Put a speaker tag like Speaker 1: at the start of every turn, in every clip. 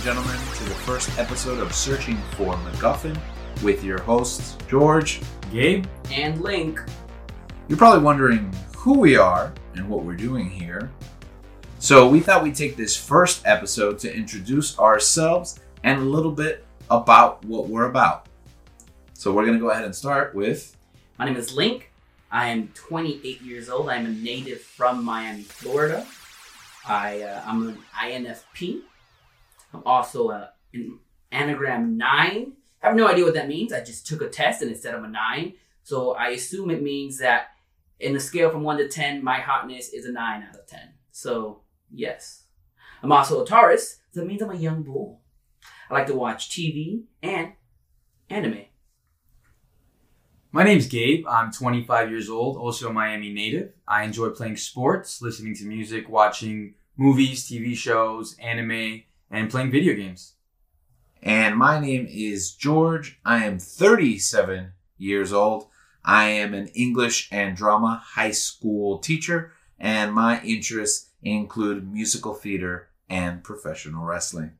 Speaker 1: gentlemen, to the first episode of Searching for MacGuffin with your hosts, George.
Speaker 2: Gabe?
Speaker 3: and Link.
Speaker 1: You're probably wondering who we are and what we're doing here. So, we thought we'd take this first episode to introduce ourselves and a little bit about what we're about. So, we're going to go ahead and start with
Speaker 3: My name is Link. I am 28 years old. I'm a native from Miami, Florida. I, uh, I'm an INFP. I'm also a, an anagram 9. I have no idea what that means. I just took a test and it said I'm a 9. So I assume it means that in a scale from 1 to 10, my hotness is a 9 out of 10. So, yes. I'm also a Taurus. So that means I'm a young bull. I like to watch TV and anime.
Speaker 2: My name's Gabe. I'm 25 years old, also a Miami native. I enjoy playing sports, listening to music, watching movies, TV shows, anime, and playing video games.
Speaker 1: And my name is George. I am 37 years old. I am an English and drama high school teacher, and my interests include musical theater and professional wrestling.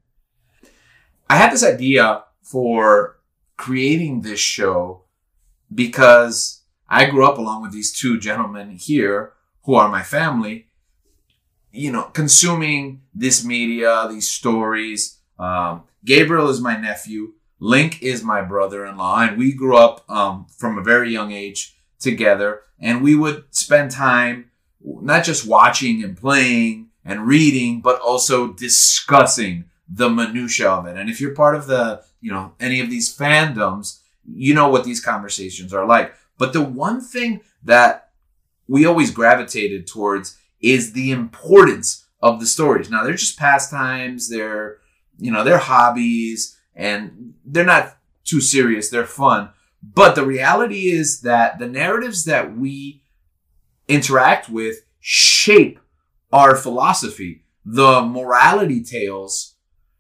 Speaker 1: I had this idea for creating this show because I grew up along with these two gentlemen here who are my family, you know, consuming this media, these stories, um, Gabriel is my nephew. Link is my brother in law. And we grew up um, from a very young age together. And we would spend time not just watching and playing and reading, but also discussing the minutia of it. And if you're part of the, you know, any of these fandoms, you know what these conversations are like. But the one thing that we always gravitated towards is the importance of the stories. Now, they're just pastimes, they're you know, they're hobbies and they're not too serious. They're fun. But the reality is that the narratives that we interact with shape our philosophy. The morality tales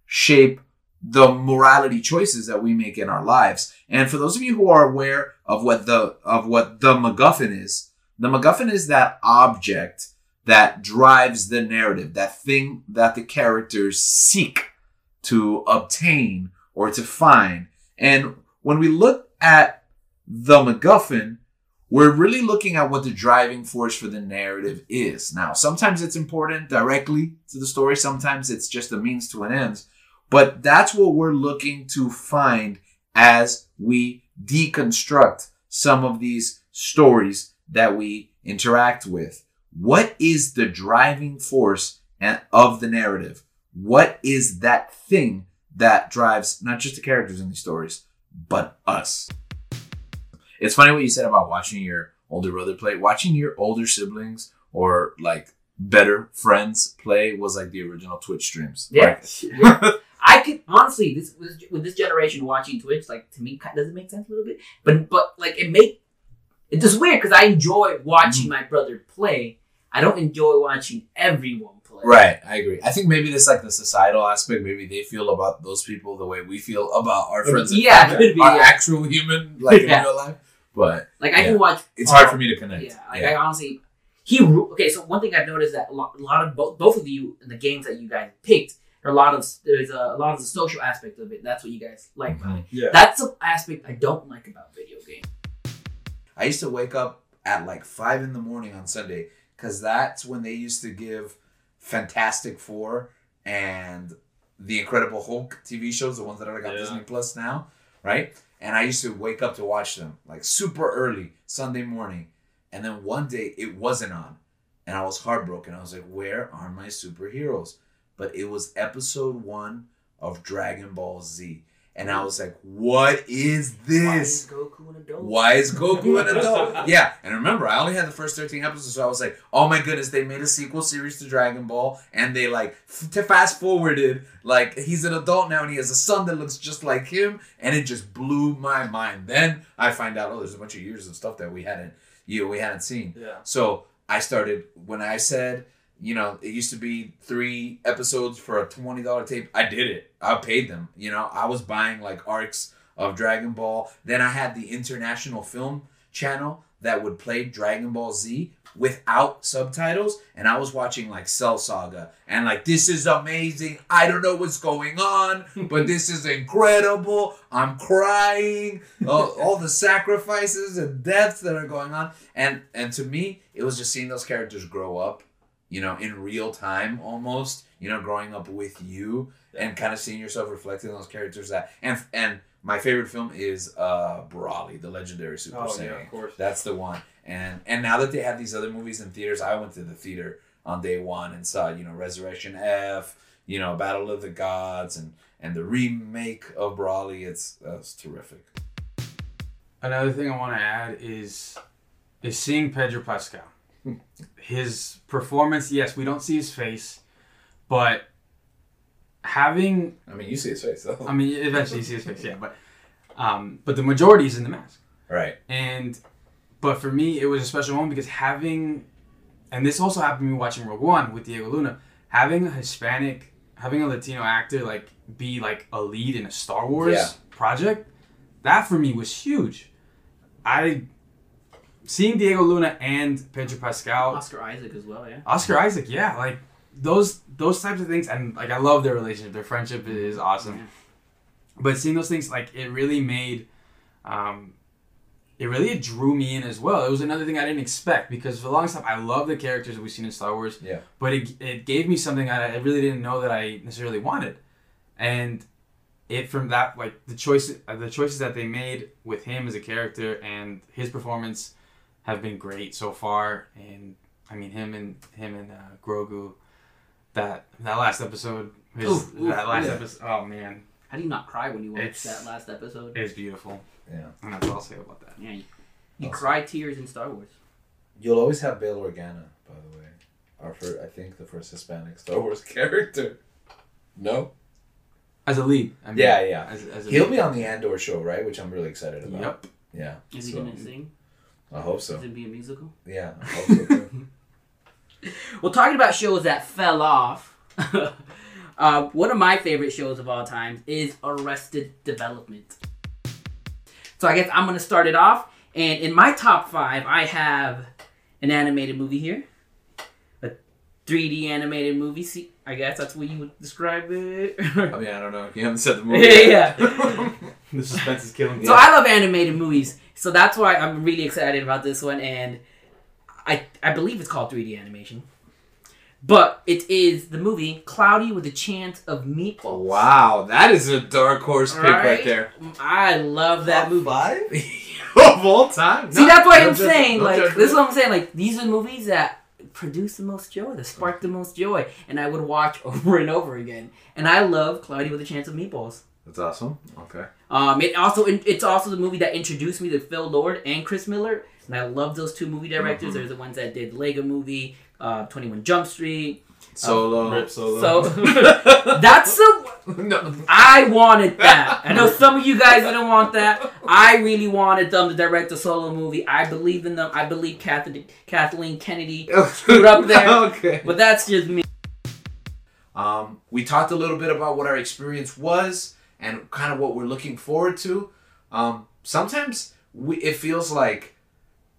Speaker 1: shape the morality choices that we make in our lives. And for those of you who are aware of what the of what the MacGuffin is, the MacGuffin is that object that drives the narrative, that thing that the characters seek to obtain or to find. And when we look at the MacGuffin, we're really looking at what the driving force for the narrative is. Now, sometimes it's important directly to the story, sometimes it's just a means to an end. But that's what we're looking to find as we deconstruct some of these stories that we interact with. What is the driving force and- of the narrative? what is that thing that drives not just the characters in these stories, but us? It's funny what you said about watching your older brother play. Watching your older siblings or like better friends play was like the original Twitch streams.
Speaker 3: Yeah.
Speaker 1: Like,
Speaker 3: Yeah. I could honestly this with, with this generation watching Twitch like to me kind doesn't make sense a little bit, but but like it make it's just weird because I enjoy
Speaker 1: Mm.
Speaker 3: watching my brother play. I don't enjoy watching everyone play.
Speaker 1: right, I agree. I think maybe this like the societal aspect. Maybe they feel about those people the way we feel about our friends. and
Speaker 3: Yeah, it
Speaker 1: family,
Speaker 3: could be,
Speaker 1: our
Speaker 3: yeah.
Speaker 1: actual human like
Speaker 3: Yeah.
Speaker 1: in real life. But
Speaker 3: Like I
Speaker 1: Yeah.
Speaker 3: can watch.
Speaker 1: it's
Speaker 3: Paul-
Speaker 1: hard for me to connect.
Speaker 3: Yeah, like I honestly, he ru- okay. So one thing I've noticed that a lot, a lot of both both of you in the games that you guys picked, there are a lot of there's a, a lot of the social aspect of it. That's what you guys like.
Speaker 1: Mm-hmm.
Speaker 3: about it.
Speaker 2: Yeah.
Speaker 3: That's an aspect I don't like about video games.
Speaker 1: I used to wake up at like five in the morning on Sunday because that's when they used to give Fantastic Four and the Incredible Hulk TV shows, the ones that are like on
Speaker 2: Yeah.
Speaker 1: Disney Plus now, right? And I used to wake up to watch them like super early Sunday morning, and then one day it wasn't on, and I was heartbroken. I was like, "Where are my superheroes?" But it was episode one of Dragon Ball Z, and I was like, "What is
Speaker 3: Why
Speaker 1: this?"
Speaker 3: is Goku an adult?
Speaker 1: Why is Goku an adult? Yeah, and remember, I only had the first 13 episodes, so I was like, oh my goodness, they made a sequel series to Dragon Ball, and they like f- to fast forwarded, like he's an adult now and he has a son that looks just like him, and it just blew my mind. Then I find out, oh, there's a bunch of years of stuff that we hadn't, you know, we hadn't seen.
Speaker 2: Yeah.
Speaker 1: So I started when I said, you know, it used to be three episodes for a twenty dollar tape. I did it. I paid them. You know, I was buying like arcs of Dragon Ball. Then I had the international film channel that would play Dragon Ball Z without subtitles, and I was watching like Cell Saga, and like this is amazing. I don't know what's going on, but this is incredible. I'm crying. all, all the sacrifices and deaths that are going on, and and to me, it was just seeing those characters grow up, you know, in real time almost. You know, growing up with you and kind of seeing yourself reflected in those characters that and and my favorite film is uh Brawley, the legendary Super
Speaker 2: Oh,
Speaker 1: Saiyan.
Speaker 2: yeah, of course.
Speaker 1: That's the one. And and now that they have these other movies in theaters, I went to the theater on day one and saw you know Resurrection F, you know Battle of the Gods, and and the remake of Brawley. It's that's terrific.
Speaker 2: Another thing I want to add is is seeing Pedro Pascal. his performance, yes, we don't see his face, but having
Speaker 1: I mean, you see his face though.
Speaker 2: I mean eventually you see his face, yeah, but um, but the majority is in the mask.
Speaker 1: right.
Speaker 2: And but for me, it was a special moment because having, and this also happened to me watching Rogue One with Diego Luna, having a Hispanic, having a Latino actor like be like a lead in a Star Wars
Speaker 1: Yeah.
Speaker 2: project, that for me was huge. I seeing Diego Luna and Pedro Pascal,
Speaker 3: Oscar Isaac as well, yeah.
Speaker 2: Oscar Isaac, yeah, like those those types of things, and like I love their relationship, their friendship is awesome
Speaker 3: Yeah.
Speaker 2: but seeing those things like it really made um it really drew me in as well it was another thing i didn't expect because for the longest time i love the characters that we've seen in star wars
Speaker 1: Yeah.
Speaker 2: but it, it gave me something I, I really didn't know that i necessarily wanted and it from that like the choices uh, the choices that they made with him as a character and his performance have been great so far and i mean him and him and uh, grogu that that last episode his,
Speaker 3: Oof, oof,
Speaker 2: that last
Speaker 1: yeah.
Speaker 2: episode oh man
Speaker 3: How do you not cry when you watch
Speaker 2: It's-
Speaker 3: that last episode?
Speaker 2: it's beautiful.
Speaker 1: Yeah.
Speaker 2: And that's all I'll say about that.
Speaker 3: Yeah, you, you
Speaker 1: Awesome.
Speaker 3: cry tears in Star Wars.
Speaker 1: You'll always have Bail Organa, by the way. Our first, I think the first Hispanic Star Wars character. No.
Speaker 2: As a lead. I mean,
Speaker 1: Yeah, yeah.
Speaker 2: As, as a
Speaker 1: He'll
Speaker 2: lead.
Speaker 1: be on the Andor show, right? Which I'm really excited about.
Speaker 2: Yep.
Speaker 1: Yeah.
Speaker 3: Is he
Speaker 1: So,
Speaker 3: gonna sing?
Speaker 1: I hope
Speaker 3: Is
Speaker 1: so.
Speaker 3: it be a musical?
Speaker 1: Yeah. I hope so too.
Speaker 3: Well, talking about shows that fell off, uh, one of my favorite shows of all time is Arrested Development. So I guess I'm going to start it off. And in my top five, I have an animated movie here, a 3D animated movie. See, I guess that's what you would describe it.
Speaker 1: I mean, I don't know. You haven't said the movie.
Speaker 3: Yeah,
Speaker 1: yet.
Speaker 2: The suspense is killing me.
Speaker 3: So I love animated movies. So that's why I'm really excited about this one and I I believe it's called 3D animation. But it is the movie Cloudy with a Chance of Meatballs.
Speaker 1: wow, that is a dark horse pick right,
Speaker 3: Right?
Speaker 1: there.
Speaker 3: I love that movie.
Speaker 1: five of all time.
Speaker 3: See,
Speaker 1: No,
Speaker 3: that's why
Speaker 1: no
Speaker 3: I'm
Speaker 1: judgment,
Speaker 3: saying,
Speaker 1: no
Speaker 3: like,
Speaker 1: judgment.
Speaker 3: this is what I'm saying. Like, these are movies that produce the most joy, that spark the most joy, and I would watch over and over again. And I love Cloudy with a Chance of Meatballs.
Speaker 1: That's awesome. Okay.
Speaker 3: Um, it also it's also the movie that introduced me to Phil Lord and Chris Miller, and I love those two movie directors.
Speaker 1: Mhm.
Speaker 3: They're the ones that did Lego Movie, uh, Twenty One Jump Street.
Speaker 1: Solo.
Speaker 2: Rip Solo.
Speaker 3: So that's the
Speaker 1: no.
Speaker 3: I wanted that. I know some of you guys didn't want that. I really wanted them to direct a solo movie. I believe in them. I believe Kathleen Kathleen Kennedy,
Speaker 1: Screwed
Speaker 3: up there.
Speaker 1: Okay.
Speaker 3: but that's just me.
Speaker 1: Um, we talked a little bit about what our experience was and kind of what we're looking forward to. Um, sometimes we, it feels like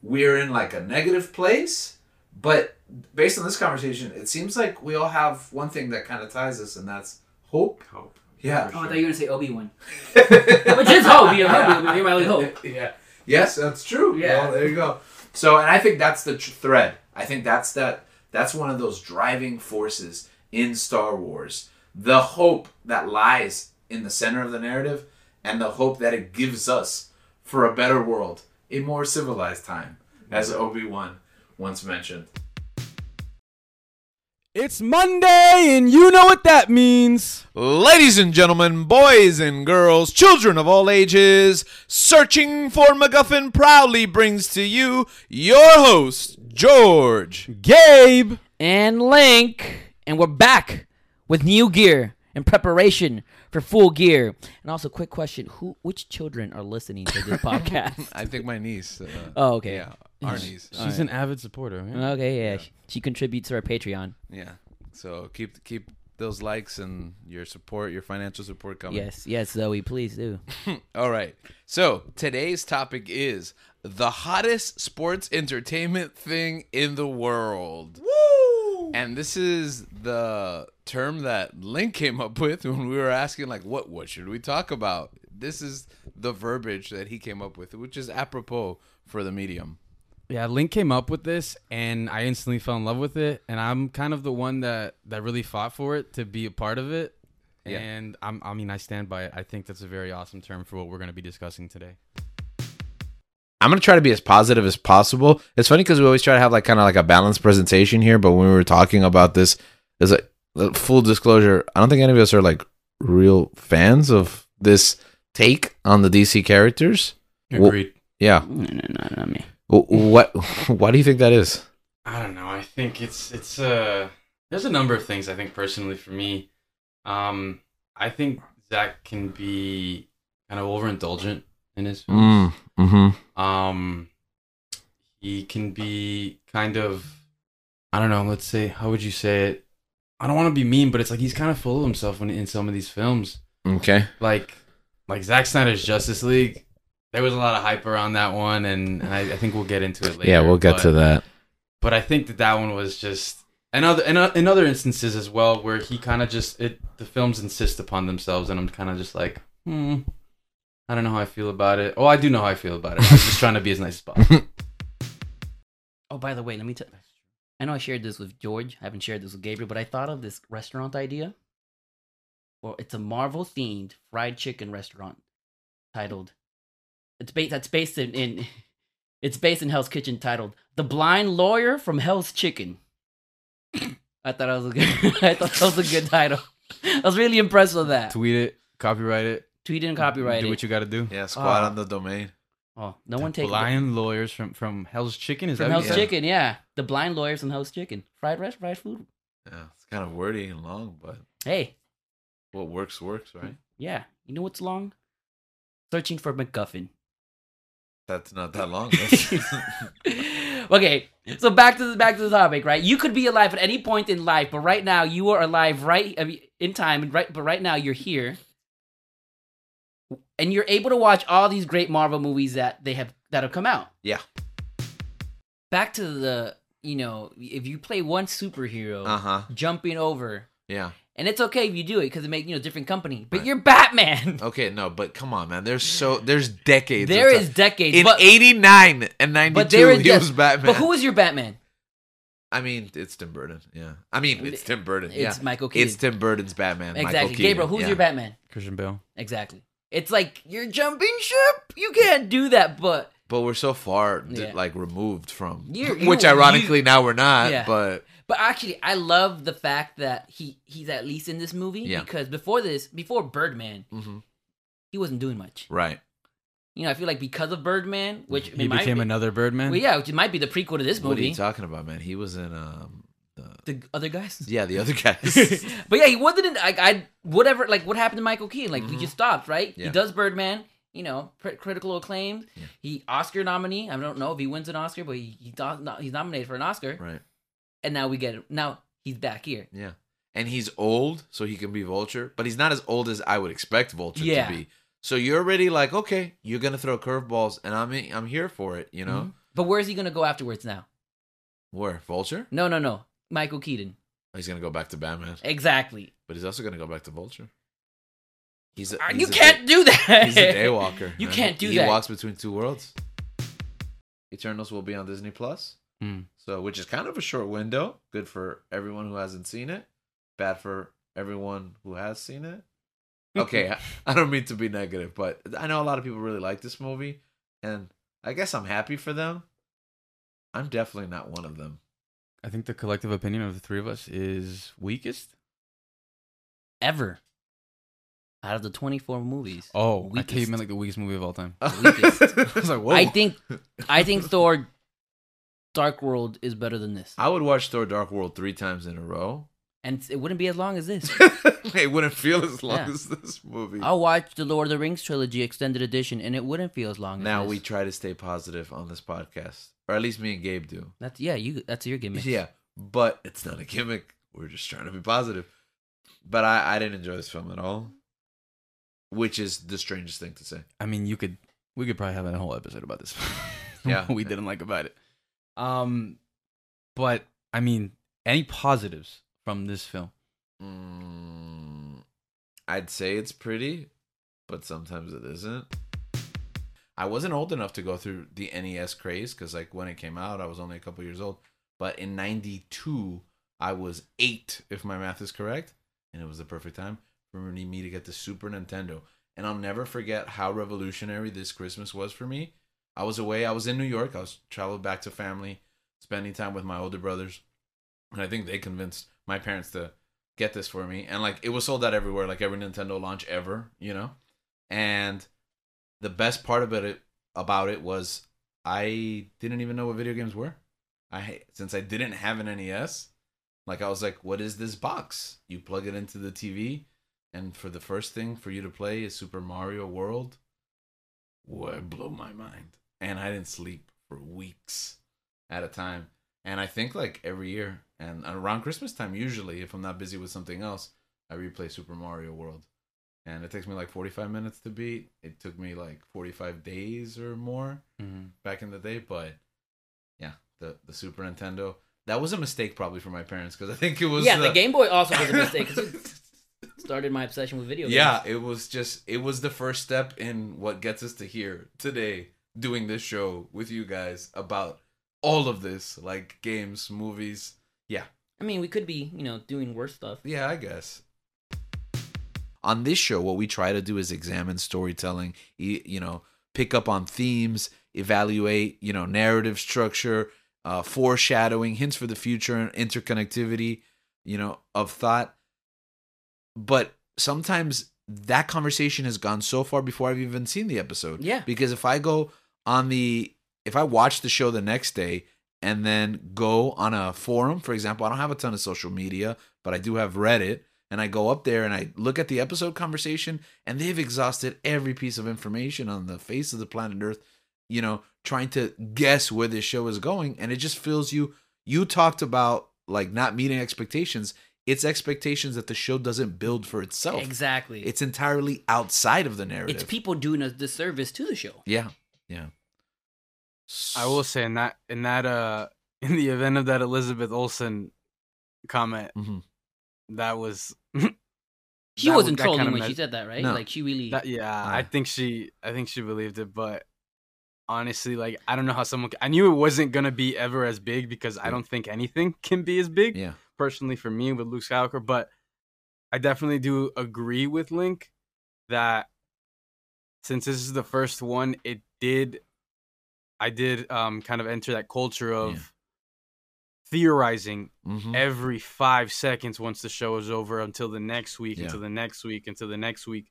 Speaker 1: we're in like a negative place, but based on this conversation, it seems like we all have one thing that kind of ties us, and that's hope.
Speaker 2: Hope.
Speaker 1: Yeah.
Speaker 3: Oh, I thought you were gonna say Obi Wan, which is hope. You're, hope. You're my only hope.
Speaker 1: yeah. Yes, that's true.
Speaker 3: Yeah.
Speaker 1: Well, there you go. So, and I think that's the tr- thread. I think that's that. That's one of those driving forces in Star Wars. The hope that lies in the center of the narrative, and the hope that it gives us for a better world, a more civilized time, as Obi Wan once mentioned.
Speaker 4: It's Monday, and you know what that means.
Speaker 5: Ladies and gentlemen, boys and girls, children of all ages, Searching for MacGuffin proudly brings to you your host, George.
Speaker 4: Gabe.
Speaker 3: and Link, and we're back with new gear in preparation for full gear. And also, quick question: Who, which children are listening to this podcast?
Speaker 5: I think my niece. Uh,
Speaker 3: Oh, okay.
Speaker 5: Yeah, our niece.
Speaker 4: She's an avid supporter. Right?
Speaker 3: Okay, yeah, She, she contributes to our Patreon.
Speaker 5: yeah. So keep keep
Speaker 1: those likes and your support, your financial support coming.
Speaker 6: Yes, yes, Zoe, please do.
Speaker 1: All right. So today's topic is the hottest sports entertainment thing in the world. Woo! And this is the term that Link came up with when we were asking, like, what what should we talk about? This is the verbiage that he came up with, which is apropos for the medium.
Speaker 2: Yeah, Link came up with this, and I instantly fell in love with it. And I'm kind of the one that that really fought for it to be a part of it.
Speaker 1: Yeah.
Speaker 2: And I'm, I mean, I stand by it. I think that's a very awesome term for what we're going to be discussing today.
Speaker 1: I'm gonna try to be as positive as possible. It's funny because we always try to have like kind of like a balanced presentation here, but when we were talking about this, there's a like, full disclosure. I don't think any of us are like real fans of this take on the DC characters. Well-
Speaker 2: Agreed.
Speaker 1: Yeah.
Speaker 6: No, no, no, not me.
Speaker 1: Wh- What? Why do you think that is?
Speaker 2: I don't know. I think it's it's uh there's a number of things I think personally for me. Um I think Zach can be kind of overindulgent in his films.
Speaker 1: Mm-hmm.
Speaker 2: Um he can be kind of I don't know, let's say how would you say it? I don't want to be mean, but it's like he's kind of full of himself when in some of these films.
Speaker 1: Okay.
Speaker 2: Like like Zack Snyder's Justice League. There was a lot of hype around that one and, and I, I think we'll get into it later.
Speaker 1: yeah, we'll get
Speaker 2: but-
Speaker 1: to that.
Speaker 2: but I think that that one was just and other and, o- in other instances as well where he kind of just it the films insist upon themselves and I'm kind of just like hmm I don't know how I feel about it. Oh, I do know how I feel about it. I'm just trying to be as nice as possible.
Speaker 6: Oh, by the way, let me tell. I know I shared this with George. I haven't shared this with Gabriel, but I thought of this restaurant idea. Well, it's a Marvel-themed fried chicken restaurant titled. It's based. That's based in, in. It's based in Hell's Kitchen, titled "The Blind Lawyer from Hell's Chicken." I thought that was a good. I thought that was a good title. I was really impressed with that.
Speaker 2: Tweet it, copyright it,
Speaker 6: Tweet and copyright
Speaker 2: Do
Speaker 6: it.
Speaker 2: what you got to do.
Speaker 1: Yeah,
Speaker 2: Ah.
Speaker 6: squad on
Speaker 1: the domain.
Speaker 6: Oh, no one take the-
Speaker 2: Lion lawyers from from Hell's Chicken is that
Speaker 6: from
Speaker 2: what
Speaker 6: Hell's
Speaker 1: yeah.
Speaker 2: you said?
Speaker 6: Chicken. Yeah, the blind lawyer from Hell's Chicken. Fried rice, fried food.
Speaker 1: Yeah, it's kind of wordy and long, but
Speaker 6: Hey,
Speaker 1: what works works, right?
Speaker 6: Yeah. You know what's long? Searching for MacGuffin.
Speaker 1: That's not that long.
Speaker 6: okay. So back to the back to the topic, right? You could be alive at any point in life, but right now you are alive right I mean, in time, and right but right now you're here. And you're able to watch all these great Marvel movies that they have that have come out.
Speaker 1: Yeah.
Speaker 6: Back to the you know, if you play one superhero
Speaker 1: uh huh.
Speaker 6: jumping over,
Speaker 1: Yeah.
Speaker 6: and it's okay if you do it because it makes you know different company, but
Speaker 1: Right.
Speaker 6: you're Batman.
Speaker 1: Okay, no, but come on, man. There's so there's decades. of
Speaker 6: There
Speaker 1: time.
Speaker 6: is decades,
Speaker 1: in
Speaker 6: but
Speaker 1: '89 and
Speaker 6: But
Speaker 1: '92
Speaker 6: there is
Speaker 1: he
Speaker 6: yes,
Speaker 1: was Batman.
Speaker 6: But who is your Batman?
Speaker 1: I mean, it's Tim Burton. Yeah, I mean, it's Tim Burton.
Speaker 6: It's
Speaker 1: yeah,
Speaker 6: Michael Keaton.
Speaker 1: it's Tim Burton's Batman. Michael
Speaker 6: exactly.
Speaker 1: Keaton,
Speaker 6: Gabriel, who's
Speaker 1: yeah.
Speaker 6: your Batman?
Speaker 2: Christian Bale.
Speaker 6: Exactly. It's like you're jumping ship. You can't do that, but
Speaker 1: But we're so far d-
Speaker 6: Yeah.
Speaker 1: like removed from,
Speaker 6: You-
Speaker 1: which
Speaker 6: you-
Speaker 1: ironically now we're not.
Speaker 6: Yeah.
Speaker 1: But
Speaker 6: but actually I love the fact that he he's at least in this movie
Speaker 1: Yeah.
Speaker 6: because before this, before Birdman,
Speaker 1: Mhm.
Speaker 6: he wasn't doing much.
Speaker 1: right,
Speaker 6: You know, I feel like because of Birdman, which
Speaker 2: He
Speaker 6: it might
Speaker 2: became
Speaker 6: be,
Speaker 2: another Birdman.
Speaker 6: well, yeah, which might be the prequel to this
Speaker 1: what are you
Speaker 6: movie.
Speaker 1: talking about, man? He was in um,
Speaker 6: the other guys.
Speaker 1: yeah, the other guys.
Speaker 6: but yeah, he wasn't in. Like I, whatever, like what happened to Michael Keaton? Like he just stopped, right? He
Speaker 1: Mm-hmm. Yeah.
Speaker 6: does Birdman, you know, pr- critical acclaim. He Oscar nominee. I don't know if he wins an Oscar, but he, he do- no- he's nominated for an Oscar.
Speaker 1: right,
Speaker 6: And now we get him. Now he's back here.
Speaker 1: yeah. And he's old, so he can be Vulture, but he's not as old as I would expect Vulture
Speaker 6: Yeah.
Speaker 1: to be. So you're already like, okay, you're gonna throw curveballs, and I'm I'm here for it. You know,
Speaker 6: Mhm. But where is he gonna go afterwards now?
Speaker 1: where Vulture?
Speaker 6: No, no, no. Michael Keaton.
Speaker 1: He's gonna go back to Batman,
Speaker 6: Exactly.
Speaker 1: but he's also gonna go back to Vulture. He's a,
Speaker 6: Ah,
Speaker 1: he's
Speaker 6: you
Speaker 1: a-
Speaker 6: can't do that.
Speaker 1: He's a daywalker.
Speaker 6: You
Speaker 1: man.
Speaker 6: can't do
Speaker 1: he
Speaker 6: that.
Speaker 1: He walks between two worlds. Eternals will be on Disney Plus,
Speaker 2: Hmm.
Speaker 1: so which is kind of a short window. Good for everyone who hasn't seen it. Bad for everyone who has seen it. Okay, I, I don't mean to be negative, but I know a lot of people really like this movie, and I guess I'm happy for them. I'm definitely not one of them.
Speaker 2: I think the collective opinion of the three of us is weakest.
Speaker 6: Ever. Out of the 24 movies.
Speaker 2: Oh, I
Speaker 6: Weakest.
Speaker 2: thought you meant like the weakest movie of all time.
Speaker 6: Weakest.
Speaker 2: I was like, whoa.
Speaker 6: I think I think Thor Dark World is better than this.
Speaker 1: I would watch Thor: Dark World three times in a row.
Speaker 6: And it wouldn't be as long as this.
Speaker 1: it wouldn't feel as long
Speaker 6: Yeah.
Speaker 1: as this movie.
Speaker 6: I'll watch the Lord of the Rings trilogy extended edition and it wouldn't feel as long as
Speaker 1: now
Speaker 6: this.
Speaker 1: we try to stay positive on this podcast, or at least me and Gabe do.
Speaker 6: That's yeah, you that's your gimmick.
Speaker 1: Yeah, but it's not a gimmick. We're just trying to be positive. But I, I didn't enjoy this film at all, which is the strangest thing to say.
Speaker 2: I mean, you could we could probably have a whole episode about this.
Speaker 1: Yeah.
Speaker 2: we didn't like about it. Um, but I mean, any positives from this film?
Speaker 1: Mm, I'd say it's pretty, but sometimes it isn't. I wasn't old enough to go through the NES craze because, like, when it came out, I was only a couple years old. But in '92, I was eight, if my math is correct, and it was the perfect time for me to get the Super Nintendo. And I'll never forget how revolutionary this Christmas was for me. I was away. I was in New York. I was traveled back to family, spending time with my older brothers, and I think they convinced my parents to get this for me and like it was sold out everywhere like every nintendo launch ever you know and the best part about it about it was i didn't even know what video games were i since i didn't have an nes like i was like what is this box you plug it into the tv and for the first thing for you to play is super mario world Whoa, it blew my mind and i didn't sleep for weeks at a time and I think like every year and around Christmas time, usually, if I'm not busy with something else, I replay Super Mario World. And it takes me like 45 minutes to beat. It took me like 45 days or more
Speaker 7: Mm-hmm.
Speaker 1: back in the day. But yeah, the, the Super Nintendo. That was a mistake probably for my parents because I think it was.
Speaker 6: yeah, the Game Boy also was a mistake 'cause it started my obsession with video games.
Speaker 1: yeah, it was just it was the first step in what gets us to here today doing this show with you guys about all of this like games, movies.
Speaker 6: I mean, we could be, you know, doing worse stuff.
Speaker 1: Yeah, I guess. On this show, what we try to do is examine storytelling, y- you know, pick up on themes, evaluate, you know, narrative structure, uh, foreshadowing, hints for the future, and interconnectivity, you know, of thought. But sometimes that conversation has gone so far before I've even seen the episode.
Speaker 6: Yeah.
Speaker 1: Because if I go on the, if I watch the show the next day and then go on a forum, for example, I don't have a ton of social media, but I do have Reddit. And I go up there and I look at the episode conversation, and they've exhausted every piece of information on the face of the planet Earth, you know, trying to guess where this show is going. And it just feels you, you talked about like not meeting expectations. It's expectations that the show doesn't build for itself.
Speaker 6: Exactly. It's,
Speaker 1: It's entirely outside of the narrative.
Speaker 6: people doing a disservice to the show.
Speaker 1: Yeah, yeah.
Speaker 7: I will say in that in that uh in the event of that Elizabeth Olsen comment,
Speaker 1: hmm
Speaker 7: that was
Speaker 6: She
Speaker 7: That
Speaker 6: wasn't
Speaker 7: would- that
Speaker 6: trolling
Speaker 7: kinda
Speaker 6: when she
Speaker 7: mess-
Speaker 6: said that, right?
Speaker 1: No.
Speaker 6: Like she really.
Speaker 7: that, yeah, I
Speaker 1: Uh.
Speaker 7: think she I think she believed it, but honestly, like I don't know how someone c- I knew it wasn't gonna be ever as big because I
Speaker 1: Yeah.
Speaker 7: don't think anything can be as big
Speaker 1: Yeah.
Speaker 7: personally for me with Luke Skywalker, but I definitely do agree with Link that since this is the first one, it did I did um kind of enter that culture of
Speaker 1: Yeah.
Speaker 7: theorizing
Speaker 6: Mm-hmm.
Speaker 1: hmm
Speaker 7: every five seconds once the show is over until the next week,
Speaker 1: Yeah.
Speaker 7: until the next week, until the next week,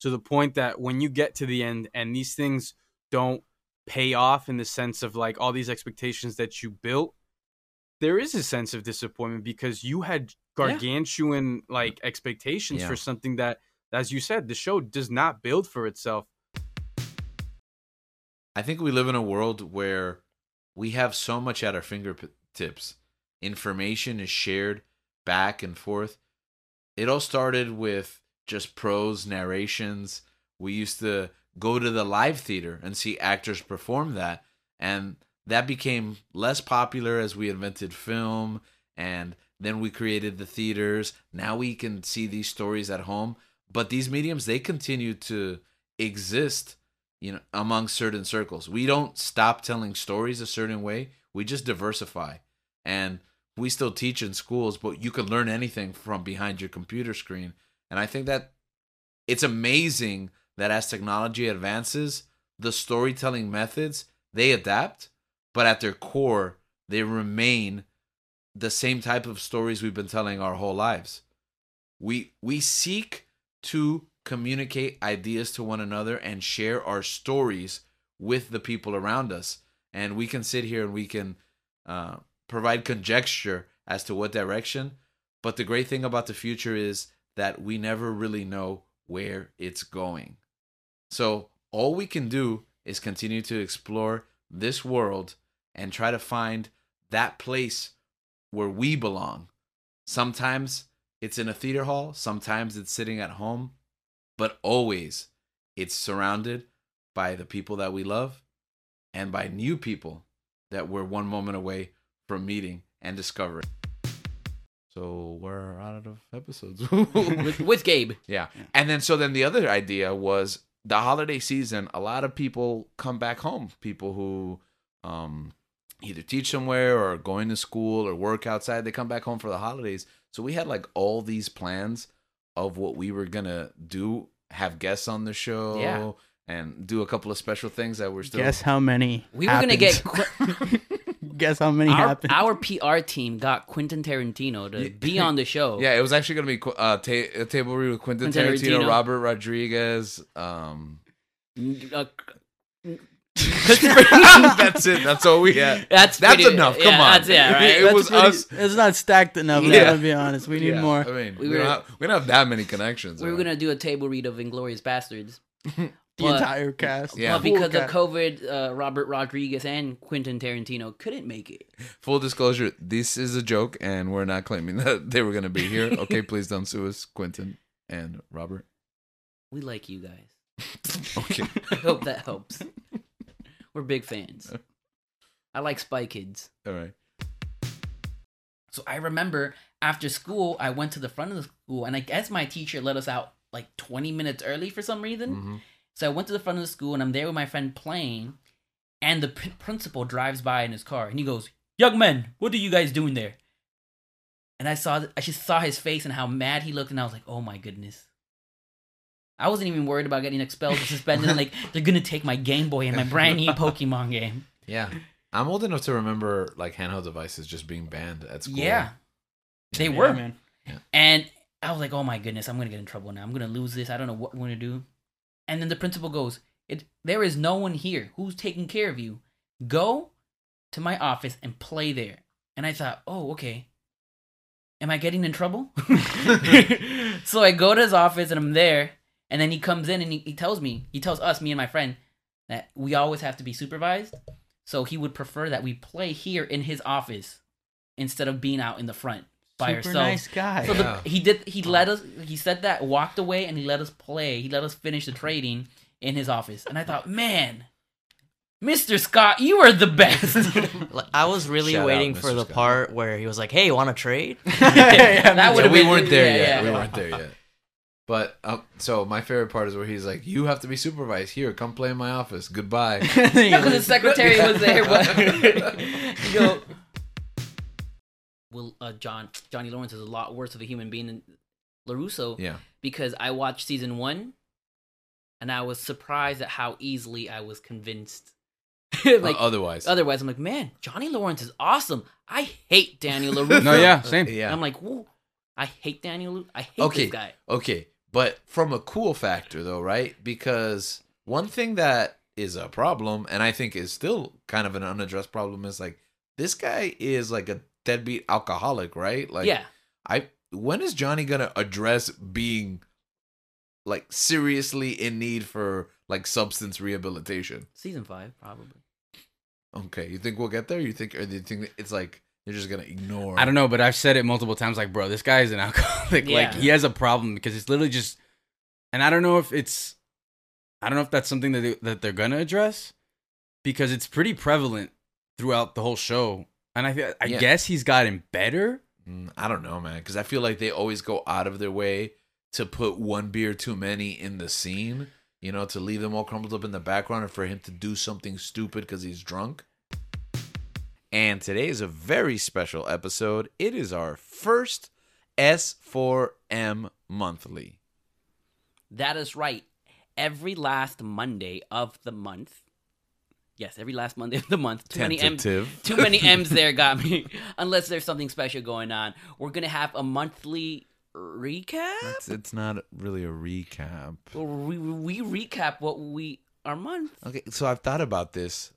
Speaker 7: to the point that when you get to the end and these things don't pay off in the sense of like all these expectations that you built, there is a sense of disappointment because you had gargantuan like expectations
Speaker 1: Yeah.
Speaker 7: for something that, as you said, the show does not build for itself.
Speaker 1: I think we live in a world where we have so much at our fingertips. Information is shared back and forth. It all started with just prose narrations. We used to go to the live theater and see actors perform that. And that became less popular as we invented film and then we created the theaters. Now we can see these stories at home. But these mediums, they continue to exist you know among certain circles we don't stop telling stories a certain way we just diversify and we still teach in schools but you can learn anything from behind your computer screen and i think that it's amazing that as technology advances the storytelling methods they adapt but at their core they remain the same type of stories we've been telling our whole lives we we seek to communicate ideas to one another and share our stories with the people around us. And we can sit here and we can uh, provide conjecture as to what direction. But the great thing about the future is that we never really know where it's going. So all we can do is continue to explore this world and try to find that place where we belong. Sometimes It's in a theater hall. Sometimes it's sitting at home, but always it's surrounded by the people that we love and by new people that we're one moment away from meeting and discovering. So we're out of episodes.
Speaker 6: with, with Gabe.
Speaker 1: Yeah. And then so then the other idea was the holiday season, a lot of people come back home. People who um either teach somewhere or are going to school or work outside, they come back home for the holidays. So we had like all these plans of what we were gonna do, have guests on the show
Speaker 6: Yeah.
Speaker 1: and do a couple of special things that we're still
Speaker 8: Guess how many?
Speaker 6: We were gonna get Qu-
Speaker 8: get. Guess how many
Speaker 6: our,
Speaker 8: happened?
Speaker 6: our PR team got Quentin Tarantino to be on the show.
Speaker 1: Yeah, it was actually going to be uh, ta- a table read with Quentin
Speaker 6: Quentin
Speaker 1: Tarantino,
Speaker 6: Tarantino.
Speaker 1: Robert Rodriguez. Um,
Speaker 6: Uh,
Speaker 1: that's it. That's all we had.
Speaker 6: that's
Speaker 1: That's
Speaker 6: pretty-
Speaker 1: enough. Come
Speaker 6: yeah,
Speaker 1: on.
Speaker 6: That's yeah, right.
Speaker 1: It
Speaker 8: That's
Speaker 1: was
Speaker 8: pretty-
Speaker 1: us.
Speaker 8: It's not stacked enough.
Speaker 1: Yeah.
Speaker 8: Let's be honest. We need
Speaker 1: Yeah,
Speaker 8: more.
Speaker 1: I mean, we,
Speaker 6: We were-
Speaker 1: don't have, we don't have that many connections.
Speaker 6: We were
Speaker 1: right?
Speaker 6: gonna do a table read of Inglorious Bastards.
Speaker 8: The
Speaker 6: But-
Speaker 8: entire cast.
Speaker 1: Yeah.
Speaker 6: But because
Speaker 8: Full
Speaker 6: of COVID, uh, Robert Rodriguez and Quentin Tarantino couldn't make it.
Speaker 1: Full disclosure: this is a joke, and we're not claiming that they were going to be here. Okay, please don't sue us, Quentin and Robert.
Speaker 6: We like you guys.
Speaker 1: Okay,
Speaker 6: I hope that helps. We're big fans. I like Spy Kids.
Speaker 1: all right.
Speaker 6: So I remember after school, I went to the front of the school, and I guess my teacher let us out like 20 minutes early for some reason.
Speaker 1: Mhm.
Speaker 6: So I went to the front of the school, and I'm there with my friend playing, and the p- principal drives by in his car, and he goes, "Young men, what are you guys doing there?" And I saw, I just saw his face and how mad he looked, and I was like, "Oh my goodness." I wasn't even worried about getting expelled or suspended. I'm like, they're gonna take my Game Boy and my brand new Pokemon game.
Speaker 1: Yeah, I'm old enough to remember like handheld devices just being banned at school.
Speaker 6: Yeah, they
Speaker 8: Yeah,
Speaker 6: were.
Speaker 8: man.
Speaker 6: And I was like, oh my goodness, I'm gonna get in trouble now. I'm gonna lose this. I don't know what I'm gonna do. And then the principal goes, it, there is no one here. Who's taking care of you? Go to my office and play there. And I thought, oh, okay. Am I getting in trouble? so I go to his office and I'm there. And then he comes in and he, he tells me, he tells us, me and my friend, that we always have to be supervised. So he would prefer that we play here in his office instead of being out in the front by
Speaker 8: Super
Speaker 6: ourselves.
Speaker 8: nice guy.
Speaker 6: So
Speaker 1: Yeah. Oh.
Speaker 6: the, he did. He let us. He said that. Walked away, and he let us play. He let us finish the trading in his office. And I thought, man, Mister Scott, you are the best.
Speaker 9: Like, I was really
Speaker 1: Shout out,
Speaker 9: waiting
Speaker 1: Mr.
Speaker 9: for the
Speaker 1: Scott.
Speaker 9: part where he was like, "Hey, you want to trade?"
Speaker 8: Yeah,
Speaker 6: That
Speaker 8: me
Speaker 1: So
Speaker 6: would've
Speaker 8: too.
Speaker 1: we
Speaker 6: been-
Speaker 1: weren't there
Speaker 6: yeah,
Speaker 1: yet.
Speaker 6: yeah.
Speaker 1: We weren't there yet. But um, so my favorite part is where he's like, "You have to be supervised here. Come play in my office. Goodbye."
Speaker 6: because his secretary was there. But you know, well, uh, John Johnny Lawrence is a lot worse of a human being than Larusso
Speaker 1: yeah.
Speaker 6: because I watched season one, and I was surprised at how easily I was convinced. like
Speaker 1: otherwise.
Speaker 6: Otherwise, I'm like, man, Johnny Lawrence is awesome. I hate Daniel LaRusso.
Speaker 2: No, yeah, same.
Speaker 1: yeah.
Speaker 6: And I'm like, whoa, I hate Daniel. Lu- I hate
Speaker 1: Okay.
Speaker 6: this guy.
Speaker 1: Okay, but from a cool factor though, right? Because one thing that is a problem, and I think is still kind of an unaddressed problem, is like this guy is like a deadbeat alcoholic, right? Like,
Speaker 6: yeah,
Speaker 1: I when is Johnny gonna address being like seriously in need for like substance rehabilitation?
Speaker 6: season five probably.
Speaker 1: Okay, you think we'll get there? You think, or do you think that it's like you're just gonna ignore?
Speaker 2: I don't know, but I've said it multiple times. Like, bro, this guy is an alcoholic. Like,
Speaker 6: Yeah.
Speaker 2: he has a problem because it's literally just. And I don't know if it's, I don't know if that's something that they, that they're gonna address, because it's pretty prevalent throughout the whole show. And I thi- I
Speaker 1: Yeah.
Speaker 2: guess he's gotten better.
Speaker 1: Mm, I don't know, man, because I feel like they always go out of their way to put one beer too many in the scene, you know, to leave them all crumbled up in the background and for him to do something stupid because he's drunk. And today is a very special episode. It is our first S4M monthly.
Speaker 6: That is right. Every last Monday of the month. Yes, every last Monday of the month. Too many M's.
Speaker 1: Tentative.
Speaker 6: Too many M's there got me. Unless there's something special going on, we're gonna have a monthly recap.
Speaker 1: It's, it's not really a recap.
Speaker 6: Or we we recap what we our month.
Speaker 1: Okay, so I've thought about this.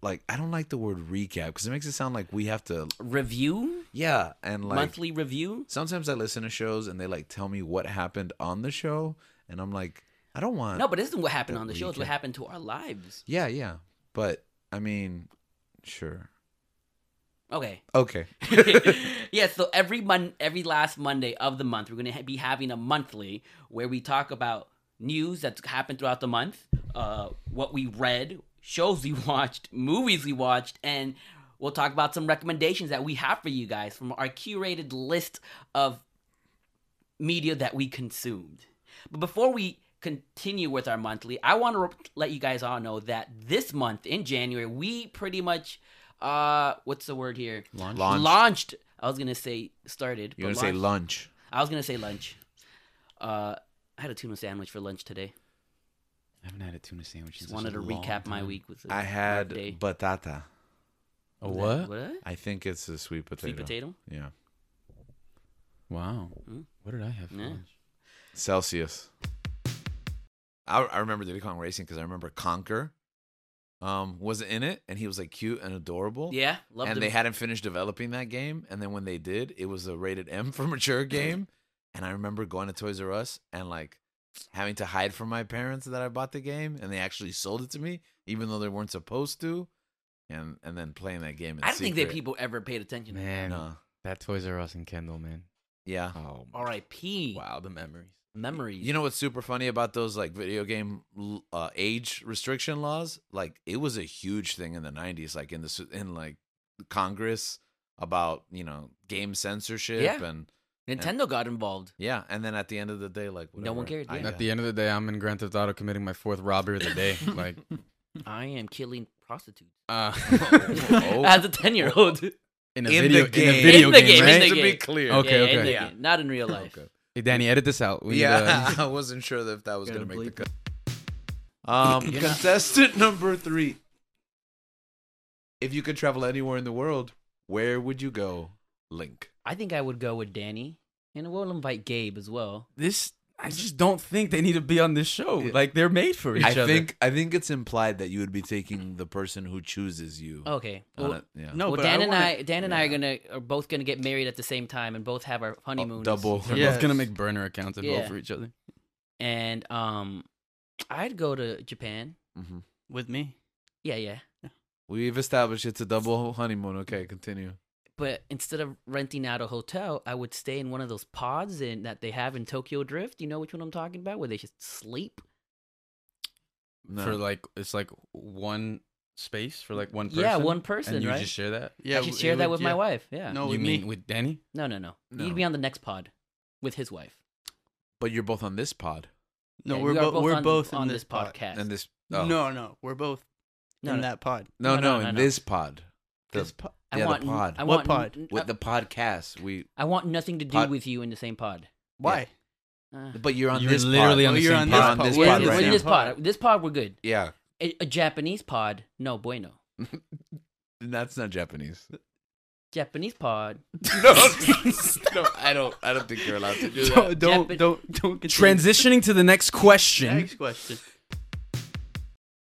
Speaker 1: Like, I don't like the word recap because it makes it sound like we have to,
Speaker 6: review
Speaker 1: yeah, and like.
Speaker 6: monthly review
Speaker 1: sometimes I listen to shows and they like tell me what happened on the show, and I'm like, I don't want.
Speaker 6: no but this isn't what happened
Speaker 1: that
Speaker 6: on the
Speaker 1: we
Speaker 6: show it's what
Speaker 1: can-
Speaker 6: happened to our lives
Speaker 1: Yeah, yeah, but I mean, sure.
Speaker 6: Okay.
Speaker 1: Okay.
Speaker 6: yeah, so every mon- every last Monday of the month, we're going to ha- be having a monthly where we talk about news that's happened throughout the month, uh, what we read, shows we watched, movies we watched, and we'll talk about some recommendations that we have for you guys from our curated list of media that we consumed. But before we continue with our monthly, I want to re- let you guys all know that this month in January, we pretty much uh what's the word here?
Speaker 10: Launch.
Speaker 6: Launched. I was going to say started.
Speaker 10: You're
Speaker 6: but
Speaker 10: gonna say
Speaker 6: launched-
Speaker 10: lunch.
Speaker 6: I was going to say lunch. Uh I had a tuna sandwich for lunch today.
Speaker 2: I haven't had a tuna sandwich.
Speaker 6: Just wanted to recap my week with a
Speaker 1: I had
Speaker 6: day.
Speaker 1: batata.
Speaker 2: A what?
Speaker 6: What?
Speaker 1: I think it's a sweet potato.
Speaker 6: Sweet potato?
Speaker 1: Yeah.
Speaker 2: Wow.
Speaker 6: Mm.
Speaker 2: What did I have? For
Speaker 6: Yeah.
Speaker 2: lunch?
Speaker 1: Celsius. I, I remember Diddy Kong Racing because I remember Conker um, was in it and he was like cute and adorable.
Speaker 6: Yeah, loved
Speaker 1: and
Speaker 6: them.
Speaker 1: they hadn't finished developing that game. And then when they did, it was a rated M for mature game. And I remember going to Toys R Us and like having to hide from my parents that I bought the game, and they actually sold it to me, even though they weren't supposed to. And and then playing that game. In
Speaker 6: I don't think that
Speaker 1: secret.
Speaker 6: people ever paid attention. to
Speaker 2: Man,
Speaker 1: No.
Speaker 2: that Toys R Us and Kendall, man.
Speaker 1: Yeah.
Speaker 2: Oh,
Speaker 6: R.I.P.
Speaker 2: wow, the memories.
Speaker 6: Memories.
Speaker 1: You know what's super funny about those like video game l- uh, age restriction laws? Like it was a huge thing in the '90s, like in the s- in like Congress about you know game censorship
Speaker 6: Yeah.
Speaker 1: and
Speaker 6: Nintendo got involved.
Speaker 1: yeah. And then at the end of the day, like
Speaker 6: No one
Speaker 1: whatever,
Speaker 6: cared, yeah.
Speaker 2: At the end of the day, I'm in Grand Theft Auto committing my fourth robbery of the day. like,
Speaker 6: I am killing prostitutes.
Speaker 2: uh, oh,
Speaker 1: Oh.
Speaker 6: As a 10 year old.
Speaker 2: in a
Speaker 1: In the
Speaker 2: video, in
Speaker 1: game.
Speaker 2: a video
Speaker 6: In the
Speaker 2: game,
Speaker 6: game, in
Speaker 2: right?
Speaker 6: the
Speaker 1: to be
Speaker 6: game.
Speaker 1: clear.
Speaker 2: Okay,
Speaker 6: yeah,
Speaker 2: okay.
Speaker 6: In the game, not in real life.
Speaker 2: Hey, Danny, edit this out. We need
Speaker 1: yeah,
Speaker 2: to-
Speaker 1: I wasn't sure if that was
Speaker 8: Gotta
Speaker 1: gonna make the
Speaker 8: bleep
Speaker 1: cut. Um, contestant number three. If you could travel anywhere in the world, where would you go? Link.
Speaker 6: I think I would go with Danny, and we'll invite Gabe as well.
Speaker 2: this, I just don't think they need to be on this show. Like, they're made for each
Speaker 1: I
Speaker 2: other.
Speaker 1: think I think it's implied that you would be taking the person who chooses you.
Speaker 6: Okay.
Speaker 1: on
Speaker 6: Oh, Well,
Speaker 1: it, yeah.
Speaker 8: No,
Speaker 6: well,
Speaker 8: but
Speaker 6: Dan
Speaker 8: I
Speaker 6: and
Speaker 8: wanna-
Speaker 6: I, Dan and I are gonna are both gonna get married at the same time, and both have our honeymoon.
Speaker 1: Oh, double.
Speaker 2: they're
Speaker 8: Yes.
Speaker 2: both gonna make burner accounts and vote
Speaker 6: Yeah.
Speaker 2: for each other.
Speaker 6: And um, I'd go to Japan.
Speaker 1: Mhm.
Speaker 8: with me.
Speaker 6: Yeah, yeah.
Speaker 1: We've established it's a double honeymoon. Okay, continue.
Speaker 6: But instead of renting out a hotel, I would stay in one of those pods in, that they have in Tokyo Drift. You know which one I'm talking about, where they just sleep.
Speaker 1: No.
Speaker 2: For like, it's like one space for like one person.
Speaker 6: yeah, one person,
Speaker 2: And you
Speaker 6: right?
Speaker 2: just share that.
Speaker 8: Yeah,
Speaker 6: I should
Speaker 8: it
Speaker 6: share that
Speaker 8: would-
Speaker 6: with
Speaker 8: yeah.
Speaker 6: my wife. Yeah.
Speaker 8: No,
Speaker 2: you
Speaker 8: with
Speaker 2: mean
Speaker 8: me.
Speaker 2: with Danny?
Speaker 6: No, no, no.
Speaker 1: No.
Speaker 6: He'd be on the next pod with his wife.
Speaker 1: but you're both on this pod
Speaker 8: No,
Speaker 6: Yeah,
Speaker 8: we're,
Speaker 6: you are
Speaker 8: bo- we're
Speaker 6: on,
Speaker 8: both
Speaker 6: on
Speaker 8: in
Speaker 6: this,
Speaker 8: pod.
Speaker 6: podcast.
Speaker 1: and this. oh.
Speaker 8: No, no, we're both
Speaker 6: No, no.
Speaker 8: in that pod.
Speaker 1: no,
Speaker 6: no,
Speaker 1: no,
Speaker 6: no,
Speaker 1: in
Speaker 6: no.
Speaker 1: this pod. The-
Speaker 8: This pod.
Speaker 6: I
Speaker 1: yeah, the
Speaker 6: want, n-
Speaker 1: pod.
Speaker 6: I
Speaker 8: What
Speaker 6: want,
Speaker 8: pod?
Speaker 6: n-
Speaker 1: with the podcast, we.
Speaker 6: I want nothing to do
Speaker 1: pod-
Speaker 6: with you in the same pod.
Speaker 8: Why?
Speaker 6: Uh,
Speaker 1: But you're on
Speaker 2: You're
Speaker 1: this
Speaker 2: literally
Speaker 1: pod.
Speaker 2: on the
Speaker 8: you're
Speaker 2: same
Speaker 1: pod.
Speaker 8: on this
Speaker 1: On
Speaker 8: pod.
Speaker 1: this
Speaker 8: We're
Speaker 1: pod
Speaker 8: in
Speaker 1: right
Speaker 6: we're
Speaker 1: now.
Speaker 6: in Oh, this pod. This pod, we're good.
Speaker 1: Yeah,
Speaker 6: A, a Japanese pod, no bueno.
Speaker 1: that's not Japanese.
Speaker 6: Japanese pod.
Speaker 1: no, no, I don't. I don't think you're allowed to do that.
Speaker 8: Don't don't
Speaker 6: Japan-
Speaker 8: don't, don't continue.
Speaker 2: Transitioning to the next question.
Speaker 8: Next question.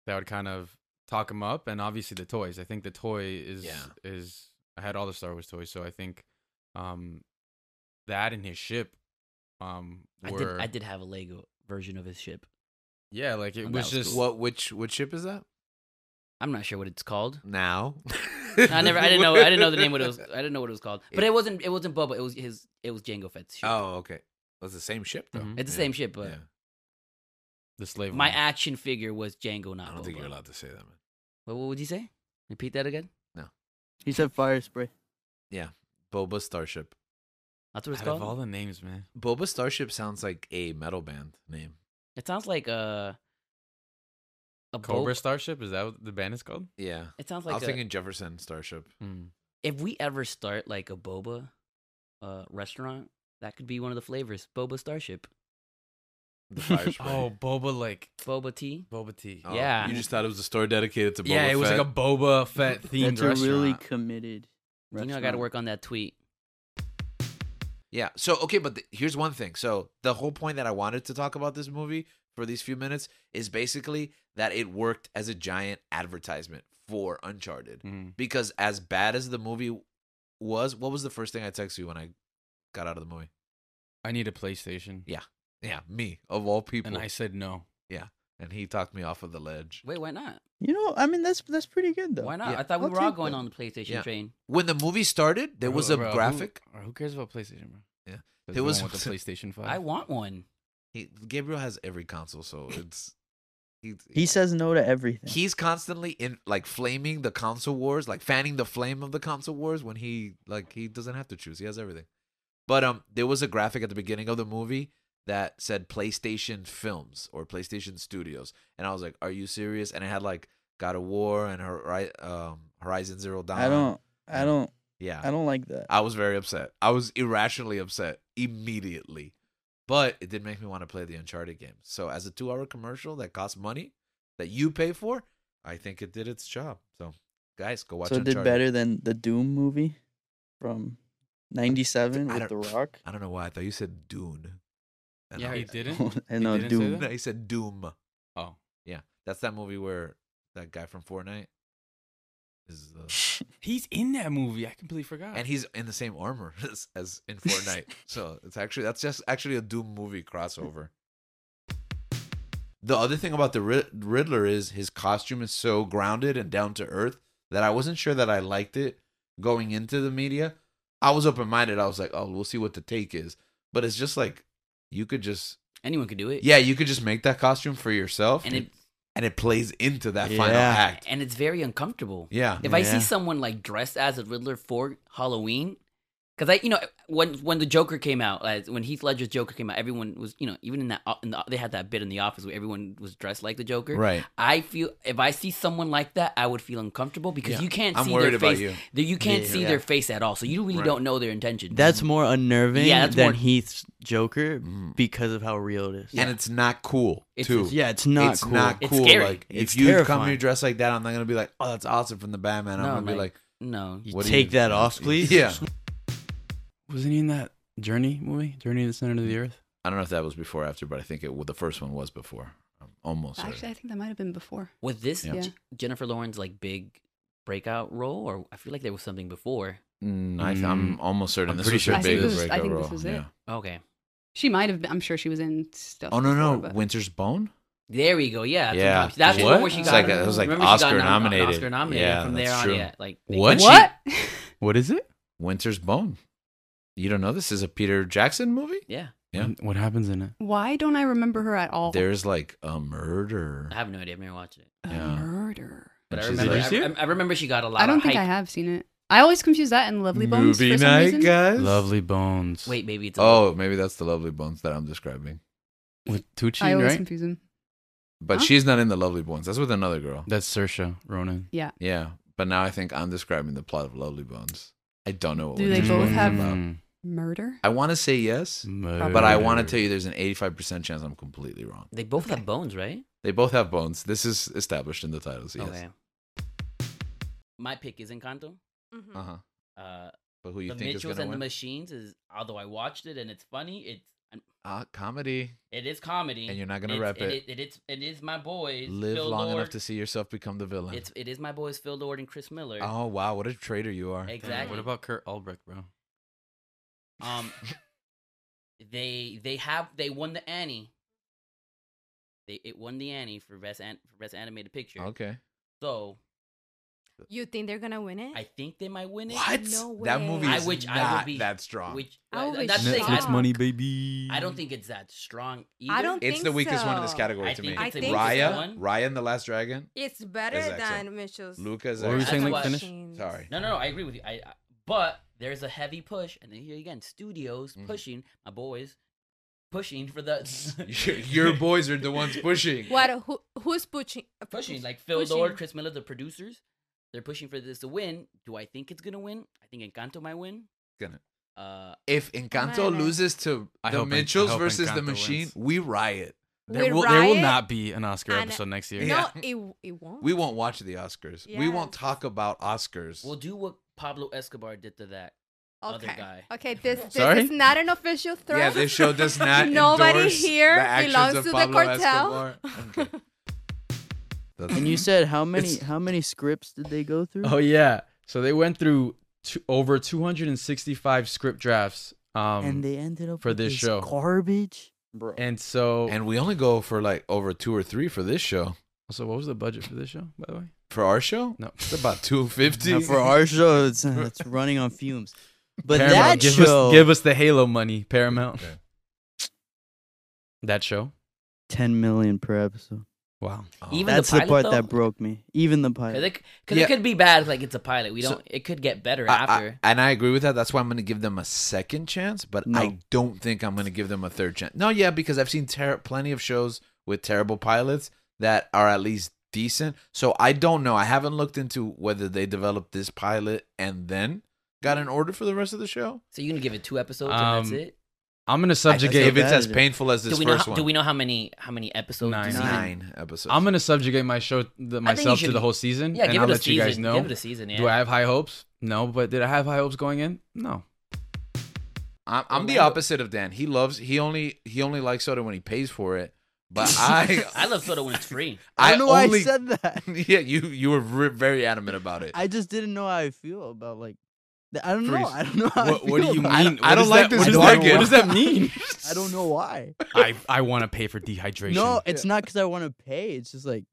Speaker 2: That would kind of talk him up, and obviously the toys. I think the toy is
Speaker 1: Yeah.
Speaker 2: is. I had all the Star Wars toys, so I think, um, that and his ship, um,
Speaker 6: I
Speaker 2: were
Speaker 6: did, I did have a Lego version of his ship.
Speaker 2: yeah, like it
Speaker 6: And
Speaker 2: was
Speaker 6: that was
Speaker 2: just
Speaker 1: What? Which? Which ship is that?
Speaker 6: I'm not sure what it's called.
Speaker 1: Now.
Speaker 6: I never. I didn't know. I didn't know the name. What it was. I didn't know what it was called. But
Speaker 1: It-
Speaker 6: it wasn't. It wasn't Boba. It was his. It was Jango Fett's ship.
Speaker 1: Oh, okay. Well, it's the same ship though.
Speaker 2: Mhm.
Speaker 6: Mm-hmm. it's the same ship.
Speaker 1: Yeah.
Speaker 6: But
Speaker 2: the slave.
Speaker 6: my
Speaker 2: owner.
Speaker 6: action figure was Django, not
Speaker 1: I don't
Speaker 6: Boba.
Speaker 1: think you're allowed to say that, man.
Speaker 6: What, what would you say? Repeat that again.
Speaker 8: He said fire spray.
Speaker 1: Boba Starship.
Speaker 6: That's what it's
Speaker 2: Out of
Speaker 6: called.
Speaker 2: all the names, man.
Speaker 1: Boba Starship sounds like a metal band name.
Speaker 6: It sounds like a a
Speaker 2: Cobra
Speaker 6: Boba.
Speaker 2: Starship is that what the band is called?
Speaker 1: Yeah.
Speaker 6: It sounds
Speaker 1: I
Speaker 6: like
Speaker 1: was
Speaker 6: a,
Speaker 1: thinking Jefferson Starship.
Speaker 6: Hmm. if we ever start like a Boba uh, restaurant, that could be one of the flavors. Boba Starship,
Speaker 1: The fire spray.
Speaker 2: Oh, boba like
Speaker 6: Boba tea.
Speaker 2: boba tea.
Speaker 1: Oh,
Speaker 6: yeah.
Speaker 1: You just thought it was a store dedicated to Boba
Speaker 2: yeah, it was
Speaker 1: Fett?
Speaker 2: like a boba fett themed
Speaker 8: That's a really
Speaker 2: restaurant.
Speaker 8: committed.
Speaker 6: You know, I got to
Speaker 8: restaurant.
Speaker 6: work on that tweet.
Speaker 1: Yeah. So okay, but the, here's one thing. So the whole point that I wanted to talk about this movie for these few minutes is basically that it worked as a giant advertisement for Uncharted.
Speaker 2: Mhm.
Speaker 1: Because as bad as the movie was, what was the first thing I texted you when I got out of the movie?
Speaker 2: I need a PlayStation,
Speaker 1: Yeah, me of all people.
Speaker 2: and I said no.
Speaker 1: and he talked me off of the ledge.
Speaker 6: Wait, why not?
Speaker 11: You know, I mean that's that's pretty good though.
Speaker 6: Why not?
Speaker 1: yeah,
Speaker 6: I thought we
Speaker 11: I'll
Speaker 6: were all
Speaker 11: take
Speaker 6: going
Speaker 11: that.
Speaker 6: on the PlayStation
Speaker 1: Yeah.
Speaker 6: train.
Speaker 1: When the movie started, there
Speaker 2: Bro,
Speaker 1: was a
Speaker 2: bro, who-
Speaker 1: graphic.
Speaker 2: Or who cares about PlayStation, bro?
Speaker 1: Yeah.
Speaker 2: Does
Speaker 1: There
Speaker 2: no
Speaker 1: was-
Speaker 2: one want the PlayStation Five.
Speaker 6: I want one.
Speaker 1: He, Gabriel has every console, so it's he,
Speaker 11: He says no to everything.
Speaker 1: he's constantly in like flaming the console wars, like fanning the flame of the console wars when he like he doesn't have to choose. He has everything. But um there was a graphic at the beginning of the movie that said PlayStation Films or PlayStation Studios. And I was like, "Are you serious?" And it had like God of War and Hori- um, Horizon Zero Dawn.
Speaker 11: I don't I don't
Speaker 1: Yeah.
Speaker 11: I don't like that.
Speaker 1: I was very upset. I was irrationally upset immediately. But it did make me want to play the Uncharted game. So as a two hour commercial that costs money that you pay for, I think it did its job. So guys, go watch
Speaker 11: so it
Speaker 1: Uncharted.
Speaker 11: did better than the Doom movie from '97
Speaker 1: I
Speaker 11: with The
Speaker 1: don't-
Speaker 11: Rock.
Speaker 1: I don't know why. I thought you said Dune. And
Speaker 2: Yeah,
Speaker 1: I
Speaker 2: he
Speaker 1: was-
Speaker 2: didn't.
Speaker 11: I know
Speaker 2: didn't say
Speaker 11: Doom.
Speaker 1: No, he said Doom.
Speaker 2: Oh,
Speaker 1: Yeah. That's that movie where that guy from Fortnite is the
Speaker 2: he's in that movie. I completely forgot.
Speaker 1: and he's in the same armor as, as in Fortnite. so it's actually that's just actually a Doom movie crossover. The other thing about the Rid- Riddler is his costume is so grounded and down to earth that I wasn't sure that I liked it going into the media. I was open minded. I was like, oh, we'll see what the take is. But it's just like you could just
Speaker 6: Anyone could do it.
Speaker 1: yeah, you could just make that costume for yourself,
Speaker 6: And it
Speaker 1: and it plays into that final
Speaker 11: Yeah.
Speaker 1: act.
Speaker 6: and it's very uncomfortable.
Speaker 1: Yeah,
Speaker 6: If I see
Speaker 11: Yeah.
Speaker 6: someone like dressed as a Riddler for Halloween, because I, you know, when when the Joker came out, like, when Heath Ledger's Joker came out, everyone was, you know, even in that, uh, in the, they had that bit in the office where everyone was dressed like the Joker.
Speaker 1: right.
Speaker 6: I feel if I see someone like that, I would feel uncomfortable because
Speaker 1: Yeah.
Speaker 6: you can't
Speaker 1: I'm
Speaker 6: see
Speaker 1: worried
Speaker 6: their
Speaker 1: about
Speaker 6: face.
Speaker 1: you.
Speaker 6: the- You can't
Speaker 11: Yeah.
Speaker 6: see
Speaker 1: Yeah.
Speaker 6: their face at all, so you really
Speaker 1: Right.
Speaker 6: don't know their intention.
Speaker 8: That's more unnerving
Speaker 6: Yeah, that's
Speaker 8: than
Speaker 6: more-
Speaker 8: Heath's Joker
Speaker 1: Mm.
Speaker 8: because of how real it is.
Speaker 1: And it's not cool
Speaker 6: It's-
Speaker 1: too.
Speaker 6: it's-
Speaker 8: yeah, it's not
Speaker 1: it's
Speaker 8: cool.
Speaker 1: not
Speaker 6: It's
Speaker 1: cool.
Speaker 6: scary.
Speaker 1: Like
Speaker 8: It's
Speaker 1: if you come here
Speaker 8: terrifying.
Speaker 1: dressed like that, I'm not gonna be like, oh, that's awesome from the Batman. I'm
Speaker 6: No,
Speaker 1: gonna be like,
Speaker 6: like- no.
Speaker 8: You
Speaker 1: What do
Speaker 8: take
Speaker 1: you-
Speaker 8: that off, please.
Speaker 1: yeah.
Speaker 2: Wasn't he in that Journey movie? Journey to the Center of the Earth.
Speaker 1: I don't know if that was before or after, but I think it well, the first one was before. I'm almost. certain.
Speaker 12: Actually, I think that might have been before.
Speaker 6: Was this
Speaker 12: Yeah.
Speaker 6: J- Jennifer Lawrence like big breakout role, or I feel like there was something before?
Speaker 1: Mm, I th- I'm almost certain.
Speaker 2: I'm
Speaker 1: this
Speaker 2: pretty
Speaker 1: was her
Speaker 2: sure I think
Speaker 1: biggest
Speaker 2: this was-
Speaker 12: I
Speaker 1: breakout
Speaker 12: think this
Speaker 1: role,
Speaker 12: was it.
Speaker 1: yeah.
Speaker 6: Okay,
Speaker 12: She might have been. I'm sure she was in stuff.
Speaker 1: Oh no no,
Speaker 12: before, but-
Speaker 1: Winter's Bone.
Speaker 6: there we go. Yeah, that's
Speaker 1: Yeah.
Speaker 6: what- that's the
Speaker 12: What?
Speaker 6: one where she
Speaker 12: It's
Speaker 6: got.
Speaker 12: like
Speaker 1: a- it was like
Speaker 6: remember she got
Speaker 1: Oscar
Speaker 6: nom-
Speaker 1: nominated.
Speaker 6: Oscar nominated.
Speaker 1: Yeah,
Speaker 6: from there
Speaker 1: that's
Speaker 6: on,
Speaker 1: true.
Speaker 6: yeah. Like they-
Speaker 1: What?
Speaker 12: what?
Speaker 2: What is it?
Speaker 1: Winter's Bone. You don't know this is a Peter Jackson movie.
Speaker 6: Yeah,
Speaker 1: Yeah.
Speaker 2: What- What happens in it?
Speaker 12: Why don't I remember her at all?
Speaker 1: There's like a murder.
Speaker 6: Oh. I have no idea. I've never watched it,
Speaker 12: a
Speaker 1: Yeah.
Speaker 12: murder.
Speaker 6: but I
Speaker 1: And she's
Speaker 6: remember.
Speaker 2: Did
Speaker 1: like,
Speaker 2: you see
Speaker 6: I,
Speaker 2: it?
Speaker 6: I remember she got a lot.
Speaker 12: I don't
Speaker 6: of
Speaker 12: think
Speaker 6: hype.
Speaker 12: I have seen it. I always confuse that and Lovely Bones
Speaker 1: movie
Speaker 12: for some
Speaker 1: night,
Speaker 12: reason.
Speaker 1: guys.
Speaker 2: Lovely Bones
Speaker 6: Wait, maybe it's a
Speaker 1: Oh, maybe that's the Lovely Bones that I'm describing.
Speaker 2: with
Speaker 12: I
Speaker 2: Tucci,
Speaker 12: always
Speaker 2: right?
Speaker 12: confuse them.
Speaker 1: But
Speaker 12: Huh?
Speaker 1: she's not in the Lovely Bones. That's with another girl.
Speaker 2: That's Saoirse Ronan.
Speaker 12: Yeah.
Speaker 1: Yeah, but now I think I'm describing the plot of Lovely Bones. I don't know what.
Speaker 12: Do
Speaker 1: we're
Speaker 12: they
Speaker 1: talking
Speaker 12: both have-
Speaker 1: about.
Speaker 12: Murder.
Speaker 1: I want to say yes,
Speaker 2: Mm-hmm. Murder.
Speaker 1: but I want to tell you there's an 85% chance I'm completely wrong.
Speaker 6: They both
Speaker 12: Okay.
Speaker 6: have bones, right?
Speaker 1: They both have bones. This is established in the titles. Yes.
Speaker 6: Okay. My pick is Encanto.
Speaker 1: Uh huh.
Speaker 6: Uh,
Speaker 1: But who you
Speaker 6: the
Speaker 1: think is
Speaker 6: Mitchells
Speaker 1: gonna
Speaker 6: and the
Speaker 1: win?
Speaker 6: Machines is although I watched it and it's funny, it's
Speaker 1: Ah, comedy.
Speaker 6: it is comedy,
Speaker 1: And you're not gonna
Speaker 6: It's-
Speaker 1: rep it.
Speaker 6: It, is- it is my boys.
Speaker 1: Live
Speaker 6: Phil
Speaker 1: long
Speaker 6: Lord.
Speaker 1: enough to see yourself become the villain.
Speaker 6: It's it is my boys Phil Lord and Chris Miller.
Speaker 1: Oh wow, what a traitor you are!
Speaker 6: Exactly.
Speaker 2: What about Kurt Albrecht, bro?
Speaker 6: Um, they they have they won the Annie. They it won the Annie for best an, for best animated picture.
Speaker 1: Okay.
Speaker 6: So
Speaker 12: You think they're gonna win it?
Speaker 6: I think they might win it.
Speaker 1: What?
Speaker 12: No
Speaker 1: that
Speaker 12: way.
Speaker 1: movie
Speaker 6: I
Speaker 1: is
Speaker 6: would- I would
Speaker 1: not
Speaker 6: be-
Speaker 1: that strong.
Speaker 6: Which
Speaker 12: I
Speaker 6: uh,
Speaker 12: would
Speaker 6: that's the thing.
Speaker 12: shock.
Speaker 6: I,
Speaker 12: Netflix money,
Speaker 2: baby.
Speaker 6: I don't think it's that strong either.
Speaker 13: I don't.
Speaker 1: it's
Speaker 13: think
Speaker 1: the weakest one in this
Speaker 13: so.
Speaker 1: category
Speaker 6: I
Speaker 1: to
Speaker 6: think
Speaker 1: me.
Speaker 13: I it's a think
Speaker 1: Raya,
Speaker 6: one.
Speaker 1: Raya and the Last Dragon,
Speaker 13: It's better
Speaker 1: Is excellent.
Speaker 13: than Mitchell's.
Speaker 1: Lucas.
Speaker 2: What were you
Speaker 6: That's
Speaker 2: saying?
Speaker 6: why-
Speaker 2: Like finish.
Speaker 1: Sorry.
Speaker 6: No, no, no. I agree with you. I, I but there's a heavy push, and then here again, studios
Speaker 1: Mhm.
Speaker 6: pushing my boys, pushing for the
Speaker 1: Your- your boys are the ones pushing.
Speaker 13: What? Who, who's pushing?
Speaker 6: pushing like Phil
Speaker 13: pushing.
Speaker 6: Lord, Chris Miller, the producers. They're pushing for this to win. Do I think it's gonna win? I think Encanto might win.
Speaker 1: Gonna-
Speaker 6: Uh,
Speaker 1: If Encanto
Speaker 13: Right.
Speaker 1: loses to
Speaker 2: I
Speaker 1: the
Speaker 2: hope En- I
Speaker 1: Mitchells
Speaker 2: hope
Speaker 1: versus the
Speaker 2: Encanto
Speaker 1: Machine,
Speaker 2: wins.
Speaker 1: we riot.
Speaker 2: There
Speaker 13: We're
Speaker 2: will, there will
Speaker 13: riot.
Speaker 2: not be an Oscar
Speaker 13: and-
Speaker 2: episode next year.
Speaker 1: Yeah.
Speaker 13: No, it it won't.
Speaker 1: We won't watch the Oscars. We won't
Speaker 13: Yes.
Speaker 1: talk about Oscars.
Speaker 6: we'll do what Pablo Escobar did to that. other guy.
Speaker 13: Okay, this, this
Speaker 1: Sorry?
Speaker 13: is not an official threat.
Speaker 1: yeah, this show does not.
Speaker 13: Nobody
Speaker 1: endorse
Speaker 13: here
Speaker 1: the actions
Speaker 13: belongs
Speaker 1: of
Speaker 13: to the
Speaker 1: Pablo
Speaker 13: cartel.
Speaker 1: Escobar. Okay. That's-
Speaker 11: And you said how many
Speaker 1: It's-
Speaker 11: how many scripts did they go through?
Speaker 2: Oh yeah. So they went through two, over 265 script drafts. Um,
Speaker 11: and they ended up
Speaker 2: for
Speaker 11: with
Speaker 2: this show.
Speaker 11: garbage Bro.
Speaker 2: And so,
Speaker 1: And we only go for like over two or three for this show.
Speaker 2: so what was the budget for this show, by the way?
Speaker 1: For our show?
Speaker 2: No.
Speaker 1: It's about two
Speaker 8: Now
Speaker 1: fifty.
Speaker 8: for our show, it's, uh, it's running on fumes. But that
Speaker 2: give
Speaker 8: show,
Speaker 2: us give us the Halo money, Paramount.
Speaker 1: Okay.
Speaker 2: That show.
Speaker 8: ten million per episode.
Speaker 2: Wow.
Speaker 6: Even
Speaker 8: That's
Speaker 6: the,
Speaker 8: the,
Speaker 6: pilot,
Speaker 8: part
Speaker 6: though?
Speaker 8: that broke me. Even the
Speaker 6: Because
Speaker 8: pilot.
Speaker 6: it, 'cause it
Speaker 1: Yeah.
Speaker 6: could be bad. Like it's a pilot. We
Speaker 1: So-
Speaker 6: don't. it could get better
Speaker 1: I- I-
Speaker 6: after.
Speaker 1: and I agree with that. That's why I'm going to give them a second chance, but
Speaker 8: No.
Speaker 1: I don't think I'm going to give them a third chance. No, yeah, because I've seen ter- plenty of shows with terrible pilots that are at least decent. So I don't know. I haven't looked into whether they developed this pilot and then got an order for the rest of the show.
Speaker 6: so you're gonna give it two episodes and
Speaker 2: Um,
Speaker 6: that's it.
Speaker 2: I'm gonna subjugate.
Speaker 1: if it's
Speaker 8: bad
Speaker 1: as
Speaker 8: it is.
Speaker 1: painful as this
Speaker 6: Do we know?
Speaker 1: first
Speaker 6: How,
Speaker 1: one.
Speaker 6: do we know how many how many episodes?
Speaker 2: Nine.
Speaker 6: this season?
Speaker 1: Nine episodes.
Speaker 2: I'm gonna subjugate my show the, myself to
Speaker 6: should-
Speaker 2: the whole season.
Speaker 6: Yeah,
Speaker 2: and
Speaker 6: give
Speaker 2: I'll
Speaker 6: it a
Speaker 2: let
Speaker 6: season.
Speaker 2: you guys know.
Speaker 6: Give it a season. Yeah.
Speaker 2: Do I have high hopes? No, but did I have high hopes going in? No.
Speaker 1: I'm, I'm the
Speaker 6: Orlando-
Speaker 1: opposite of Dan. He loves. He only. He only likes soda when he pays for it. But I.
Speaker 6: I love soda when it's free.
Speaker 8: I don't know why
Speaker 1: only-
Speaker 8: I said that.
Speaker 1: yeah, you you were re- very adamant about it.
Speaker 8: I just didn't know how I feel about like. th- I don't know.
Speaker 1: Freeze.
Speaker 8: I don't know. How I
Speaker 2: What, what do
Speaker 8: feel
Speaker 2: you mean?
Speaker 8: about it.
Speaker 1: don't- I
Speaker 2: What
Speaker 1: don't
Speaker 2: is
Speaker 1: like
Speaker 2: that-
Speaker 1: this
Speaker 2: What, is that-
Speaker 1: market.
Speaker 2: what does that mean?
Speaker 8: I don't know why.
Speaker 2: I I want to pay for dehydration.
Speaker 8: No, it's not because I want to pay. It's just like,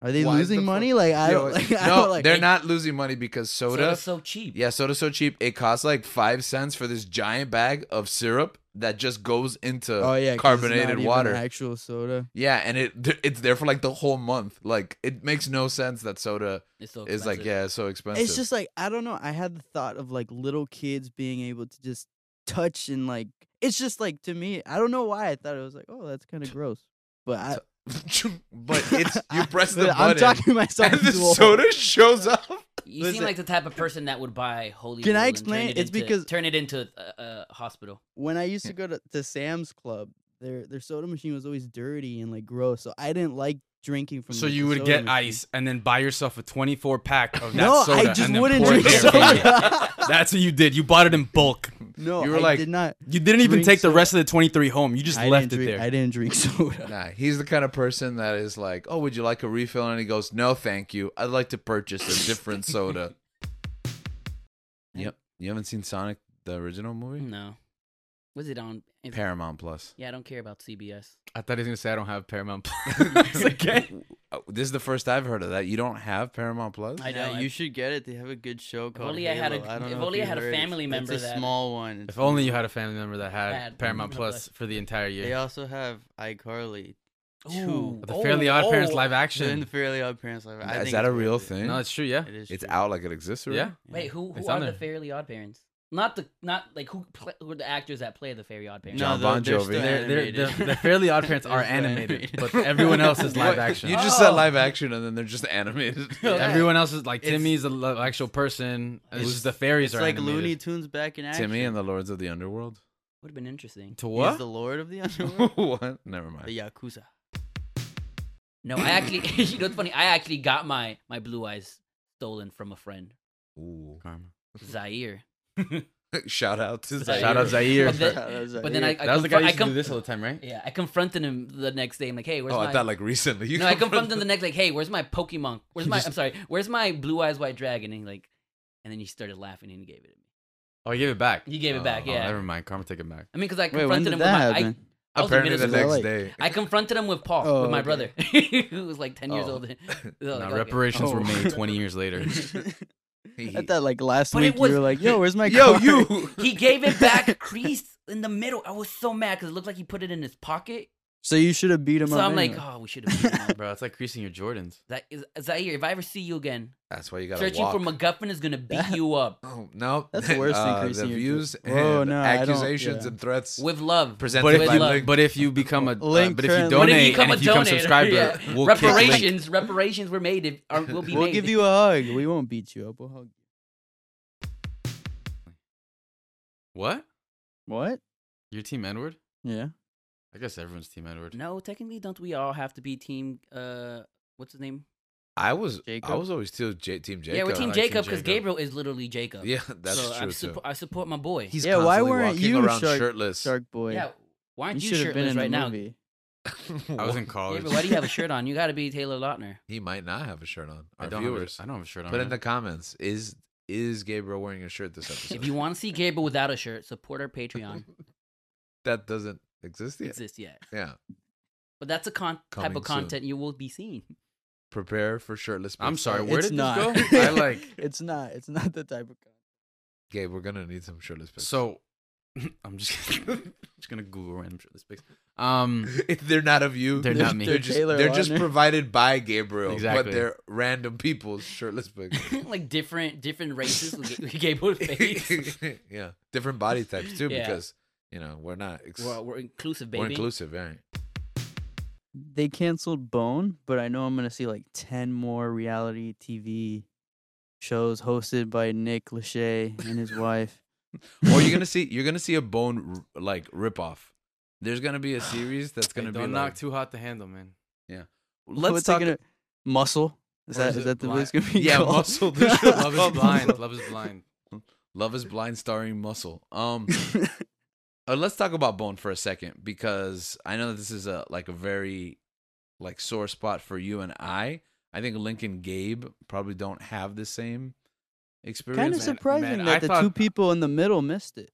Speaker 8: are they
Speaker 1: Why is
Speaker 8: losing
Speaker 1: the
Speaker 8: money?
Speaker 1: fuck-
Speaker 8: Like I
Speaker 1: Yo,
Speaker 8: don't. Like, I
Speaker 1: no,
Speaker 8: don't, like,
Speaker 1: they're not losing money because soda.
Speaker 6: Soda's so cheap.
Speaker 1: yeah, soda's so cheap. It costs like five cents for this giant bag of syrup that just goes into
Speaker 8: Oh yeah, 'cause it's not
Speaker 1: carbonated
Speaker 8: even
Speaker 1: water.
Speaker 8: Actual soda.
Speaker 1: yeah, and it th- it's there for like the whole month. Like it makes no sense that soda
Speaker 6: It's so
Speaker 1: is like
Speaker 6: expensive.
Speaker 1: yeah, it's so expensive.
Speaker 8: It's just like I don't know. I had the thought of like little kids being able to just touch and like. It's just like to me. I don't know why I thought it was like, oh, that's kind of gross. But I,
Speaker 1: but it's you press the
Speaker 8: I'm
Speaker 1: button.
Speaker 8: talking myself
Speaker 1: and the
Speaker 8: into a hole.
Speaker 1: soda shows up.
Speaker 6: You
Speaker 8: Listen.
Speaker 6: seem like the type of person that would buy holy.
Speaker 8: Can I
Speaker 6: Wool and
Speaker 8: explain?
Speaker 6: turn it
Speaker 8: It's
Speaker 6: into-
Speaker 8: because-
Speaker 6: turn it into a, a hospital.
Speaker 8: when I used to go to, to Sam's Club, their their soda machine was always dirty and like gross. So I didn't like drinking from.
Speaker 2: So
Speaker 8: like,
Speaker 2: you
Speaker 8: the
Speaker 2: would
Speaker 8: soda
Speaker 2: get
Speaker 8: machine.
Speaker 2: ice and then buy yourself a 24 pack of that
Speaker 8: No,
Speaker 2: soda.
Speaker 8: I just
Speaker 2: and then
Speaker 8: wouldn't
Speaker 2: pour it
Speaker 8: drink
Speaker 2: there for you.
Speaker 8: soda.
Speaker 2: That's what you did. You bought it in bulk.
Speaker 8: no,
Speaker 1: You were
Speaker 8: I
Speaker 1: like,
Speaker 8: did not.
Speaker 2: You didn't even
Speaker 8: Drink
Speaker 2: take the
Speaker 8: soda.
Speaker 2: rest of the 23 home. You just
Speaker 8: I
Speaker 2: left
Speaker 8: didn't
Speaker 2: it
Speaker 8: drink,
Speaker 2: there.
Speaker 8: I didn't drink soda.
Speaker 1: Nah, he's the kind of person that is like, "Oh, would you like a refill?" And he goes, "No, thank you. I'd like to purchase a different soda." Yep. You haven't seen Sonic the original movie?
Speaker 6: No. Was it on? is-
Speaker 1: Paramount Plus.
Speaker 6: Yeah, I don't care about CBS.
Speaker 2: I thought he was gonna say I don't have Paramount. Plus. okay.
Speaker 1: Uh, This is the first I've heard of that. You don't have Paramount Plus?
Speaker 6: I know.
Speaker 8: Yeah, you should get it. They have a good show called
Speaker 6: only I had a-
Speaker 8: Halo. I don't
Speaker 6: if
Speaker 8: know
Speaker 6: only
Speaker 8: you
Speaker 6: I had a
Speaker 8: heard it.
Speaker 6: family member
Speaker 8: It's a
Speaker 6: that-
Speaker 8: small one. It's
Speaker 2: If only you had a family member that had,
Speaker 6: Had
Speaker 2: Paramount
Speaker 6: Paramount
Speaker 2: Plus for the entire
Speaker 8: They
Speaker 2: year.
Speaker 8: also have iCarly.
Speaker 6: Ooh.
Speaker 8: Two.
Speaker 2: The Fairly Odd Parents live
Speaker 8: Then the
Speaker 2: action.
Speaker 8: Fairly Odd Parents live. I
Speaker 1: is
Speaker 8: think
Speaker 1: that
Speaker 8: it's
Speaker 1: a real
Speaker 8: worth it.
Speaker 1: thing?
Speaker 2: No, it's true. Yeah.
Speaker 8: It is.
Speaker 1: it's
Speaker 8: true.
Speaker 1: out like it exists already.
Speaker 2: Yeah.
Speaker 6: Wait, who
Speaker 2: It's
Speaker 6: who
Speaker 2: on
Speaker 6: are the
Speaker 2: there.
Speaker 6: Fairly Odd Parents? Not the not like who pla who are the actors that play the Fairly Odd Parents?
Speaker 1: John
Speaker 8: no, they're-
Speaker 1: Bon Jovi.
Speaker 8: They're,
Speaker 2: They're,
Speaker 8: still
Speaker 2: they're, the,
Speaker 8: animated.
Speaker 2: the Fairly Odd Parents
Speaker 8: They're
Speaker 2: are
Speaker 8: still
Speaker 2: animated,
Speaker 8: animated.
Speaker 2: but everyone else is live
Speaker 1: What?
Speaker 2: action.
Speaker 1: You just said
Speaker 6: Oh.
Speaker 1: live action, and then they're just animated.
Speaker 2: Everyone else is like
Speaker 8: It's-
Speaker 2: Timmy's a lo- actual person. It's,
Speaker 8: It's-
Speaker 2: just the fairies
Speaker 8: It's
Speaker 2: are
Speaker 8: like
Speaker 2: animated.
Speaker 8: Looney Tunes back in action.
Speaker 1: Timmy and the Lords of the Underworld.
Speaker 6: Would have been interesting.
Speaker 2: To
Speaker 8: He's
Speaker 2: what?
Speaker 8: the Lord of the Underworld.
Speaker 1: what? Never mind.
Speaker 8: the Yakuza.
Speaker 6: No, I actually you know it's funny. I actually got my my blue eyes stolen from a friend,
Speaker 1: Ooh.
Speaker 6: Zaire.
Speaker 1: Shout out to
Speaker 6: Zaire.
Speaker 2: Shout out Zaire.
Speaker 6: But then,
Speaker 8: That was
Speaker 6: but then I, I
Speaker 2: that was the guy who
Speaker 6: confront- I
Speaker 2: used to do
Speaker 6: com-
Speaker 2: this all the time, right?
Speaker 6: Yeah, I confronted him the next day. I'm like, hey, where's
Speaker 1: Oh,
Speaker 6: my?
Speaker 1: I thought like recently. You
Speaker 6: no, I
Speaker 1: confronted
Speaker 6: confronted him the next like, hey, where's my Pokemon? Where's
Speaker 2: You
Speaker 6: my?
Speaker 2: just-
Speaker 6: I'm sorry, where's my blue eyes white dragon? And he like, and then he started laughing and he gave it. to me.
Speaker 2: Oh, he gave it back.
Speaker 6: He gave it back.
Speaker 2: Oh,
Speaker 6: Yeah.
Speaker 2: never mind. Karma, take it back.
Speaker 6: I mean, because I
Speaker 8: Wait, when
Speaker 6: confronted
Speaker 8: did
Speaker 6: him with
Speaker 8: that
Speaker 6: my. I,
Speaker 8: happen?
Speaker 6: I was in
Speaker 1: Apparently, the
Speaker 6: middle
Speaker 8: school.
Speaker 1: next day.
Speaker 8: Like-
Speaker 6: I confronted him with Paul,
Speaker 8: Oh,
Speaker 6: with my
Speaker 8: okay.
Speaker 6: brother, who was like 10 years
Speaker 1: Oh.
Speaker 6: old. I was
Speaker 2: No,
Speaker 6: like, okay.
Speaker 2: reparations were
Speaker 8: Oh.
Speaker 2: made 20 years later.
Speaker 8: I thought like last
Speaker 6: But it
Speaker 8: week
Speaker 6: was-
Speaker 8: you were like, "Yo, where's my
Speaker 1: Yo,
Speaker 8: card?"
Speaker 1: you.
Speaker 6: He gave it back creased in the middle. I was so mad because it looked like he put it in his pocket.
Speaker 8: So you should have beat him
Speaker 6: So
Speaker 8: up.
Speaker 6: I'm like,
Speaker 8: anyway.
Speaker 6: oh, we should have. beat him up.
Speaker 2: Bro, it's like creasing your Jordans.
Speaker 6: That is Zaire. If I ever see you again,
Speaker 1: That's why you gotta
Speaker 6: searching
Speaker 1: walk.
Speaker 6: for MacGuffin is gonna beat you up
Speaker 1: Oh, no,
Speaker 8: That's the worst
Speaker 1: uh,
Speaker 8: increase
Speaker 1: the
Speaker 8: in your
Speaker 1: views
Speaker 8: view- Whoa,
Speaker 1: and
Speaker 8: no, I don't-
Speaker 1: accusations
Speaker 8: yeah.
Speaker 1: and threats.
Speaker 6: with love.
Speaker 1: Presented
Speaker 2: But if,
Speaker 1: by
Speaker 2: you,
Speaker 1: Link.
Speaker 2: but if you become a uh,
Speaker 8: Link
Speaker 2: but if you
Speaker 8: turns-
Speaker 6: But if
Speaker 2: donate
Speaker 6: you become
Speaker 2: and
Speaker 6: a
Speaker 2: if you become
Speaker 6: donator,
Speaker 2: subscriber,
Speaker 6: yeah.
Speaker 2: we'll kick Link.
Speaker 6: reparations, reparations were made. If are, will be
Speaker 8: we'll
Speaker 6: made.
Speaker 8: give you a hug. We won't beat you up. We'll hug. you.
Speaker 2: What?
Speaker 8: What?
Speaker 2: Your team Edward?
Speaker 8: Yeah.
Speaker 2: I guess everyone's team Edward.
Speaker 6: No, technically, don't we all have to be team? Uh, what's his name?
Speaker 1: I was, I
Speaker 8: Jacob?
Speaker 1: was always still J- team Jacob.
Speaker 6: yeah, we're
Speaker 2: I
Speaker 6: team
Speaker 2: like team
Speaker 6: Jacob because
Speaker 2: Jacob.
Speaker 6: Gabriel is literally Jacob.
Speaker 1: Yeah, that's
Speaker 6: so
Speaker 1: true
Speaker 6: I,
Speaker 1: too.
Speaker 6: suppo- I support my boy.
Speaker 1: He's
Speaker 8: Yeah, why
Speaker 1: constantly
Speaker 8: weren't
Speaker 1: walking
Speaker 8: you
Speaker 1: around
Speaker 8: Shark-
Speaker 1: shirtless?
Speaker 8: Shark boy.
Speaker 6: yeah, why aren't you,
Speaker 8: should have been
Speaker 6: shirtless
Speaker 8: in
Speaker 6: right
Speaker 8: the
Speaker 6: now?
Speaker 8: movie.
Speaker 2: I was in college.
Speaker 6: Gabriel, why do you have a shirt on? You got to be Taylor Lautner.
Speaker 1: He might not have a shirt on.
Speaker 2: I
Speaker 1: Our
Speaker 2: don't,
Speaker 1: viewers,
Speaker 2: Have, a- I don't have a shirt on.
Speaker 1: put in
Speaker 2: man.
Speaker 1: the comments: is is Gabriel wearing a shirt this episode?
Speaker 6: If you want to see Gabriel without a shirt, support our Patreon.
Speaker 1: that doesn't Exist yet?
Speaker 6: exist yet.
Speaker 1: Yeah.
Speaker 6: But that's a con- type
Speaker 1: Coming
Speaker 6: of
Speaker 1: soon.
Speaker 6: content you will be seeing.
Speaker 1: Prepare for shirtless.
Speaker 2: I'm
Speaker 1: pics.
Speaker 2: sorry, where
Speaker 1: It's
Speaker 2: did
Speaker 1: not-
Speaker 2: this go?
Speaker 1: I like.
Speaker 11: It's not. It's not the type of.
Speaker 1: Gabe, we're gonna need some shirtless pics.
Speaker 2: So I'm just gonna, just gonna Google random shirtless pics. Um,
Speaker 1: If they're not of you.
Speaker 2: They're not me.
Speaker 1: They're
Speaker 2: They're
Speaker 1: just,
Speaker 11: Taylor
Speaker 1: they're just
Speaker 11: Lautner.
Speaker 1: provided by Gabriel, but
Speaker 2: Exactly.
Speaker 1: they're random people's shirtless pics.
Speaker 6: like different different races we ga- we gave with face.
Speaker 1: yeah, different body types too,
Speaker 6: Yeah.
Speaker 1: because you know we're not ex-
Speaker 6: we're, we're inclusive, baby.
Speaker 1: we're inclusive, right?
Speaker 11: They canceled Bone, but I know I'm gonna see like ten more reality TV shows hosted by Nick Lachey and his wife.
Speaker 1: or you're gonna see you're gonna see a bone r- like ripoff. There's gonna be a series that's
Speaker 2: Hey,
Speaker 1: gonna be
Speaker 2: don't knock
Speaker 1: like,
Speaker 2: too hot to handle, man.
Speaker 1: let's
Speaker 11: What's it
Speaker 1: talk.
Speaker 11: gonna- muscle. Is
Speaker 2: Or
Speaker 11: that
Speaker 2: is
Speaker 11: is,
Speaker 2: it
Speaker 11: that the
Speaker 2: Bli-
Speaker 11: what it's gonna be?
Speaker 1: yeah,
Speaker 11: called?
Speaker 1: muscle.
Speaker 2: Love is blind. Love is blind.
Speaker 1: Love is blind, starring Muscle. Um, uh, let's talk about Bone for a second because I know that this is a like a very like sore spot for you and I. I think Lincoln Gabe probably don't have the same
Speaker 11: kind of
Speaker 1: experience.
Speaker 11: surprising
Speaker 2: man,
Speaker 11: that
Speaker 2: I
Speaker 11: the two
Speaker 2: thought-
Speaker 11: people in the middle missed it.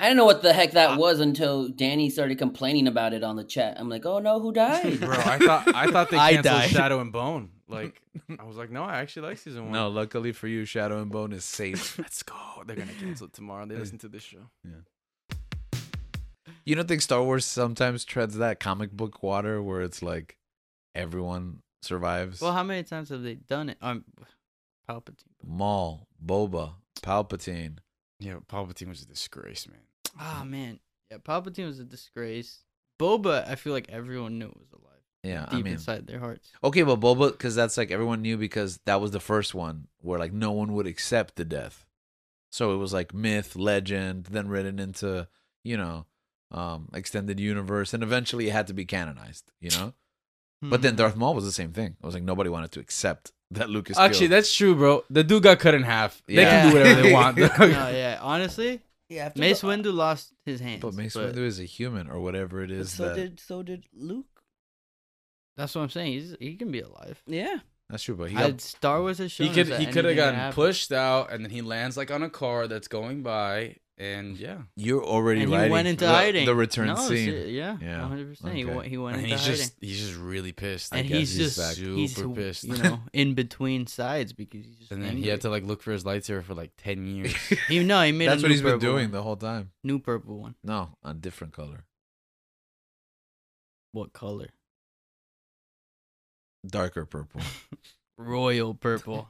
Speaker 6: I didn't know what the heck that was until Danny started complaining about it on the chat. I'm like, oh no, who died?
Speaker 2: Bro, I thought I thought they
Speaker 11: I
Speaker 2: canceled
Speaker 11: died.
Speaker 2: Shadow and Bone. Like I was like, no, I actually like season one.
Speaker 1: no, luckily for you, Shadow and Bone is safe.
Speaker 2: let's go. They're gonna cancel it tomorrow. They listen to this show.
Speaker 1: You don't think Star Wars sometimes treads that comic book water where it's like everyone survives?
Speaker 11: Well, how many times have they done it? Um, Palpatine.
Speaker 1: Maul, Boba, Palpatine.
Speaker 2: Yeah, Palpatine was a disgrace, man.
Speaker 11: Ah man, yeah, Palpatine was a disgrace. Boba, I feel like everyone knew was alive
Speaker 1: Yeah,
Speaker 11: deep
Speaker 1: I mean,
Speaker 11: inside their hearts.
Speaker 1: okay, but Boba, because that's like everyone knew because that was the first one where like no one would accept the death, so it was like myth, legend, then written into you know um extended universe, and eventually it had to be canonized, you know. But
Speaker 11: Hmm. Mm-hmm.
Speaker 1: then Darth Maul was the same thing. It was like nobody wanted to accept that Lucas.
Speaker 2: Actually,
Speaker 1: killed.
Speaker 2: that's true, bro. The dude got cut in half. They can
Speaker 11: Yeah.
Speaker 2: do whatever they want.
Speaker 11: no, yeah, honestly,
Speaker 6: yeah, after
Speaker 11: Mace
Speaker 6: the-
Speaker 11: Windu lost his hands.
Speaker 1: But Mace Windu is a human or whatever it
Speaker 6: But
Speaker 1: is
Speaker 6: so
Speaker 1: that.
Speaker 6: did so did Luke.
Speaker 11: That's what I'm saying. He's he can be alive.
Speaker 6: Yeah,
Speaker 1: That's true, but he
Speaker 11: I,
Speaker 1: got,
Speaker 11: Star Wars has shown
Speaker 2: he could
Speaker 11: us that
Speaker 2: he could have
Speaker 11: anything can
Speaker 2: gotten
Speaker 11: happen.
Speaker 2: pushed out, and then he lands like on a car that's going by, and yeah,
Speaker 1: you're already
Speaker 11: And
Speaker 1: writing
Speaker 11: he went into
Speaker 1: the,
Speaker 11: hiding.
Speaker 1: the return
Speaker 11: No,
Speaker 1: scene.
Speaker 11: shit, yeah,
Speaker 1: Yeah,
Speaker 11: 100%. He,
Speaker 1: okay.
Speaker 11: went, he went
Speaker 2: and
Speaker 11: into
Speaker 2: he's
Speaker 11: hiding.
Speaker 2: just he's just really pissed. I
Speaker 11: and
Speaker 2: guess.
Speaker 11: he's, just
Speaker 1: back.
Speaker 11: he's
Speaker 2: super pissed.
Speaker 11: you know in between sides because he's just
Speaker 2: and then he had to like look for his lightsaber for like ten years.
Speaker 11: he, no he made a
Speaker 1: That's what
Speaker 11: new
Speaker 1: he's been
Speaker 11: purple
Speaker 1: doing
Speaker 11: one.
Speaker 1: the whole time.
Speaker 11: new purple one
Speaker 1: No, a different color,
Speaker 11: what color
Speaker 1: darker purple.
Speaker 11: royal purple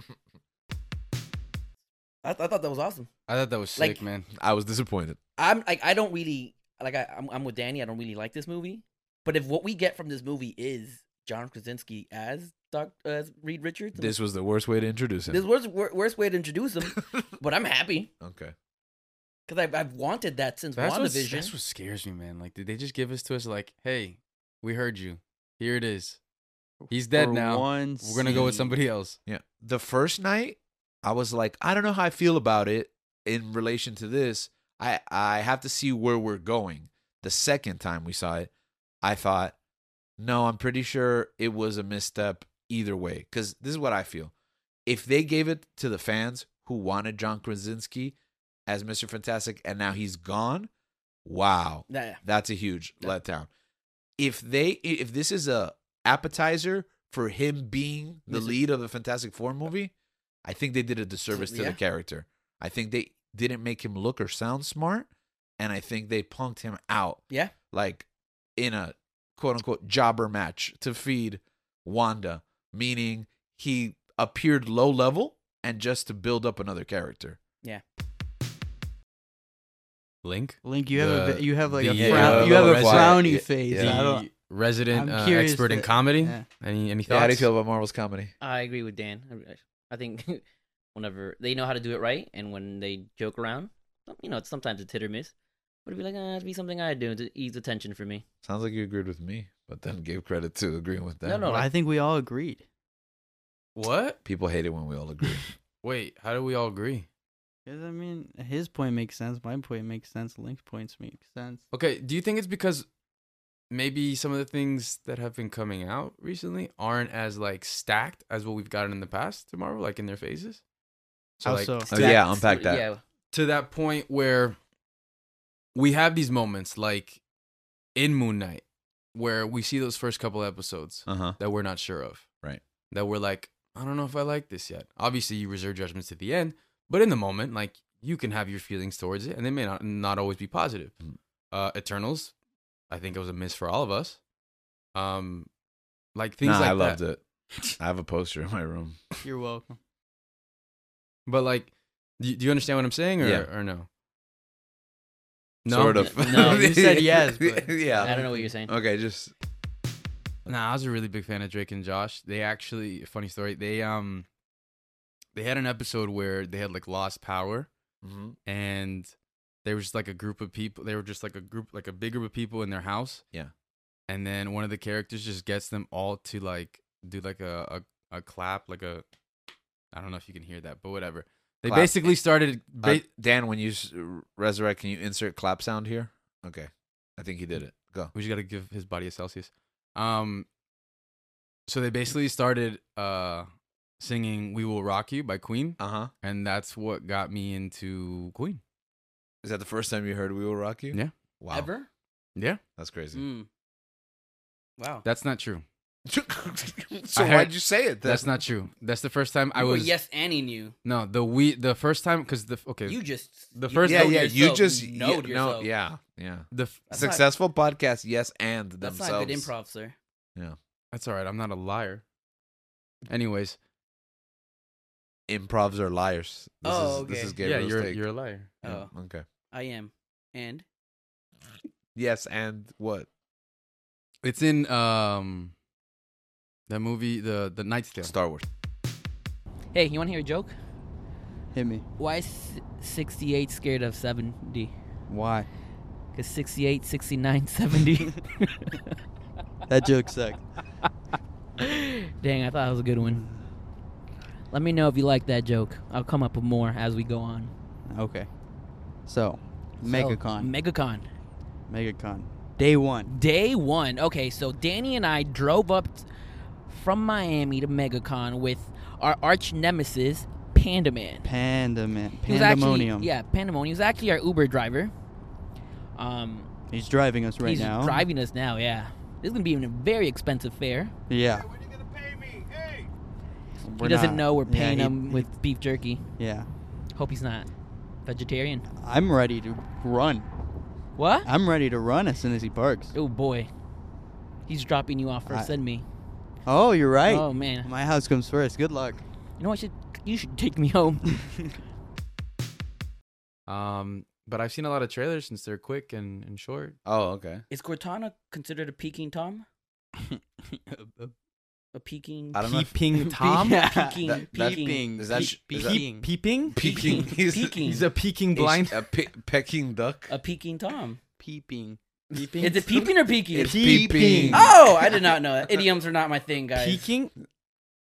Speaker 3: I, th- I thought that was awesome.
Speaker 2: I thought that was
Speaker 3: Like-
Speaker 2: sick, man.
Speaker 1: I was disappointed.
Speaker 3: I'm like I don't really like I, I'm I'm with Danny. I don't really like this movie, but if what we get from this movie is John Krasinski as Doc as Reed Richards,
Speaker 1: This was the worst way to introduce
Speaker 3: this
Speaker 1: him.
Speaker 3: was wor- worst way to introduce him. but I'm happy
Speaker 1: okay.
Speaker 3: because I've I've wanted that since
Speaker 2: That's what,
Speaker 3: WandaVision.
Speaker 2: that's what scares me, man. Like, did they just give us to us like, hey, we heard you. Here it is. He's dead
Speaker 11: For
Speaker 2: now.
Speaker 11: one
Speaker 2: We're gonna go with
Speaker 11: scene.
Speaker 2: somebody else.
Speaker 1: Yeah. The first night, I was like, I don't know how I feel about it in relation to this. I I have to see where we're going. The second time we saw it, I thought, no, I'm pretty sure it was a misstep either way. Because this is what I feel. If they gave it to the fans who wanted John Krasinski as Mr. Fantastic and now he's gone, wow.
Speaker 3: yeah,
Speaker 1: That's a huge letdown. If they if this is a appetizer for him being the
Speaker 3: Mr.
Speaker 1: lead of the Fantastic Four movie, I think they did a disservice to
Speaker 3: Yeah.
Speaker 1: the character. I think they didn't make him look or sound smart, and I think they punked him out.
Speaker 3: Yeah.
Speaker 1: Like in a quote unquote jobber match to feed Wanda, meaning he appeared low level and just to build up another character.
Speaker 2: Link.
Speaker 11: link you have a
Speaker 2: The-
Speaker 11: vi- you have like
Speaker 2: the,
Speaker 11: a frown,
Speaker 2: uh,
Speaker 11: you have a
Speaker 1: resident-
Speaker 11: frowny
Speaker 1: yeah,
Speaker 11: face
Speaker 1: yeah.
Speaker 11: I don't,
Speaker 2: The resident
Speaker 11: I'm
Speaker 2: uh,
Speaker 11: curious
Speaker 2: expert in
Speaker 11: that-
Speaker 2: comedy.
Speaker 11: yeah.
Speaker 2: Any any thoughts?
Speaker 1: Yeah, how do you feel about Marvel's comedy?
Speaker 6: I agree with Dan. I- I- I think whenever they know how to do it right, and when they joke around, you know, it's sometimes it's hit or miss. But it'd be like, ah, it'd be something I do to ease the tension for me.
Speaker 1: Sounds like you agreed with me, but then gave credit to agreeing with them.
Speaker 6: No, no,
Speaker 11: I think we all agreed
Speaker 2: What?
Speaker 1: People hate it when we all agree.
Speaker 2: Wait, how do we all agree?
Speaker 11: 'Cause, I mean his point makes sense my point makes sense Link's points make sense
Speaker 2: Okay, do you think it's because maybe some of the things that have been coming out recently aren't as like stacked as what we've gotten in the past to Marvel, like in their phases? So like
Speaker 11: Also-
Speaker 1: Oh, yeah, unpack that.
Speaker 6: Yeah,
Speaker 2: to that point where we have these moments like in Moon Knight where we see those first couple episodes that we're not sure of.
Speaker 1: Right.
Speaker 2: That we're like, I don't know if I like this yet. Obviously, you reserve judgments to the end, but in the moment, like you can have your feelings towards it, and they may not not always be positive.
Speaker 1: Hmm.
Speaker 2: Uh, Eternals, I think it was a miss for all of us. Um, like things
Speaker 1: Nah,
Speaker 2: like
Speaker 1: I loved
Speaker 2: that.
Speaker 1: it. I have a poster in my room.
Speaker 11: You're welcome.
Speaker 2: But like, do you, do you understand what I'm saying, or
Speaker 1: Yeah.
Speaker 2: or no?
Speaker 1: Sort of.
Speaker 3: No, you said yes, but
Speaker 1: yeah.
Speaker 3: I don't know what you're saying.
Speaker 1: Okay, just
Speaker 2: Nah, I was a really big fan of Drake and Josh. They actually, funny story, they um, they had an episode where they had like lost power,
Speaker 1: Mhm.
Speaker 2: and there was just like a group of people. They were just like a group, like a big group of people in their house.
Speaker 1: Yeah.
Speaker 2: and then one of the characters just gets them all to like do like a a, a clap, like a I don't know if you can hear that, but whatever. They
Speaker 1: Clap.
Speaker 2: basically started.
Speaker 1: Uh,
Speaker 2: Ba-
Speaker 1: Dan, when you s- resurrect, can you insert clap sound here? Okay, I think he did it. Go.
Speaker 2: We just got to give his body a Celsius. Um, so they basically started uh singing "We Will Rock You" by Queen.
Speaker 1: Uh huh.
Speaker 2: And that's what got me into Queen.
Speaker 1: Is that the first time you heard "We Will Rock You"?
Speaker 2: Yeah.
Speaker 1: Wow.
Speaker 6: Ever? Hmm.
Speaker 2: Yeah.
Speaker 1: That's crazy.
Speaker 6: Wow.
Speaker 2: That's not true.
Speaker 1: so
Speaker 2: I
Speaker 1: why'd
Speaker 2: heard-
Speaker 1: you say it? Then?
Speaker 2: That's not true. That's the first time I
Speaker 6: You were
Speaker 2: was.
Speaker 6: yes anding you.
Speaker 2: No, the we the first time because the okay.
Speaker 6: You just-
Speaker 2: the
Speaker 6: you
Speaker 2: first
Speaker 6: Yeah,
Speaker 1: Yeah,
Speaker 6: know
Speaker 1: yeah. You
Speaker 6: yourself,
Speaker 1: just
Speaker 6: you
Speaker 1: yeah,
Speaker 6: knowed
Speaker 1: no,
Speaker 6: yourself.
Speaker 1: yeah, yeah.
Speaker 2: The f-
Speaker 6: That's not-
Speaker 1: successful podcast, yes, and
Speaker 14: That's
Speaker 1: themselves.
Speaker 14: not good improv, sir.
Speaker 1: Yeah,
Speaker 2: that's all right. I'm not a liar. Anyways,
Speaker 1: improvs are liars. This
Speaker 14: Oh,
Speaker 1: is, This
Speaker 14: okay.
Speaker 1: is
Speaker 14: Yeah,
Speaker 1: Gabriel's
Speaker 2: you're-
Speaker 1: take.
Speaker 2: you're a liar.
Speaker 1: Yeah,
Speaker 14: Oh.
Speaker 1: Okay.
Speaker 14: I am. And
Speaker 1: Yes, and what?
Speaker 2: it's in um that movie the the Night's Tale.
Speaker 1: Star Wars.
Speaker 3: Hey, you want to hear a joke?
Speaker 11: Hit me.
Speaker 3: Why is s- 68 scared of 70?
Speaker 11: Why?
Speaker 3: Because 68, 69, 70.
Speaker 11: That joke sucked.
Speaker 3: Dang, I thought it was a good one. Let me know if you like that joke. I'll come up with more as we go on.
Speaker 11: Okay. So,
Speaker 3: So,
Speaker 11: MegaCon.
Speaker 3: MegaCon.
Speaker 11: MegaCon. Day one.
Speaker 3: Day one. Okay, so Danny and I drove up t- from Miami to MegaCon with our arch nemesis, Panda Man.
Speaker 11: Panda man.
Speaker 3: He was actually-
Speaker 11: Pandemonium.
Speaker 3: yeah, Pandemonium. He was actually our Uber driver. Um,
Speaker 11: He's driving us right
Speaker 3: he's
Speaker 11: now.
Speaker 3: driving us now, yeah. This is going to be a very expensive fare.
Speaker 11: Yeah. We're
Speaker 3: he doesn't
Speaker 11: not-
Speaker 3: know we're
Speaker 11: yeah,
Speaker 3: paying
Speaker 11: he-
Speaker 3: him with beef jerky.
Speaker 11: Yeah.
Speaker 3: Hope he's not vegetarian.
Speaker 11: I'm ready to run.
Speaker 3: What?
Speaker 11: I'm ready to run as soon as he parks.
Speaker 3: Oh boy. He's dropping you off
Speaker 11: I-
Speaker 3: first, then me.
Speaker 11: Oh, you're right.
Speaker 3: Oh, man.
Speaker 11: My house comes first. Good luck.
Speaker 3: You know what? Should, you should take me home.
Speaker 2: Um, but I've seen a lot of trailers since they're quick and and short.
Speaker 1: Oh, okay.
Speaker 6: Is Cortana considered a Peking Tom? a Peking.
Speaker 1: I don't know. if-
Speaker 2: Peeping Tom?
Speaker 6: Yeah. Peking.
Speaker 1: That- that-
Speaker 6: Peking.
Speaker 1: Is that
Speaker 6: Pe-
Speaker 1: is that-
Speaker 6: Peking.
Speaker 2: Peeping?
Speaker 1: Peking. He's,
Speaker 6: Peking.
Speaker 2: He's a peeking
Speaker 1: Is-
Speaker 2: blind.
Speaker 1: A pe- Peking duck.
Speaker 6: A Peking Tom.
Speaker 11: Peeping.
Speaker 2: Peeping?
Speaker 6: Is it peeping or peeking?
Speaker 1: It's peeping.
Speaker 6: Oh, I did not know that. Idioms are not my thing, guys.
Speaker 2: Peeking?
Speaker 6: And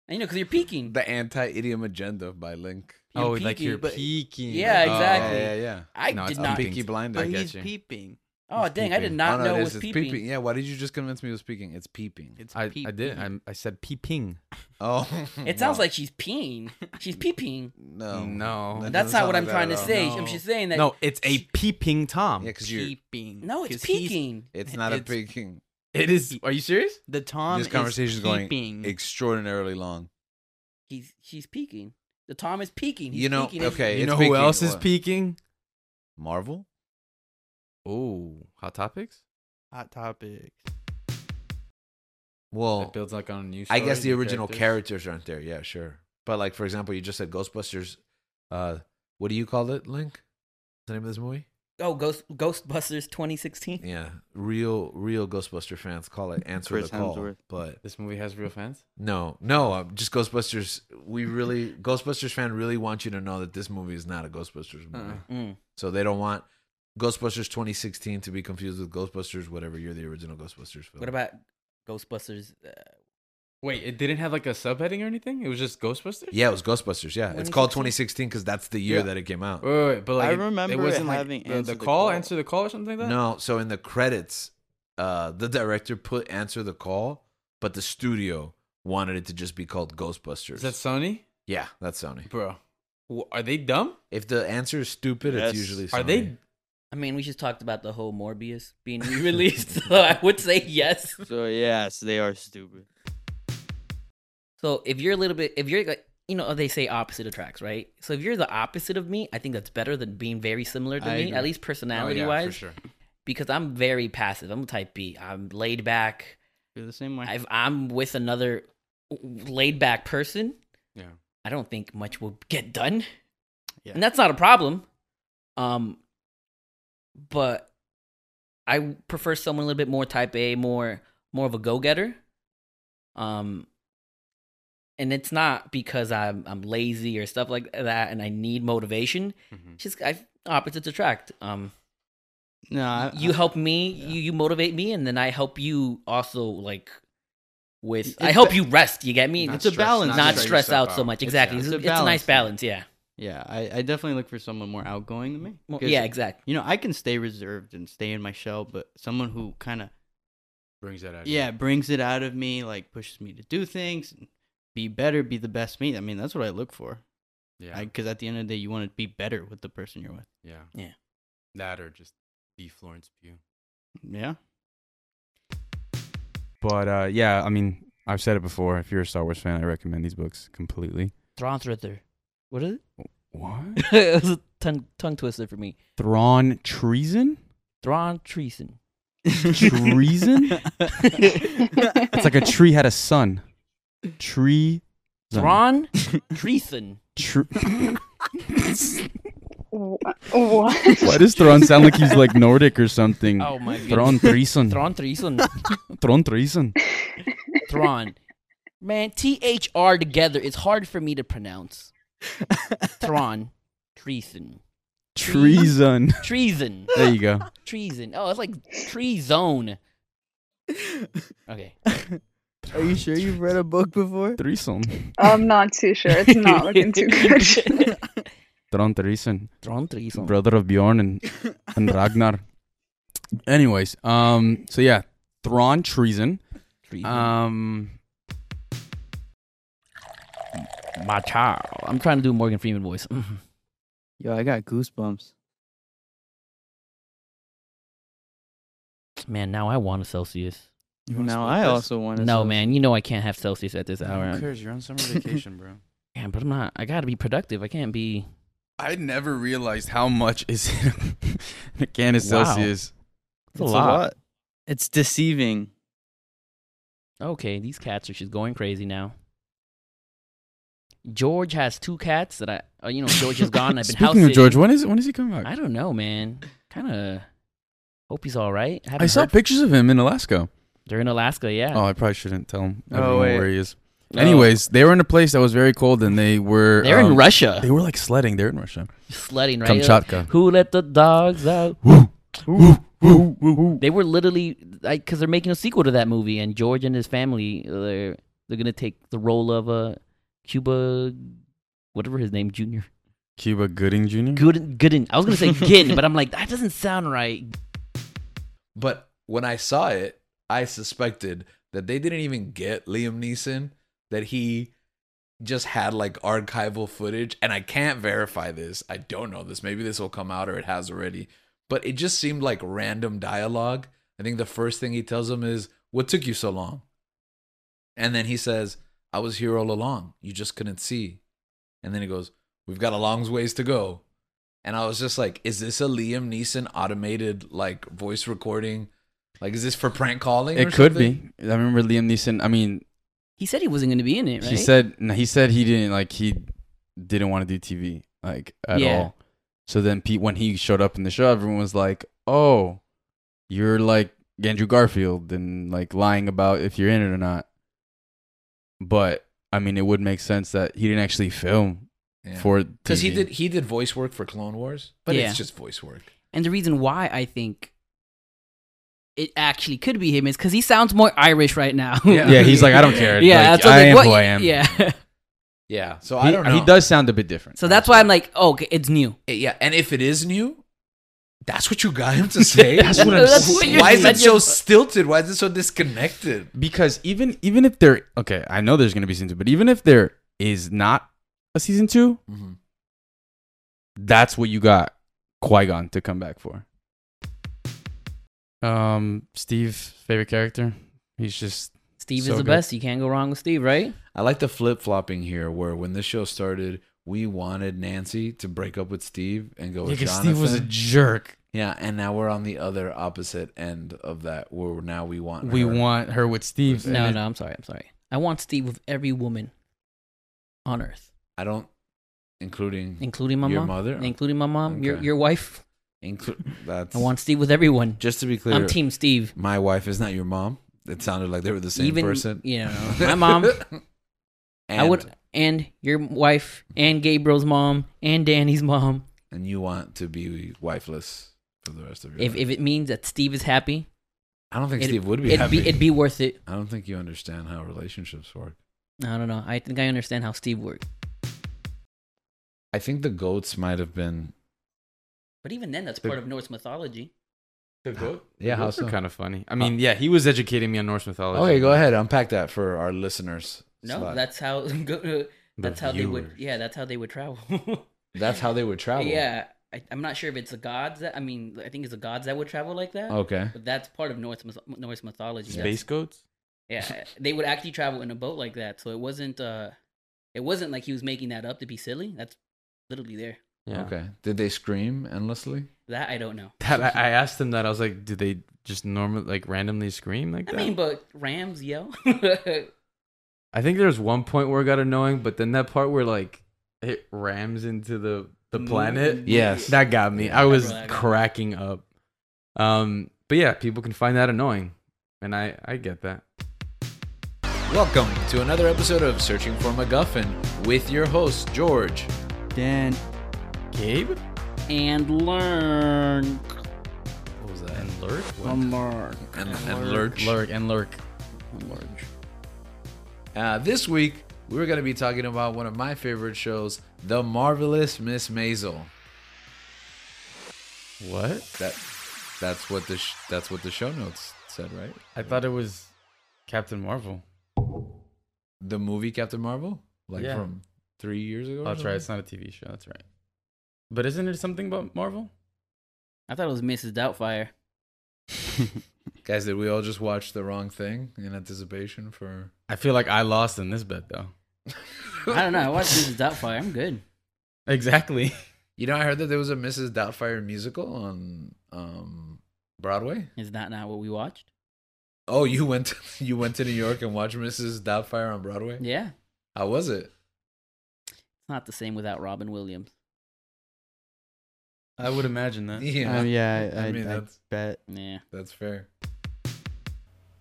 Speaker 6: you know, because you're peeking.
Speaker 1: The anti-idiom agenda by Link.
Speaker 2: Oh,
Speaker 6: You're
Speaker 2: like you're
Speaker 6: peeking, but-
Speaker 2: peeking.
Speaker 6: Yeah,
Speaker 2: Oh,
Speaker 6: exactly.
Speaker 1: Yeah, yeah, yeah.
Speaker 6: I
Speaker 2: No,
Speaker 6: did
Speaker 2: it's
Speaker 6: not.
Speaker 2: peeping.
Speaker 1: Peaky Blinder.
Speaker 2: I
Speaker 11: But
Speaker 2: get
Speaker 11: he's
Speaker 2: you.
Speaker 11: peeping.
Speaker 6: Oh,
Speaker 2: It's
Speaker 6: dang, I did
Speaker 2: peeping.
Speaker 6: not
Speaker 1: Oh, no,
Speaker 6: know it
Speaker 1: is.
Speaker 6: was
Speaker 1: It's
Speaker 6: peeping.
Speaker 1: Yeah, why did you just convince me it was peeking? It's peeping.
Speaker 11: It's
Speaker 2: I, I
Speaker 11: peeping.
Speaker 2: did. I, I said peeping.
Speaker 1: Oh,
Speaker 6: It sounds
Speaker 1: wow.
Speaker 6: like she's peeing. She's peeping.
Speaker 1: no,
Speaker 2: No.
Speaker 1: That
Speaker 6: That's
Speaker 1: doesn't
Speaker 6: not what I'm
Speaker 1: sound like
Speaker 6: trying
Speaker 1: that
Speaker 6: to
Speaker 1: at all.
Speaker 6: say.
Speaker 11: all.
Speaker 6: I'm just saying that.
Speaker 2: No, it's a peeping Tom.
Speaker 1: Yeah, because you're.
Speaker 11: Peeping.
Speaker 6: No, it's
Speaker 11: 'Cause he's-
Speaker 6: peeking.
Speaker 1: It's not a
Speaker 11: It's-
Speaker 1: peeking.
Speaker 2: It is. Are you serious?
Speaker 11: The Tom
Speaker 1: this conversation is
Speaker 11: is
Speaker 1: going
Speaker 11: peeping.
Speaker 6: Mm.
Speaker 1: extraordinarily long.
Speaker 6: He's she's peeking. The Tom is peeking. He's
Speaker 1: You know,
Speaker 6: peeking. It's-
Speaker 1: okay.
Speaker 2: you
Speaker 1: it's
Speaker 2: know who
Speaker 1: peeking.
Speaker 2: else is
Speaker 1: What?
Speaker 2: peeking?
Speaker 1: Marvel.
Speaker 2: Oh, Hot Topics.
Speaker 11: Hot topic.
Speaker 1: Well,
Speaker 2: That builds like on new.
Speaker 1: I guess
Speaker 2: stories,
Speaker 1: the
Speaker 2: new
Speaker 1: original
Speaker 2: characters.
Speaker 1: characters aren't there. Yeah, sure. But like for example, you just said Ghostbusters. Uh, what do you call it, Link? What's the name of this movie?
Speaker 6: Oh, Ghost Ghostbusters 2016.
Speaker 1: Yeah, real, real Ghostbuster fans call it "Answer
Speaker 11: Chris
Speaker 1: the Call,"
Speaker 11: Hemsworth.
Speaker 1: but
Speaker 2: This movie has real fans.
Speaker 1: no, no, um, just Ghostbusters. We really Ghostbusters fan really want you to know that this movie is not a Ghostbusters movie,
Speaker 2: Uh-uh.
Speaker 6: Mm.
Speaker 1: so they don't want Ghostbusters 2016 to be confused with Ghostbusters whatever year the original Ghostbusters film.
Speaker 6: What about Ghostbusters? Uh,
Speaker 2: Wait, it didn't have like a subheading or anything. It was just Ghostbusters.
Speaker 1: Yeah, it was Ghostbusters. Yeah, it's called 2016 because that's the year
Speaker 2: Yeah.
Speaker 1: that it came out.
Speaker 2: Wait, wait, wait, but like
Speaker 11: I
Speaker 2: it-
Speaker 11: remember
Speaker 2: it
Speaker 11: it
Speaker 2: wasn't like
Speaker 11: having
Speaker 2: the,
Speaker 11: Answer
Speaker 2: the
Speaker 11: the
Speaker 2: call, Oh,
Speaker 11: Call.
Speaker 2: answer the call, or something like that.
Speaker 1: No, so in the credits, uh, the director put "Answer the Call," but the studio wanted it to just be called Ghostbusters.
Speaker 2: is that Sony,
Speaker 1: yeah, that's Sony.
Speaker 2: bro? w- Are they dumb?
Speaker 1: If the answer is stupid,
Speaker 11: Yes.
Speaker 1: it's usually Sony.
Speaker 2: Are they
Speaker 3: I mean, we just talked about the whole Morbius being re-released, so I would say yes.
Speaker 11: So yes, they are stupid.
Speaker 3: So if you're a little bit, if you're like, you know, they say opposite attracts, right? So if you're the opposite of me, I think that's better than being very similar to
Speaker 2: I
Speaker 3: me,
Speaker 2: agree. Oh,
Speaker 3: at least personality wise.
Speaker 2: for sure. Mm-hmm.
Speaker 3: Because I'm very passive. I'm type B. I'm laid back.
Speaker 11: You're the same way.
Speaker 3: If I'm with another laid back person,
Speaker 2: Yeah.
Speaker 3: I don't think much will get done.
Speaker 11: Yeah.
Speaker 3: And that's not a problem. Um but I prefer someone a little bit more type A, more more of a go-getter. Um and it's not because I'm I'm lazy or stuff like that and I need motivation. It's Just I opposites attract. Um
Speaker 11: No, I,
Speaker 3: you help me, you you motivate me and then I help you also like with I
Speaker 11: It's
Speaker 3: help
Speaker 11: ba-
Speaker 3: you rest, you get me?
Speaker 11: It's a balance.
Speaker 3: Not,
Speaker 11: Not stress
Speaker 3: stress
Speaker 11: yourself
Speaker 3: out so
Speaker 11: out.
Speaker 3: much.
Speaker 11: It's-
Speaker 3: Exactly.
Speaker 11: it's
Speaker 3: It's,
Speaker 11: a
Speaker 3: it's a nice
Speaker 11: balance.
Speaker 3: balance, yeah.
Speaker 11: yeah, I, I definitely look for someone more outgoing than me.
Speaker 3: Well,
Speaker 11: 'cause,
Speaker 3: yeah, exactly.
Speaker 11: You know, I can stay reserved and stay in my shell, but someone who kind of
Speaker 2: Brings that out.
Speaker 11: yeah brings it out of me, like pushes me to do things, and be better, be the best me. I mean, that's what I look for.
Speaker 2: Yeah.
Speaker 11: Because at the end of the day, you want to be better with the person you're with.
Speaker 2: yeah.
Speaker 3: Yeah.
Speaker 2: That or just be Florence Pugh.
Speaker 11: Yeah.
Speaker 2: But uh, yeah, I mean, I've said it before. If you're a Star Wars fan, I recommend these books completely.
Speaker 3: Thrawn Twister. What is it?
Speaker 2: What?
Speaker 3: it was a tongue, tongue twister for me.
Speaker 2: Thrawn Treason?
Speaker 3: Thrawn Treason.
Speaker 2: Treason? it's like a tree had a son. Tree.
Speaker 3: Thrawn Treason.
Speaker 2: Tr-
Speaker 15: What?
Speaker 2: Why does Thrawn sound like he's like Nordic or something?
Speaker 3: Oh my god.
Speaker 2: Thrawn Treason.
Speaker 3: Thrawn Treason.
Speaker 2: Thrawn Treason.
Speaker 3: Thrawn. Man, T H R together is hard for me to pronounce. Thrawn Treason.
Speaker 2: Treason.
Speaker 3: Treason.
Speaker 2: There you go.
Speaker 3: Treason. Oh, it's like treason. Okay.
Speaker 11: Are you sure you've read a book before?
Speaker 2: Threesome.
Speaker 15: I'm not too sure. It's not looking too good.
Speaker 2: Thrawn Treason.
Speaker 3: Thrawn Treason.
Speaker 2: Brother of Bjorn and, and Ragnar. Anyways, um, so yeah, Thrawn Treason.
Speaker 3: Treason.
Speaker 2: Um,
Speaker 3: My child. I'm trying to do a Morgan Freeman voice. Mm-hmm.
Speaker 11: Yo, I got goosebumps.
Speaker 3: Man, now I want a Celsius.
Speaker 11: Now I also want to.
Speaker 3: No, man, you know I can't have Celsius at this hour.
Speaker 2: Who cares? You're on summer vacation, bro.
Speaker 3: Man, but I'm not. I gotta be productive. I can't be.
Speaker 2: I never realized how much is in a can of
Speaker 3: Wow.
Speaker 2: Celsius.
Speaker 3: It's a lot.
Speaker 11: It's deceiving.
Speaker 3: Okay, these cats are just going crazy now. George has two cats that I, uh, you know, George is gone. I've been house
Speaker 2: Speaking of George,
Speaker 3: sitting.
Speaker 2: when is when is he coming back?
Speaker 3: I don't know, man. Kind of hope he's all right.
Speaker 2: I,
Speaker 3: haven't
Speaker 2: saw
Speaker 3: heard-
Speaker 2: pictures of him in Alaska.
Speaker 3: they're in Alaska. Yeah.
Speaker 2: Oh, I probably shouldn't tell him
Speaker 11: Oh,
Speaker 2: everyone
Speaker 11: wait.
Speaker 2: where he is.
Speaker 3: Oh.
Speaker 2: Anyways, they were in a place that was very cold, and they were um,
Speaker 3: They're in Russia.
Speaker 2: They were like sledding. They're in Russia.
Speaker 3: sledding right
Speaker 2: Kamchatka.
Speaker 3: Who let the dogs out? They were literally like because they're making a sequel to that movie, and George and his family they're they're gonna take the role of uh, Cuba, whatever his name, Junior
Speaker 2: Cuba Gooding Jr.
Speaker 3: Gooden. Gooden. I was gonna say Ginn, but I'm like that doesn't sound right.
Speaker 1: But when I saw it, I suspected that they didn't even get Liam Neeson, that he just had like archival footage. And I can't verify this. I don't know this. Maybe this will come out or it has already. But it just seemed like random dialogue. I think the first thing he tells him is, What took you so long? And then he says, I was here all along. You just couldn't see. And then he goes, We've got a long ways to go. And I was just like, Is this a Liam Neeson automated like voice recording? Like, is this for prank calling?
Speaker 2: It
Speaker 1: or
Speaker 2: could
Speaker 1: something?
Speaker 2: be. I remember Liam Neeson. I mean,
Speaker 3: He said he wasn't gonna be in it. Right?
Speaker 2: he said no, he said he didn't like he didn't want to do TV like at
Speaker 3: Yeah.
Speaker 2: all. So then Pete, when he showed up in the show, everyone was like, "Oh, you're like Andrew Garfield and like lying about if you're in it or not." But I mean, it would make sense that he didn't actually film
Speaker 1: Yeah.
Speaker 2: for
Speaker 1: because he
Speaker 2: TV.
Speaker 1: did he did voice work for Clone Wars, but
Speaker 3: Yeah.
Speaker 1: it's just voice work.
Speaker 6: And the reason why I think
Speaker 3: it actually could be him is because he sounds more Irish right now.
Speaker 2: Yeah. Yeah, he's like, "I don't care.
Speaker 3: Yeah,
Speaker 2: Like,
Speaker 3: that's what I'm
Speaker 2: I am
Speaker 3: like,
Speaker 2: who
Speaker 3: what-
Speaker 2: I am."
Speaker 3: Yeah.
Speaker 1: Yeah, so
Speaker 2: He-
Speaker 1: I don't know.
Speaker 2: He does sound a bit different.
Speaker 3: So that's why I'm like, oh, okay, it's new.
Speaker 1: It- Yeah, and if it is new, that's what you got him to say.
Speaker 2: That's what I'm
Speaker 3: That's what you
Speaker 1: Why is it
Speaker 3: said.
Speaker 1: so stilted? Why is it so disconnected?
Speaker 2: because even even if there okay i know there's gonna be season two but even if there is not a season 2
Speaker 1: Mhm.
Speaker 2: that's what you got qui-gon to come back for Um, Steve's favorite character. He's just
Speaker 3: Steve
Speaker 2: so
Speaker 3: is the
Speaker 2: good.
Speaker 3: best. You can't go wrong with Steve, right?
Speaker 1: I like the flip flopping here, where when this show started, we wanted Nancy to break up with Steve and go
Speaker 2: Yeah,
Speaker 1: with
Speaker 2: 'cause
Speaker 1: Jonathan.
Speaker 2: Steve was a jerk.
Speaker 1: Yeah, and now we're on the other opposite end of that, where now we want
Speaker 2: We
Speaker 1: her.
Speaker 2: want her with Steve.
Speaker 3: No,
Speaker 2: and it-
Speaker 3: no, I'm sorry. I'm sorry. I want Steve with every woman on earth,
Speaker 1: I don't, including
Speaker 3: including my
Speaker 1: your
Speaker 3: mom,
Speaker 1: mother,
Speaker 3: including my mom, your
Speaker 1: Okay.
Speaker 3: your wife.
Speaker 1: Inclu- that's
Speaker 3: I want Steve with everyone.
Speaker 1: Just to be clear,
Speaker 3: I'm Team Steve.
Speaker 1: My wife is not your mom. It sounded like they were the same
Speaker 3: Even
Speaker 1: person.
Speaker 3: you know, my mom. I would, and your wife, and Gabriel's mom, and Danny's mom.
Speaker 1: and you want to be wifeless for the rest of your
Speaker 3: If
Speaker 1: life.
Speaker 3: if it means that Steve is happy,
Speaker 1: I don't think
Speaker 3: it'd-
Speaker 1: Steve would be
Speaker 3: It'd
Speaker 1: happy.
Speaker 3: be it'd be worth it.
Speaker 1: I don't think you understand how relationships work.
Speaker 3: I don't know. I think I understand how Steve works.
Speaker 1: I think the goats might have been
Speaker 3: But even then, that's
Speaker 2: The-
Speaker 3: part of Norse mythology.
Speaker 2: The goat.
Speaker 1: Yeah, how so?
Speaker 2: kind of funny. I mean, yeah, he was educating me on Norse mythology.
Speaker 1: Okay, go ahead. Unpack that for our listeners.
Speaker 3: No,
Speaker 1: Slot.
Speaker 3: that's how. go- uh, that's how they would.
Speaker 2: viewers.
Speaker 3: Yeah, that's how they would travel.
Speaker 1: That's how they would travel.
Speaker 3: Yeah, I, I'm not sure if it's the gods that. I mean, I think it's the gods that would travel like that.
Speaker 1: Okay.
Speaker 3: but that's part of Norse myth- Norse mythology.
Speaker 2: Space
Speaker 3: That's-
Speaker 2: goats.
Speaker 3: Yeah, they would actually travel in a boat like that. So it wasn't. uh It wasn't like he was making that up to be silly. That's literally there.
Speaker 2: Yeah.
Speaker 1: Okay. Did they scream endlessly?
Speaker 3: That I don't know.
Speaker 2: That I, I asked him that. I was like, do they just normal like randomly scream like
Speaker 3: I
Speaker 2: that?
Speaker 3: mean, but Rams yell.
Speaker 2: I think there was one point where it got annoying, but then that part where like it rams into the the
Speaker 3: Mm,
Speaker 2: planet.
Speaker 1: yes.
Speaker 2: That got me. I
Speaker 3: Yeah,
Speaker 2: was
Speaker 3: bro, I got you.
Speaker 2: cracking up. Um but yeah, people can find that annoying. And I I get that.
Speaker 1: Welcome to another episode of Searching for MacGuffin with your host, George.
Speaker 11: Dan.
Speaker 2: Gabe?
Speaker 3: and learn.
Speaker 1: What was that?
Speaker 2: And lurk?
Speaker 3: One more.
Speaker 1: And, and Lurch.
Speaker 2: Lurk and lurk.
Speaker 3: Large.
Speaker 1: Uh, this week, we're going to be talking about one of my favorite shows, The Marvelous Miss Maisel.
Speaker 2: What?
Speaker 1: That, that's what the sh- that's what the show notes said, right?
Speaker 2: I thought it was Captain Marvel.
Speaker 1: The movie Captain Marvel, like
Speaker 2: Yeah.
Speaker 1: from three years ago. or
Speaker 2: Oh, that's right. It's
Speaker 1: something?
Speaker 2: not a TV show. That's right. But isn't it something about Marvel?
Speaker 3: I thought it was Mrs. Doubtfire.
Speaker 1: Guys, did we all just watch the wrong thing in anticipation for?
Speaker 2: I feel like I lost in this bet though.
Speaker 3: I don't know. I watched Mrs. Doubtfire. I'm good.
Speaker 2: Exactly.
Speaker 1: You know, I heard that there was a Mrs. Doubtfire musical on um, Broadway.
Speaker 3: Is that not what we watched?
Speaker 1: Oh, you went you went to New York and watched Mrs. Doubtfire on Broadway.
Speaker 3: Yeah. It's
Speaker 1: How was it?
Speaker 3: not the same without Robin Williams.
Speaker 2: I would imagine that.
Speaker 1: Yeah,
Speaker 11: Yeah, um, yeah I, I,
Speaker 1: I mean,
Speaker 11: I
Speaker 1: that's-
Speaker 11: bet.
Speaker 3: Yeah.
Speaker 1: that's fair.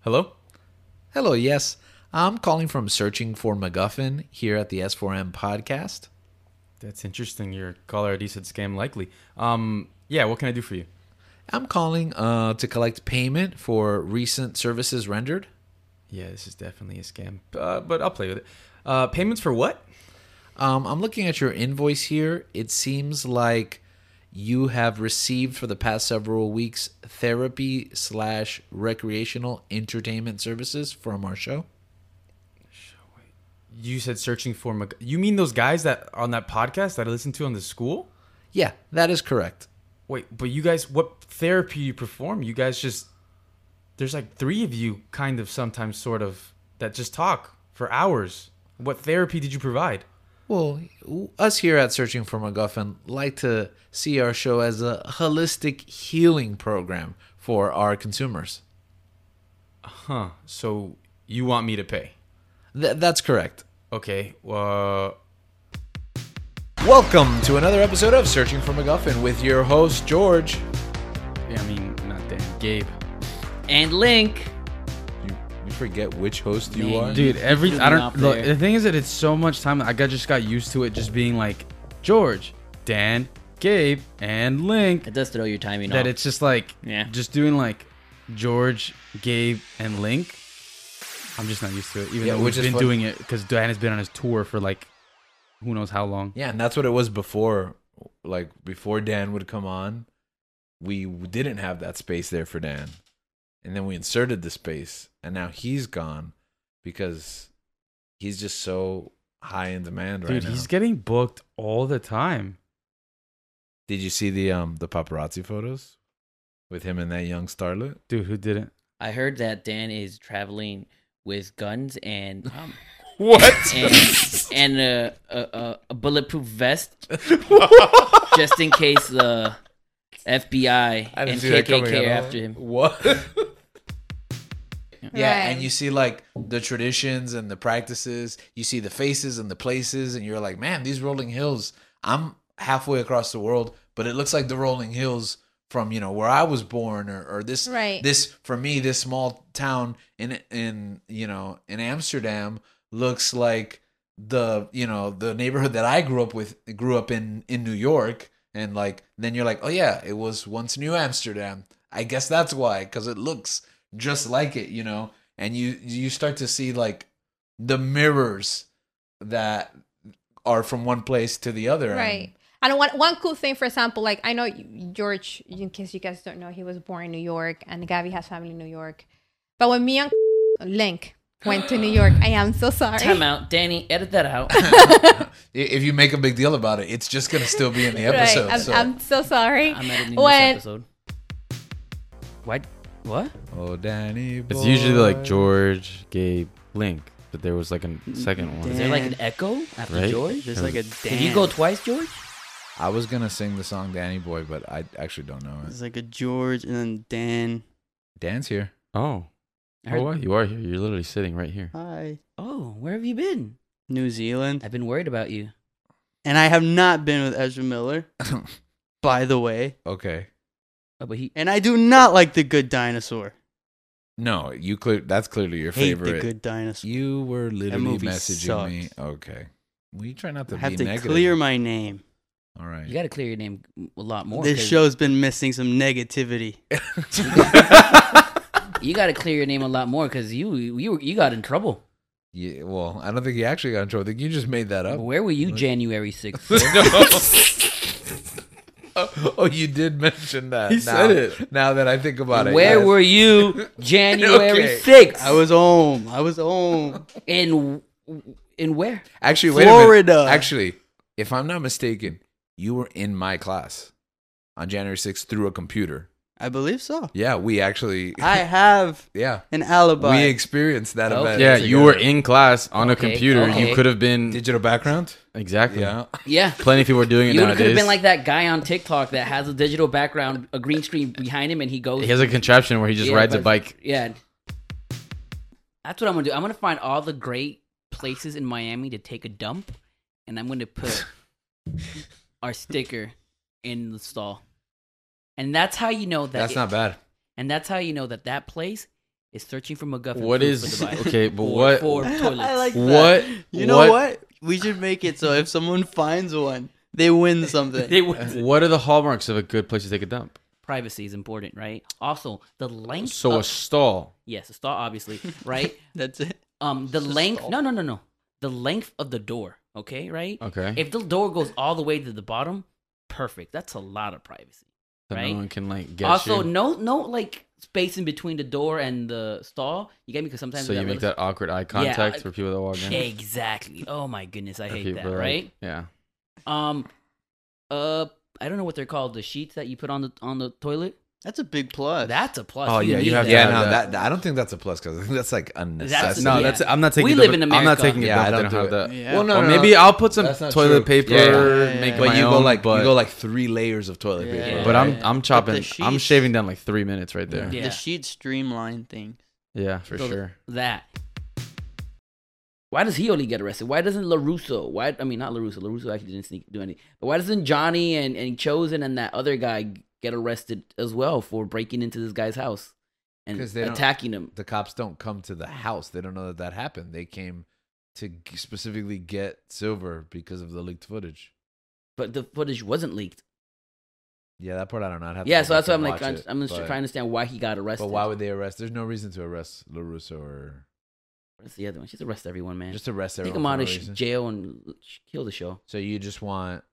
Speaker 2: Hello?
Speaker 1: Hello, yes, I'm calling from Searching for MacGuffin here at the S4M podcast.
Speaker 2: That's interesting. Your caller ID said scam likely. Um, yeah, what can I do for you?
Speaker 1: I'm calling uh, to collect payment for recent services rendered.
Speaker 2: Yeah, this is definitely a scam, uh, but I'll play with it. Uh, payments for what?
Speaker 1: Um, I'm looking at your invoice here. It seems like you have received for the past several weeks therapy slash recreational entertainment services from our show.
Speaker 2: You said searching for. Mag- you mean those guys that on that podcast that I listened to on the school?
Speaker 1: Yeah, that is correct.
Speaker 2: Wait, but you guys, what therapy you perform? You guys just there's like three of you, kind of sometimes, sort of, that just talk for hours. What therapy did you provide?
Speaker 1: Well, us here at Searching for MacGuffin like to see our show as a holistic healing program for our consumers.
Speaker 2: Huh? So you want me to pay?
Speaker 1: Th- that's correct.
Speaker 2: Okay. Uh,
Speaker 1: Welcome to another episode of Searching for MacGuffin with your host, George.
Speaker 2: yeah, I mean, not Dan, Gabe.
Speaker 3: And Link.
Speaker 1: You, you forget which host you
Speaker 3: Man,
Speaker 1: are?
Speaker 2: dude every
Speaker 3: Just
Speaker 2: i
Speaker 3: not
Speaker 2: don't look,
Speaker 3: there.
Speaker 2: the thing is that it's so much time i got just got used to it just being like george dan gabe and link
Speaker 3: It does throw your timing
Speaker 2: that
Speaker 3: off.
Speaker 2: it's just like
Speaker 3: Yeah.
Speaker 2: just doing like george gabe and link i'm just not used to it even
Speaker 1: Yeah,
Speaker 2: though
Speaker 1: which is
Speaker 2: we've been
Speaker 1: fun-
Speaker 2: doing it because dan has been on his tour for like who knows how long
Speaker 1: Yeah, and that's what it was before. Like before Dan would come on, we didn't have that space there for Dan, and then we inserted the space, and now he's gone because he's just so high in demand right
Speaker 2: dude
Speaker 1: now.
Speaker 2: he's getting booked all the time
Speaker 1: Did you see the um the paparazzi photos? with him and that young starlet.
Speaker 2: Dude, who did it?
Speaker 3: I heard that Dan is traveling with guns and um,
Speaker 1: what
Speaker 3: and, and a, a, a- a bulletproof vest just in case the FBI
Speaker 1: I didn't
Speaker 3: and
Speaker 1: see that coming
Speaker 3: KKK are
Speaker 1: at all.
Speaker 3: after him.
Speaker 1: What? Yeah, and
Speaker 13: Right.
Speaker 1: you see like the traditions and the practices. You see the faces and the places, and you're like, man, these rolling hills. I'm halfway across the world, but it looks like the rolling hills from you know where I was born, or, or this
Speaker 13: Right.
Speaker 1: this for me this small town in in you know in Amsterdam looks like the you know the neighborhood that I grew up with grew up in in New York, and like then you're like, oh yeah, it was once New Amsterdam. I guess that's why, because it looks just like it, you know. And you you start to see like the mirrors that are from one place to the other. and-
Speaker 13: Right. And one, one cool thing, for example, like I know you- George, in case you guys don't know, he was born in New York and Gabby has family in New York. But when me and Link went to New York, I am so sorry.
Speaker 3: Time out, Danny. Edit that out.
Speaker 1: I- if you make a big deal about it, it's just gonna still be in the
Speaker 13: Right,
Speaker 1: episode.
Speaker 13: I'm,
Speaker 1: so.
Speaker 13: I'm so sorry.
Speaker 3: I'm editing
Speaker 13: when,
Speaker 3: this episode. Why? What?
Speaker 1: oh, Danny.
Speaker 2: It's usually like
Speaker 1: boy.
Speaker 2: George, Gabe, Link, but there was like a second one.
Speaker 3: Is there like an echo after
Speaker 2: Right?
Speaker 3: George?
Speaker 2: There's like a
Speaker 3: Did you go twice, George?
Speaker 1: I was gonna sing the song Danny Boy, but I actually don't know it.
Speaker 11: It's like a George and then Dan.
Speaker 1: Dan's here.
Speaker 2: Oh. Oh,
Speaker 3: I heard-
Speaker 2: wow, you are here. You're literally sitting right here.
Speaker 11: Hi.
Speaker 3: Oh, where have you been?
Speaker 11: New Zealand.
Speaker 3: I've been worried about you.
Speaker 11: And I have not been with Ezra Miller, by the way.
Speaker 1: Okay.
Speaker 3: Oh, but he.
Speaker 11: And I do not like the good dinosaur.
Speaker 1: No, you clear. That's clearly your
Speaker 11: Hate
Speaker 1: favorite.
Speaker 11: the good dinosaur.
Speaker 1: You were literally
Speaker 11: movie
Speaker 1: messaging
Speaker 11: sucked.
Speaker 1: me. Okay. Well, you try not to
Speaker 11: I have
Speaker 1: be
Speaker 11: to
Speaker 1: negative.
Speaker 11: clear my name.
Speaker 1: All right.
Speaker 3: You got to clear your name a lot more.
Speaker 11: this
Speaker 3: 'cause
Speaker 11: show's been missing some negativity.
Speaker 3: You got to clear your name a lot more because you you you got in trouble.
Speaker 1: Yeah, well, I don't think you actually got in trouble. I think you just made that up.
Speaker 3: Where were you
Speaker 1: Like-
Speaker 3: January sixth?
Speaker 1: oh, oh, you did mention that.
Speaker 2: He
Speaker 1: now,
Speaker 2: said it.
Speaker 1: Now that I think about it.
Speaker 3: Where
Speaker 1: yes.
Speaker 3: were you January
Speaker 1: Okay.
Speaker 3: sixth?
Speaker 11: I was home. I was home.
Speaker 3: in in where?
Speaker 1: Actually, wait a
Speaker 11: Florida.
Speaker 1: minute. Actually, if I'm not mistaken, you were in my class on January 6th through a computer.
Speaker 11: I believe so.
Speaker 1: Yeah, we actually.
Speaker 11: I have
Speaker 1: yeah.
Speaker 11: an alibi.
Speaker 1: We experienced that
Speaker 3: Okay.
Speaker 1: event.
Speaker 2: Yeah,
Speaker 3: That's a
Speaker 2: you
Speaker 3: good
Speaker 2: were
Speaker 3: one.
Speaker 2: in class on a
Speaker 3: Okay,
Speaker 2: computer.
Speaker 3: okay.
Speaker 2: You could have been
Speaker 1: Digital background?
Speaker 2: exactly.
Speaker 1: Yeah.
Speaker 3: Yeah.
Speaker 2: Plenty of people are doing it
Speaker 3: You could have
Speaker 2: nowadays.
Speaker 3: been like that guy on TikTok that has a digital background, a green screen behind him, and he goes.
Speaker 2: he has a contraption where he just
Speaker 3: Yeah,
Speaker 2: rides a
Speaker 3: but-
Speaker 2: bike.
Speaker 3: Yeah. That's what I'm gonna do. I'm gonna find all the great places in Miami to take a dump, and I'm gonna put our sticker in the stall. And that's how you know that.
Speaker 1: That's
Speaker 3: it-
Speaker 1: not bad.
Speaker 3: And that's how you know that that place is searching for MacGuffin.
Speaker 2: What
Speaker 3: food
Speaker 2: is-
Speaker 3: for the body.
Speaker 2: okay, but
Speaker 3: Or
Speaker 2: what-
Speaker 3: for toilets?
Speaker 11: I like that.
Speaker 2: What-
Speaker 11: You know
Speaker 2: what-
Speaker 11: what? We should make it so if someone finds one, they win something.
Speaker 3: They would-
Speaker 2: What are the hallmarks of a good place to take a dump?
Speaker 3: privacy is important, right? Also, the length.
Speaker 2: So a
Speaker 3: of-
Speaker 2: stall.
Speaker 3: yes, a stall, obviously, right?
Speaker 11: That's it.
Speaker 3: Um, the
Speaker 11: It's a
Speaker 3: length.
Speaker 11: stall.
Speaker 3: No, no, no, no. The length of the door. Okay, right?
Speaker 1: Uh-huh.
Speaker 2: Okay.
Speaker 3: If the door goes all the way to the bottom, perfect. That's a lot of privacy.
Speaker 2: so
Speaker 3: right.
Speaker 2: no one can like get
Speaker 3: also,
Speaker 2: you.
Speaker 3: no, no, like space in between the door and the stall. You get me? Because sometimes
Speaker 2: so you make
Speaker 3: little-
Speaker 2: that awkward eye
Speaker 3: Yeah,
Speaker 2: contact
Speaker 3: I-
Speaker 2: for people that walk in.
Speaker 3: exactly. Oh my goodness, I
Speaker 2: For
Speaker 3: hate
Speaker 2: people
Speaker 3: that.
Speaker 2: like-
Speaker 3: Right?
Speaker 2: Yeah.
Speaker 3: Um, uh, I don't know what they're called. The sheets that you put on the on the toilet.
Speaker 11: That's a big plus.
Speaker 3: That's a plus.
Speaker 2: Oh, yeah,
Speaker 3: need
Speaker 2: you have to
Speaker 3: that.
Speaker 1: Yeah,
Speaker 2: have
Speaker 1: no,
Speaker 2: that.
Speaker 1: that, I don't think that's a plus because I think that's like unnecessary.
Speaker 2: no,
Speaker 3: yeah.
Speaker 2: that's I'm not taking.
Speaker 3: We
Speaker 2: a
Speaker 3: live
Speaker 2: dump-
Speaker 3: in
Speaker 2: I'm not
Speaker 3: America.
Speaker 2: taking a
Speaker 1: Yeah, I
Speaker 2: dump.
Speaker 1: don't
Speaker 2: I don't,
Speaker 1: do
Speaker 2: have that.
Speaker 11: Yeah.
Speaker 1: Well, no,
Speaker 2: or
Speaker 1: no,
Speaker 2: maybe
Speaker 1: no.
Speaker 2: I'll put some
Speaker 1: That's not true.
Speaker 2: toilet paper.
Speaker 1: Yeah,
Speaker 11: yeah,
Speaker 2: Make
Speaker 11: yeah.
Speaker 2: my
Speaker 1: But you
Speaker 2: own,
Speaker 1: go like
Speaker 2: but,
Speaker 1: you go like three layers of toilet
Speaker 11: Yeah.
Speaker 1: paper.
Speaker 11: Yeah.
Speaker 2: but I'm
Speaker 11: But
Speaker 2: I'm
Speaker 11: the
Speaker 2: chopping. I'm
Speaker 11: sheets-
Speaker 2: shaving down like three minutes right there.
Speaker 1: Yeah.
Speaker 2: Yeah,
Speaker 3: Yeah.
Speaker 11: The sheet streamline thing.
Speaker 2: for
Speaker 3: So the-
Speaker 2: sure.
Speaker 3: that. Why does he only get arrested? Why doesn't Larusso? Why I mean not Larusso. Larusso actually didn't sneak, do anything. But why doesn't Johnny and and Chosen and that other guy get arrested as well for breaking into this guy's house and
Speaker 1: 'Cause they don't-
Speaker 3: attacking him?
Speaker 1: The cops don't come to the house. They don't know that that happened. They came to g- specifically get Silver because of the leaked footage.
Speaker 3: But the footage wasn't leaked.
Speaker 1: Yeah, that part I don't know. I'd have to
Speaker 3: Yeah,
Speaker 1: go
Speaker 3: so that's
Speaker 1: back
Speaker 3: why I'm
Speaker 1: and
Speaker 3: like
Speaker 1: watch
Speaker 3: I'm,
Speaker 1: it,
Speaker 3: I'm just
Speaker 1: but-
Speaker 3: trying to understand why he got arrested.
Speaker 1: But why would they arrest? There's no reason to arrest Larusso or
Speaker 3: What's the other one? Just arrest everyone, man.
Speaker 1: just arrest
Speaker 3: Take
Speaker 1: everyone.
Speaker 3: him
Speaker 1: for
Speaker 3: out
Speaker 1: no
Speaker 3: of sh-
Speaker 1: reason.
Speaker 3: jail and l- sh- kill the show.
Speaker 1: So you just want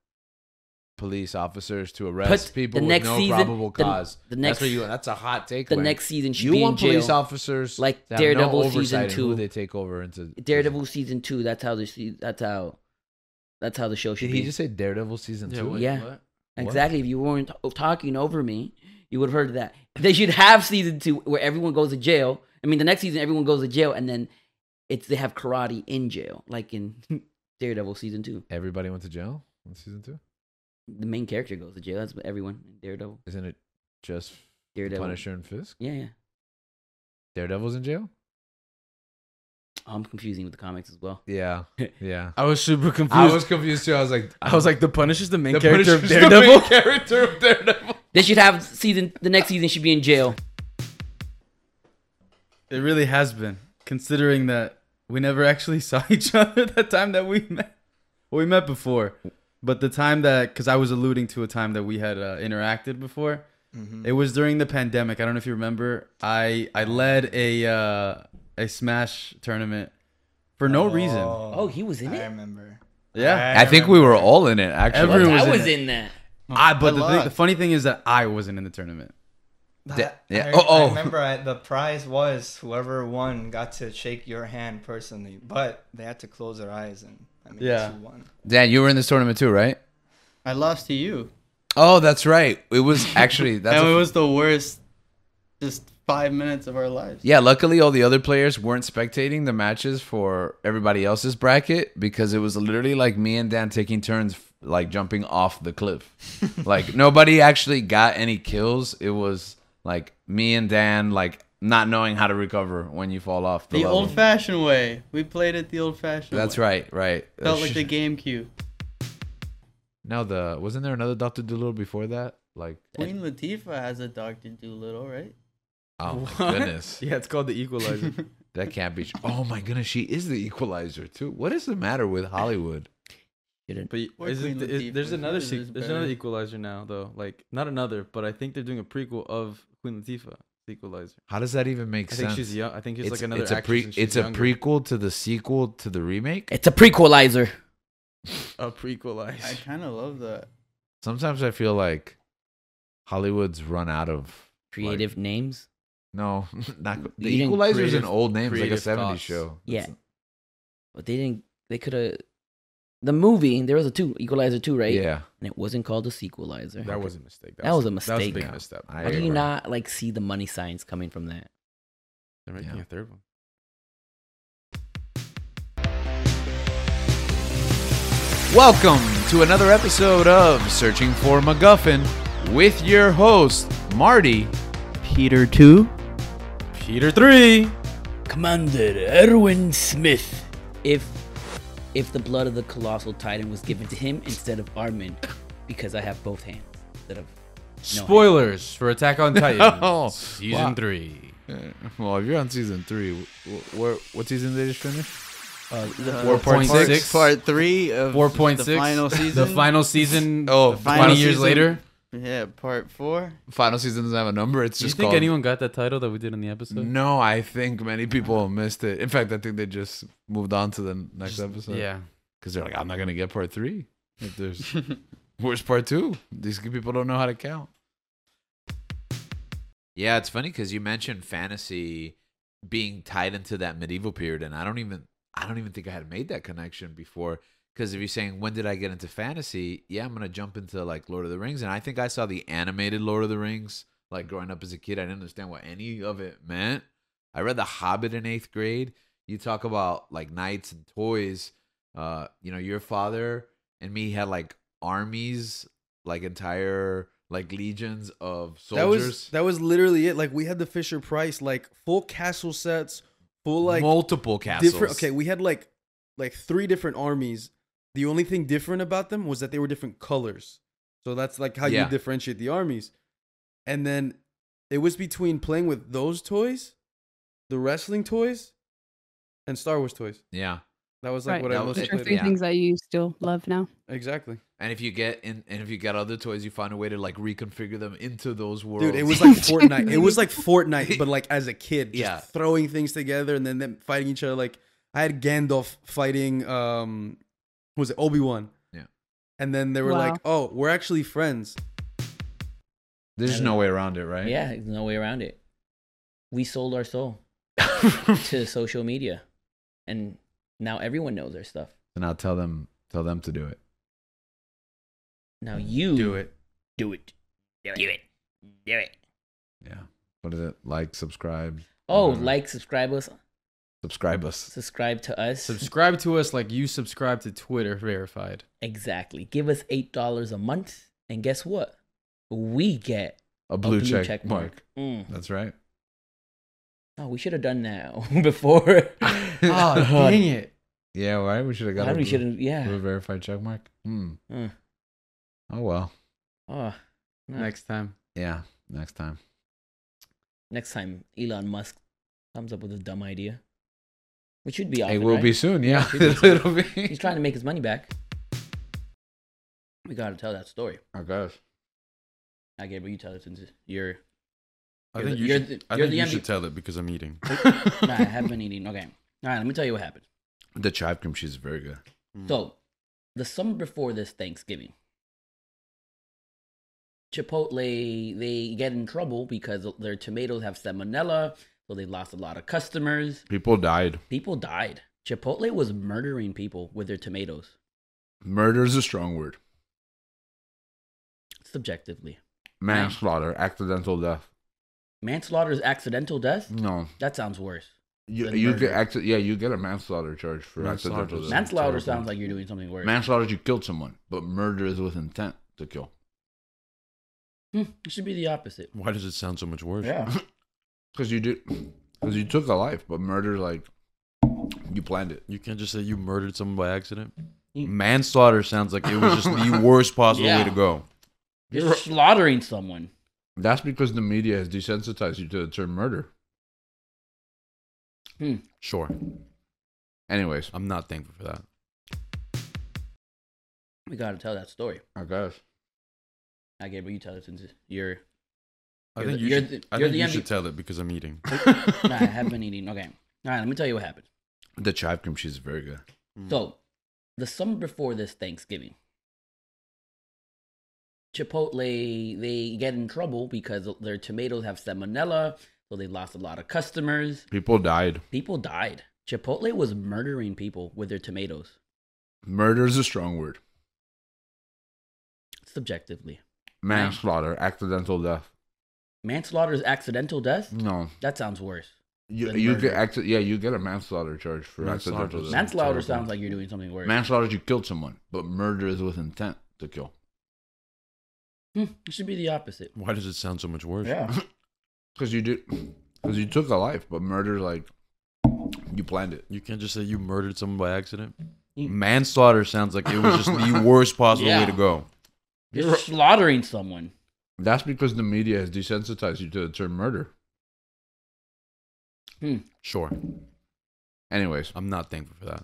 Speaker 1: police officers to arrest
Speaker 3: Put
Speaker 1: people
Speaker 3: the next
Speaker 1: with no
Speaker 3: season,
Speaker 1: probable
Speaker 3: the-
Speaker 1: cause.
Speaker 3: The, next,
Speaker 1: that's what you. That's a hot take.
Speaker 3: the
Speaker 1: Lang.
Speaker 3: next season should
Speaker 1: you
Speaker 3: be
Speaker 1: want
Speaker 3: in jail.
Speaker 1: police officers
Speaker 3: Like
Speaker 1: to have no
Speaker 3: Daredevil
Speaker 1: oversight
Speaker 3: season
Speaker 1: in
Speaker 3: two.
Speaker 1: Who they take over into
Speaker 3: Daredevil season two. That's how the se- that's how that's how the show should
Speaker 1: Did
Speaker 3: be.
Speaker 1: he just say Daredevil season two?
Speaker 3: wait, Yeah. Exactly. If you weren't o- talking over me,
Speaker 6: You would have heard of that. They should have season two where everyone goes to jail. I mean, the next season everyone goes to jail, and then it's they have karate in jail, like in Daredevil season two.
Speaker 1: Everybody went to jail in season two.
Speaker 6: The main character goes to jail. That's everyone in Daredevil.
Speaker 1: Isn't it just
Speaker 6: Daredevil.
Speaker 1: Punisher and Fisk?
Speaker 6: Yeah, yeah.
Speaker 1: Daredevil's in jail.
Speaker 3: Oh,
Speaker 6: I'm confusing with the comics as well.
Speaker 1: Yeah, yeah.
Speaker 2: I was super confused.
Speaker 1: I was confused too. I was like,
Speaker 2: I was like, the Punisher's the main
Speaker 1: The
Speaker 2: character of
Speaker 1: Punisher's the main
Speaker 2: Daredevil.
Speaker 1: character of Daredevil.
Speaker 6: They should have season. The next season should be in jail.
Speaker 2: It really has been, considering that we never actually saw each other that time that we met. Well, we met before, but the time that, because I was alluding to a time that we had uh, interacted before,
Speaker 16: Mhm.
Speaker 2: it was during the pandemic. I don't know if you remember. I I led a uh, a Smash tournament for no reason.
Speaker 6: Oh, he was in it. I
Speaker 16: remember.
Speaker 2: Yeah,
Speaker 1: I think we were all in it. Actually,
Speaker 2: Everyone was
Speaker 6: I
Speaker 2: in
Speaker 6: was
Speaker 2: it.
Speaker 6: in that.
Speaker 2: I but
Speaker 16: Good
Speaker 2: the, thing,
Speaker 16: luck.
Speaker 2: the funny thing is that I wasn't in the tournament.
Speaker 16: That-
Speaker 1: Yeah.
Speaker 16: I,
Speaker 1: Oh, oh.
Speaker 16: I remember I, the prize was whoever won got to shake your hand personally, but they had to close their eyes and I mean,
Speaker 2: Yeah.
Speaker 16: yeah. who won.
Speaker 1: Dan, you were in this tournament too, right?
Speaker 11: I lost to you.
Speaker 1: Oh, that's right. It was actually that's
Speaker 11: and
Speaker 1: a-
Speaker 11: it was the worst. Just five minutes of our lives.
Speaker 1: Yeah, luckily all the other players weren't spectating the matches for everybody else's bracket because it was literally like me and Dan taking turns like jumping off the cliff. like nobody actually got any kills. It was like me and Dan like not knowing how to recover when you fall off the,
Speaker 11: The
Speaker 1: level.
Speaker 11: old-fashioned way. We played it the old-fashioned.
Speaker 1: That's
Speaker 11: way.
Speaker 1: right, right.
Speaker 11: Felt like the GameCube.
Speaker 1: now the wasn't there another Doctor Doolittle before that? Like
Speaker 11: Queen Latifah has a Doctor Doolittle, right?
Speaker 1: oh my
Speaker 2: What?
Speaker 1: goodness.
Speaker 2: Yeah, it's called the Equalizer.
Speaker 1: That can't be. tr- Oh my goodness, she is the equalizer too. What is the matter with Hollywood?
Speaker 2: But
Speaker 11: Or
Speaker 2: is
Speaker 11: Queen
Speaker 2: it, is,
Speaker 11: Latifah,
Speaker 2: there's
Speaker 11: which
Speaker 2: another
Speaker 11: one of
Speaker 2: se-
Speaker 11: those
Speaker 2: there's another
Speaker 11: better?
Speaker 2: Equalizer now though. Like not another, but I think they're doing a prequel of Queen Latifah the Equalizer.
Speaker 1: How does that even make
Speaker 2: I
Speaker 1: sense?
Speaker 2: Think she's young. I think it's, like another
Speaker 1: It's a,
Speaker 2: actress
Speaker 1: pre-
Speaker 2: and she's
Speaker 1: it's a
Speaker 2: younger.
Speaker 1: prequel to the sequel to the remake.
Speaker 6: It's a prequelizer.
Speaker 2: a prequelizer.
Speaker 11: I kind of love that.
Speaker 1: Sometimes I feel like Hollywood's run out of
Speaker 6: Creative names.
Speaker 1: No, not the
Speaker 6: You didn't
Speaker 1: Equalizer is an
Speaker 6: creative-
Speaker 1: old name, it's like a
Speaker 2: creative
Speaker 1: '70s
Speaker 2: thoughts.
Speaker 1: show.
Speaker 6: Yeah, but they didn't. They could have. The movie there was a two Equalizer two, right?
Speaker 1: Yeah.
Speaker 6: and it wasn't called the sequelizer.
Speaker 2: That was a mistake.
Speaker 6: That, was a mistake.
Speaker 2: That was a big misstep.
Speaker 1: I
Speaker 6: How do you
Speaker 1: agree.
Speaker 6: not like see the money signs coming from that?
Speaker 2: They're making a third one.
Speaker 1: Welcome to another episode of Searching for MacGuffin with your host Marty,
Speaker 11: Peter two,
Speaker 2: Peter three.
Speaker 6: Commander Erwin Smith. If if the blood of the colossal titan was given to him instead of Armin, because I have both hands instead of no hand.
Speaker 2: Spoilers for Attack on Titan
Speaker 1: Oh,
Speaker 2: season
Speaker 1: wow.
Speaker 2: three.
Speaker 1: Uh, Well, if you're on season three, wh- wh- where what season did it finish?
Speaker 11: the-
Speaker 1: Four point
Speaker 11: part-
Speaker 1: six.
Speaker 11: part three of
Speaker 2: Four point six.
Speaker 11: the final season.
Speaker 2: The final season.
Speaker 1: Oh,
Speaker 2: Oh,
Speaker 11: final
Speaker 2: twenty years
Speaker 11: season.
Speaker 2: later.
Speaker 11: Yeah, part four.
Speaker 1: Final season doesn't have a number. It's
Speaker 2: Do you
Speaker 1: just
Speaker 2: think
Speaker 1: called.
Speaker 2: anyone got that title that we did in the episode?
Speaker 1: No, I think many people missed it. In fact, I think they just moved on to the next episode.
Speaker 2: yeah.
Speaker 1: because they're like, I'm not gonna get part three. If there's where's part two? These people don't know how to count. Yeah, it's funny because you mentioned fantasy being tied into that medieval period, and I don't even I don't even think I had made that connection before. Because if you're saying when did I get into fantasy, yeah, I'm gonna jump into like Lord of the Rings, and I think I saw the animated Lord of the Rings. Like growing up as a kid, I didn't understand what any of it meant. I read The Hobbit in eighth grade. You talk about like knights and toys. Uh, you know, your father and me had like armies, like entire like legions of soldiers.
Speaker 17: That was that was literally it. Like we had the Fisher Price, like full castle sets, full like
Speaker 1: Multiple castles.
Speaker 17: Different. Okay, we had like like three different armies. The only thing different about them was that they were different colors. So that's like how
Speaker 1: Yeah.
Speaker 17: you differentiate the armies. And then it was between playing with those toys, the wrestling toys, and Star Wars toys.
Speaker 1: Yeah.
Speaker 17: That was like what I mostly
Speaker 12: Those are
Speaker 17: played.
Speaker 12: three
Speaker 1: Yeah.
Speaker 12: things that you still love now.
Speaker 17: Exactly.
Speaker 1: And if you get in, and if you got other toys, you find a way to like reconfigure them into those worlds.
Speaker 17: Dude, it was like Fortnite. It was like Fortnite, but like as a kid, just
Speaker 1: Yeah.
Speaker 17: throwing things together and then them fighting each other. Like I had Gandalf fighting um who was it Obi Wan?
Speaker 1: Yeah.
Speaker 17: And then they were
Speaker 12: Wow.
Speaker 17: like, "Oh, we're actually friends."
Speaker 1: There's no way around it, right?
Speaker 6: Yeah, there's no way around it. We sold our soul to social media, and now everyone knows our stuff.
Speaker 1: And I'll tell them, tell them to do it.
Speaker 6: Now you
Speaker 17: do it.
Speaker 6: Do it. Do it.
Speaker 3: Do it.
Speaker 1: Yeah. What is it? Like, subscribe.
Speaker 3: Oh,
Speaker 1: whatever.
Speaker 3: like, subscribe us,
Speaker 1: subscribe us.
Speaker 3: subscribe to us.
Speaker 2: Subscribe to us like you subscribe to Twitter verified.
Speaker 3: Exactly. Give us eight dollars a month, and guess what? We get
Speaker 1: A blue, check, mark.
Speaker 3: Mm.
Speaker 1: That's right.
Speaker 3: Oh, we should have done now before. oh,
Speaker 17: dang it.
Speaker 1: Yeah, right. We should have got.
Speaker 3: God,
Speaker 1: a
Speaker 3: we
Speaker 1: blue-
Speaker 3: should've- yeah.
Speaker 1: blue verified check mark. Hmm.
Speaker 3: Mm.
Speaker 1: Oh well.
Speaker 3: Oh, no.
Speaker 2: Next time.
Speaker 1: Yeah. Next time.
Speaker 3: next time Elon Musk comes up with a dumb idea, which should be.
Speaker 1: It
Speaker 3: Often,
Speaker 1: will
Speaker 3: right?
Speaker 1: be soon, yeah.
Speaker 3: It should be soon.
Speaker 1: It'll be-
Speaker 3: He's trying to make his money back. We gotta tell that story.
Speaker 1: I guess.
Speaker 3: I Gabriel, you tell it since you're.
Speaker 2: I
Speaker 3: you're
Speaker 2: think
Speaker 3: the-
Speaker 2: you
Speaker 3: you're
Speaker 2: should,
Speaker 3: the-
Speaker 2: I
Speaker 3: you're
Speaker 2: think
Speaker 3: the
Speaker 2: you
Speaker 3: MVP.
Speaker 2: should tell it because I'm eating.
Speaker 3: nah, I have been eating. Okay. All right, let me tell you what happened.
Speaker 1: The chive cream cheese is very good.
Speaker 3: So, the summer before this Thanksgiving, Chipotle they get in trouble because their tomatoes have salmonella, so they lost a lot of customers.
Speaker 1: People died.
Speaker 3: People died. Chipotle was murdering people with their tomatoes
Speaker 1: Murder is a strong word.
Speaker 3: subjectively.
Speaker 1: Manslaughter, accidental death.
Speaker 3: Manslaughter is accidental death.
Speaker 1: No,
Speaker 3: That sounds worse.
Speaker 1: you,
Speaker 3: than
Speaker 1: you
Speaker 3: murder.
Speaker 1: get acci- yeah, you get a manslaughter charge for
Speaker 2: Manslaughter
Speaker 1: accidental
Speaker 2: is
Speaker 1: death.
Speaker 3: manslaughter
Speaker 2: terrible.
Speaker 3: sounds like you're doing something worse.
Speaker 1: Manslaughter is you killed someone, but murder is with intent to kill.
Speaker 3: Hmm, it should be the opposite.
Speaker 2: Why does it sound so much worse?
Speaker 3: Yeah.
Speaker 1: Because you did, because you took a life, but murder like you planned it.
Speaker 2: You can't just say you murdered someone by accident.
Speaker 3: You-
Speaker 2: Manslaughter sounds like it was just the worst possible way
Speaker 3: Yeah.
Speaker 2: to go.
Speaker 3: You're slaughtering someone.
Speaker 1: That's because the media has desensitized you to the term murder.
Speaker 3: Hmm.
Speaker 2: Sure.
Speaker 1: Anyways,
Speaker 2: I'm not thankful for that.
Speaker 3: We gotta tell that story.
Speaker 1: I guess.
Speaker 3: I Gabriel, you tell it since you're.
Speaker 2: I
Speaker 3: you're
Speaker 2: think
Speaker 3: the-
Speaker 2: you
Speaker 3: you're
Speaker 2: should,
Speaker 3: the-
Speaker 2: I
Speaker 3: you're
Speaker 2: think
Speaker 3: the
Speaker 2: you
Speaker 3: MVP.
Speaker 2: should tell it because I'm eating.
Speaker 3: nah, I have been eating. Okay. All right, let me tell you what happened.
Speaker 1: The chive cream cheese is very good. Mm.
Speaker 3: So, the summer before this Thanksgiving, Chipotle they get in trouble because their tomatoes have salmonella, so they lost a lot of customers.
Speaker 1: People died.
Speaker 3: People died. Chipotle was murdering people with their tomatoes
Speaker 1: Murder is a strong word.
Speaker 3: subjectively.
Speaker 1: Manslaughter, accidental death.
Speaker 3: Manslaughter is accidental death.
Speaker 1: No,
Speaker 3: That sounds worse.
Speaker 1: you
Speaker 3: than
Speaker 1: you
Speaker 3: murder.
Speaker 1: get acci- yeah, you get a manslaughter charge for
Speaker 2: Manslaughter
Speaker 1: accidental
Speaker 2: is
Speaker 1: death.
Speaker 3: manslaughter
Speaker 2: terrible.
Speaker 3: sounds like you're doing something worse.
Speaker 1: Manslaughter is you killed someone, but murder is with intent to kill.
Speaker 3: Hmm, it should be the opposite.
Speaker 2: Why does it sound so much worse?
Speaker 3: Yeah.
Speaker 1: Because you did, because you took a life, but murder like you planned it.
Speaker 2: You can't just say you murdered someone by accident.
Speaker 3: You-
Speaker 2: Manslaughter sounds like it was just the worst possible way to
Speaker 3: Yeah.
Speaker 2: go.
Speaker 3: You're, slaughtering someone.
Speaker 1: That's because the media has desensitized you to the term murder.
Speaker 3: Hmm.
Speaker 2: Sure.
Speaker 1: Anyways,
Speaker 2: I'm not thankful for that.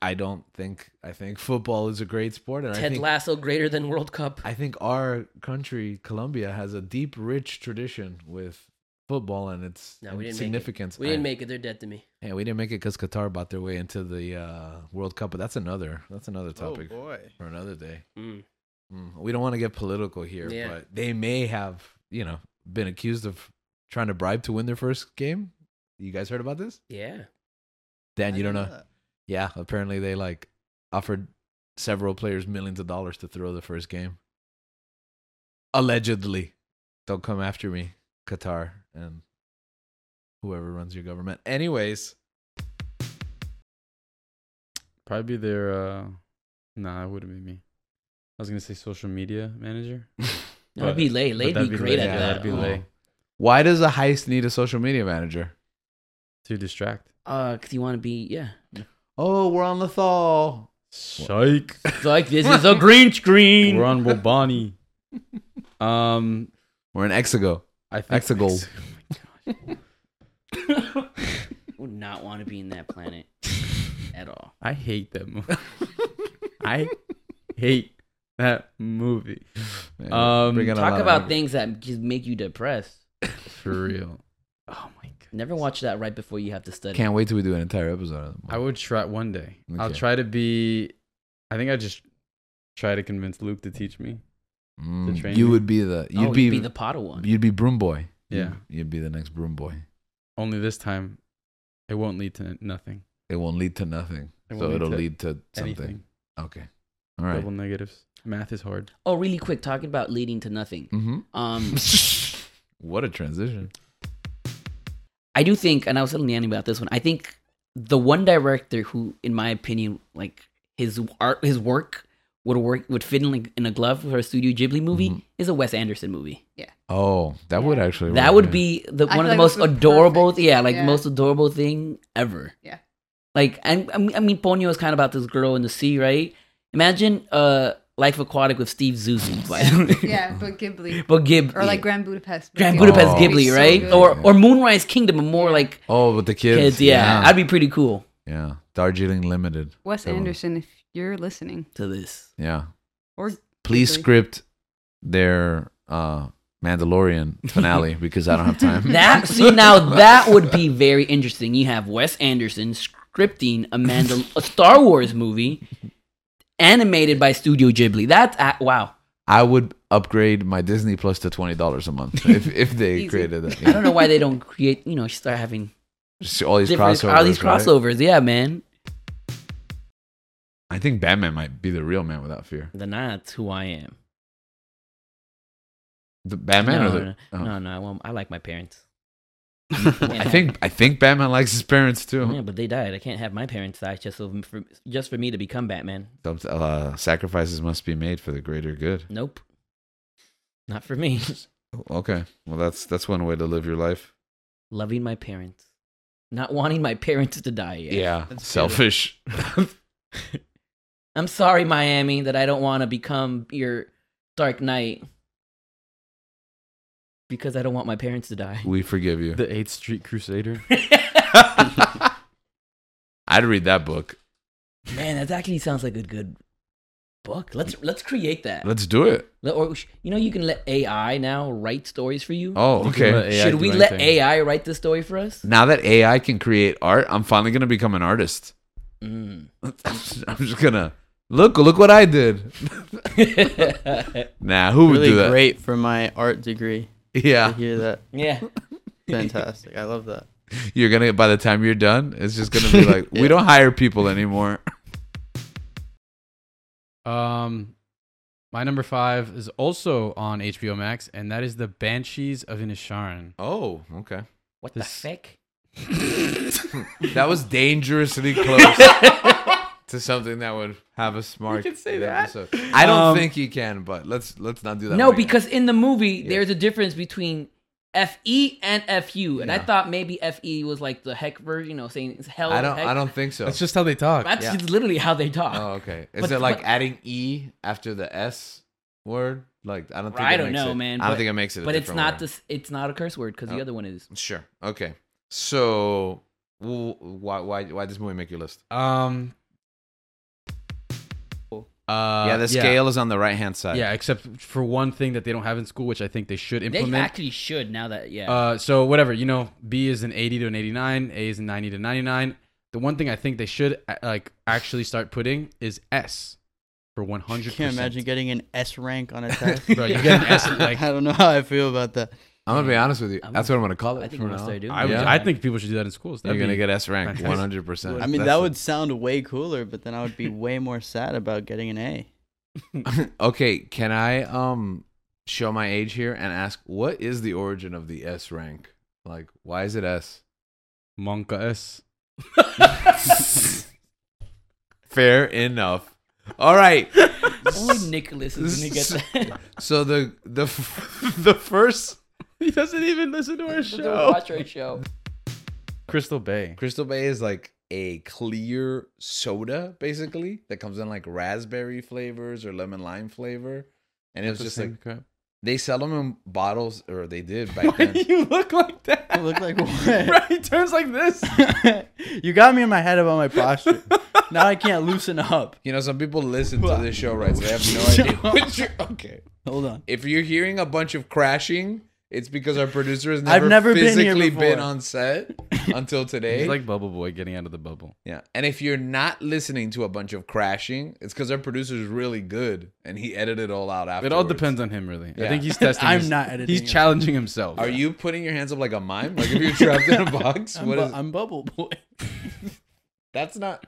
Speaker 18: I don't think I think football is a great sport, and I
Speaker 3: Ted
Speaker 18: think
Speaker 3: Lasso greater than World Cup.
Speaker 18: I think our country, Colombia, has a deep, rich tradition with football and its
Speaker 9: No, we
Speaker 18: and
Speaker 9: didn't
Speaker 18: significance.
Speaker 9: Make it. We didn't
Speaker 18: I-
Speaker 9: make it. They're dead to me.
Speaker 18: Yeah, we didn't make it because Qatar bought their way into the uh, World Cup, but that's another that's another
Speaker 11: Oh.
Speaker 18: topic
Speaker 17: Oh, boy.
Speaker 18: for another day.
Speaker 9: Mm.
Speaker 18: Mm, We don't want to get political here,
Speaker 9: Yeah.
Speaker 18: but they may have you know been accused of trying to bribe to win their first game. You guys heard about this?
Speaker 9: Yeah.
Speaker 18: Dan,
Speaker 17: I
Speaker 18: you don't know.
Speaker 17: didn't know that.
Speaker 18: Yeah, apparently they like offered several players millions of dollars to throw the first game. Allegedly. Don't come after me, Qatar and whoever runs your government. Anyways,
Speaker 2: Probably their. uh Nah, it wouldn't be me. I was gonna say social media manager.
Speaker 3: That would be Lay.
Speaker 2: but
Speaker 3: Lay'd
Speaker 2: that'd
Speaker 3: be great at
Speaker 18: yeah,
Speaker 3: that. Oh.
Speaker 2: That'd be Lay.
Speaker 18: why does a heist need a social media manager?
Speaker 2: To distract.
Speaker 3: Uh, cause you want to be yeah.
Speaker 18: Oh, we're on the thaw.
Speaker 2: Psych.
Speaker 3: It's like this is a green screen.
Speaker 2: We're on Wobani. Um,
Speaker 18: We're in Exego.
Speaker 2: I think
Speaker 18: Exegol.
Speaker 3: Would not want to be in that planet at all.
Speaker 2: I hate that movie. I hate that movie.
Speaker 18: Man,
Speaker 2: Um,
Speaker 18: bringing a lot of
Speaker 3: Talk about
Speaker 18: anger.
Speaker 3: things that just make you depressed.
Speaker 2: For real. Oh my god.
Speaker 3: Never watch that right before you have to study.
Speaker 18: Can't wait till we do an entire episode. of them.
Speaker 2: I would try one day. I'll
Speaker 18: Okay.
Speaker 2: try to be. I think I just try to convince Luke to teach me.
Speaker 18: Mm,
Speaker 2: train
Speaker 18: you
Speaker 2: me.
Speaker 18: would be the you'd
Speaker 3: oh,
Speaker 18: be,
Speaker 3: you'd be the Potter one.
Speaker 18: you'd be broom boy.
Speaker 2: Yeah.
Speaker 18: You'd- you'd be the next broom boy.
Speaker 2: Only this time, it won't lead to nothing.
Speaker 18: It won't lead to nothing.
Speaker 2: It won't
Speaker 18: so
Speaker 2: lead
Speaker 18: it'll
Speaker 2: to
Speaker 18: lead to something.
Speaker 2: Anything.
Speaker 18: Okay. All right.
Speaker 2: Double negatives.
Speaker 19: Math is hard.
Speaker 3: Oh, really quick, talking about leading to nothing.
Speaker 18: Mm-hmm.
Speaker 1: Mhm.
Speaker 3: Um,
Speaker 1: What a transition.
Speaker 3: I do think, and I was telling Danny about this one. I think the one director who, in my opinion, like his art, his work would work would fit in like in a glove for a Studio Ghibli movie is a Wes Anderson movie.
Speaker 12: Yeah.
Speaker 1: Oh, that would actually.
Speaker 3: That
Speaker 1: work,
Speaker 3: would
Speaker 1: yeah.
Speaker 3: be the
Speaker 12: I
Speaker 3: one of the
Speaker 12: feel like
Speaker 3: most
Speaker 12: this is
Speaker 3: adorable, yeah, like
Speaker 12: Yeah.
Speaker 3: most adorable thing ever.
Speaker 12: Yeah.
Speaker 3: Like, and I mean- I mean, Ponyo is kind of about this girl in the sea, right? Imagine uh, Life Aquatic with Steve Zissou, but-
Speaker 12: yeah, but Ghibli.
Speaker 3: but Ghib
Speaker 12: Or like Grand Budapest. but
Speaker 3: Grand
Speaker 12: Ghibli.
Speaker 3: Budapest
Speaker 12: It'd be
Speaker 3: Ghibli,
Speaker 12: so
Speaker 3: right?
Speaker 12: good.
Speaker 3: Or or Moonrise Kingdom, a more like
Speaker 1: Oh, with the kids.
Speaker 3: kids, yeah. I'd be pretty cool.
Speaker 1: Yeah, Darjeeling Limited.
Speaker 12: Wes
Speaker 1: That one.
Speaker 12: Anderson, if you're listening,
Speaker 3: to this.
Speaker 1: Yeah.
Speaker 12: or
Speaker 1: Please
Speaker 12: Ghibli.
Speaker 1: script their uh Mandalorian finale because I don't have time.
Speaker 3: That see now that would be very interesting. You have Wes Anderson scripting a Mandal- a Star Wars movie animated by Studio Ghibli. That's a wow.
Speaker 1: I would upgrade my Disney Plus to twenty dollars a month if if they created that.
Speaker 3: I don't know why they don't create. You know, start having
Speaker 1: Just all these
Speaker 3: different- All these
Speaker 1: crossovers,
Speaker 3: crossovers, yeah, man.
Speaker 1: I think Batman might be the real man without fear.
Speaker 3: Then that's who I am.
Speaker 1: The Batman
Speaker 3: no,
Speaker 1: or the
Speaker 3: no,
Speaker 1: oh.
Speaker 3: no, no, I won't. I like my parents.
Speaker 1: I think I think Batman likes his parents too.
Speaker 3: Yeah, but they died. I can't have my parents die just so for, just for me to become Batman.
Speaker 1: Some- uh, sacrifices must be made for the greater good.
Speaker 3: Nope. Not for me.
Speaker 1: Okay, well that's that's one way to live your life.
Speaker 3: Loving my parents. Not wanting my parents to die yet.
Speaker 1: Yeah, selfish.
Speaker 3: I'm sorry, Miami, that I don't want to become your Dark Knight because I don't want my parents to die.
Speaker 1: we forgive you.
Speaker 2: The Eighth Street Crusader.
Speaker 1: I'd read that book.
Speaker 3: Man, that actually sounds like a good book. Let's let's create that.
Speaker 1: Let's do it.
Speaker 3: Let- Or sh- you know, you can let AI now write stories for you.
Speaker 1: Oh, You can okay. let AI
Speaker 3: Should
Speaker 1: do
Speaker 3: we let
Speaker 1: anything.
Speaker 3: AI write the story for us?
Speaker 1: Now that AI can create art, I'm finally gonna become an artist.
Speaker 3: Mm.
Speaker 1: I'm just gonna look. Look what I did. nah, who would
Speaker 8: really
Speaker 1: do that?
Speaker 8: Great for my art degree.
Speaker 1: Yeah.
Speaker 8: to hear that.
Speaker 3: Yeah.
Speaker 8: fantastic. I love that.
Speaker 1: You're gonna by the time you're done, it's just gonna be like we don't hire people anymore.
Speaker 2: Um, my number five is also on HBO Max, and that is the Banshees of Inisharan.
Speaker 1: Oh, okay.
Speaker 3: What the heck?
Speaker 1: That was dangerously close to something that would have a smart.
Speaker 2: can say
Speaker 1: that.
Speaker 2: that.
Speaker 1: I don't
Speaker 2: Um,
Speaker 1: think you can, but let's let's not do that.
Speaker 3: No,
Speaker 1: right now.
Speaker 3: because in the movie there's a difference between FE and FU, and I
Speaker 1: Yeah.
Speaker 3: thought maybe FE was like the heck version, you know, saying it's hell.
Speaker 1: I don't.
Speaker 3: heck.
Speaker 1: I don't think so.
Speaker 2: That's just how they talk.
Speaker 3: That's
Speaker 1: Yeah.
Speaker 3: just literally how they talk.
Speaker 1: Oh, okay. Is
Speaker 3: But-
Speaker 1: it like
Speaker 3: but-
Speaker 1: adding e after the s word? Like I don't think.
Speaker 3: I
Speaker 1: it
Speaker 3: don't
Speaker 1: makes
Speaker 3: know,
Speaker 1: it-
Speaker 3: man.
Speaker 1: I don't
Speaker 3: but-
Speaker 1: think it makes it. A
Speaker 3: but it's
Speaker 1: different
Speaker 3: not
Speaker 1: word.
Speaker 3: this. It's not a curse word because
Speaker 1: Oh.
Speaker 3: the other one is.
Speaker 1: Sure. Okay. So w- why why why does movie make your list?
Speaker 2: Um. Uh,
Speaker 1: yeah, the scale is on the right hand side.
Speaker 2: Yeah, except for one thing that they don't have in school, which I think they should implement.
Speaker 3: They actually should now that yeah.
Speaker 2: Uh, so whatever you know, B is an eighty to an eighty-nine, A is a ninety to ninety-nine. The one thing I think they should uh, like actually start putting is S for one
Speaker 8: You
Speaker 2: hundred.
Speaker 8: can't imagine getting an S rank on a test.
Speaker 2: Bro, you get an S, like-
Speaker 8: I don't know how I feel about that.
Speaker 1: I'm gonna be honest with you. That's what I'm gonna call it.
Speaker 3: I think
Speaker 1: from
Speaker 3: I'm gonna
Speaker 1: now
Speaker 3: start
Speaker 1: on.
Speaker 3: doing
Speaker 1: I,
Speaker 2: I,
Speaker 1: would-
Speaker 2: would-
Speaker 3: Yeah.
Speaker 2: I think people should do that in schools.
Speaker 1: You're
Speaker 2: That'd
Speaker 1: gonna
Speaker 2: be
Speaker 1: get S rank
Speaker 2: fantastic.
Speaker 1: 100. percent
Speaker 8: I mean, that would sound way cooler, but then I would be way more sad about getting an A.
Speaker 1: okay. Can I um show my age here and ask what is the origin of the S rank? Like, why is it S?
Speaker 2: Monka S.
Speaker 1: Fair enough. All right.
Speaker 3: Only Nicholas is gonna get that.
Speaker 1: So the the f- the first
Speaker 2: He doesn't even listen to our
Speaker 3: The
Speaker 2: show.
Speaker 3: watch our show.
Speaker 2: Crystal Bay.
Speaker 1: Crystal Bay is like a clear soda, basically, that comes in like raspberry flavors or lemon lime flavor. And it was
Speaker 2: the
Speaker 1: just
Speaker 2: same
Speaker 1: like
Speaker 2: crap.
Speaker 1: they sell them in bottles, or they did back then.
Speaker 2: you look like that?
Speaker 8: I look like what?
Speaker 2: He turns like this.
Speaker 8: you got me in my head about my posture. now I can't loosen up.
Speaker 1: You know, some people listen to this show, right? So they have no idea. What you're, okay,
Speaker 8: Hold on.
Speaker 1: if you're hearing a bunch of crashing, it's because our producer has
Speaker 8: I've
Speaker 1: never,
Speaker 8: never been here
Speaker 1: physically been,
Speaker 8: before.
Speaker 1: on set until today.
Speaker 2: He's like Bubble Boy getting out of the bubble.
Speaker 1: Yeah. And if you're not listening to a bunch of crashing, it's because our producer's really good and he edited it all out after.
Speaker 2: It all depends on him, really.
Speaker 1: Yeah.
Speaker 2: I think he's testing.
Speaker 8: I'm
Speaker 2: his-
Speaker 8: not editing
Speaker 2: He's
Speaker 8: it.
Speaker 2: challenging himself.
Speaker 1: Are you putting your hands up like a mime? Like if you're trapped in a box?
Speaker 8: I'm,
Speaker 1: What
Speaker 8: bu-
Speaker 1: is
Speaker 8: I'm bubble boy.
Speaker 1: that's not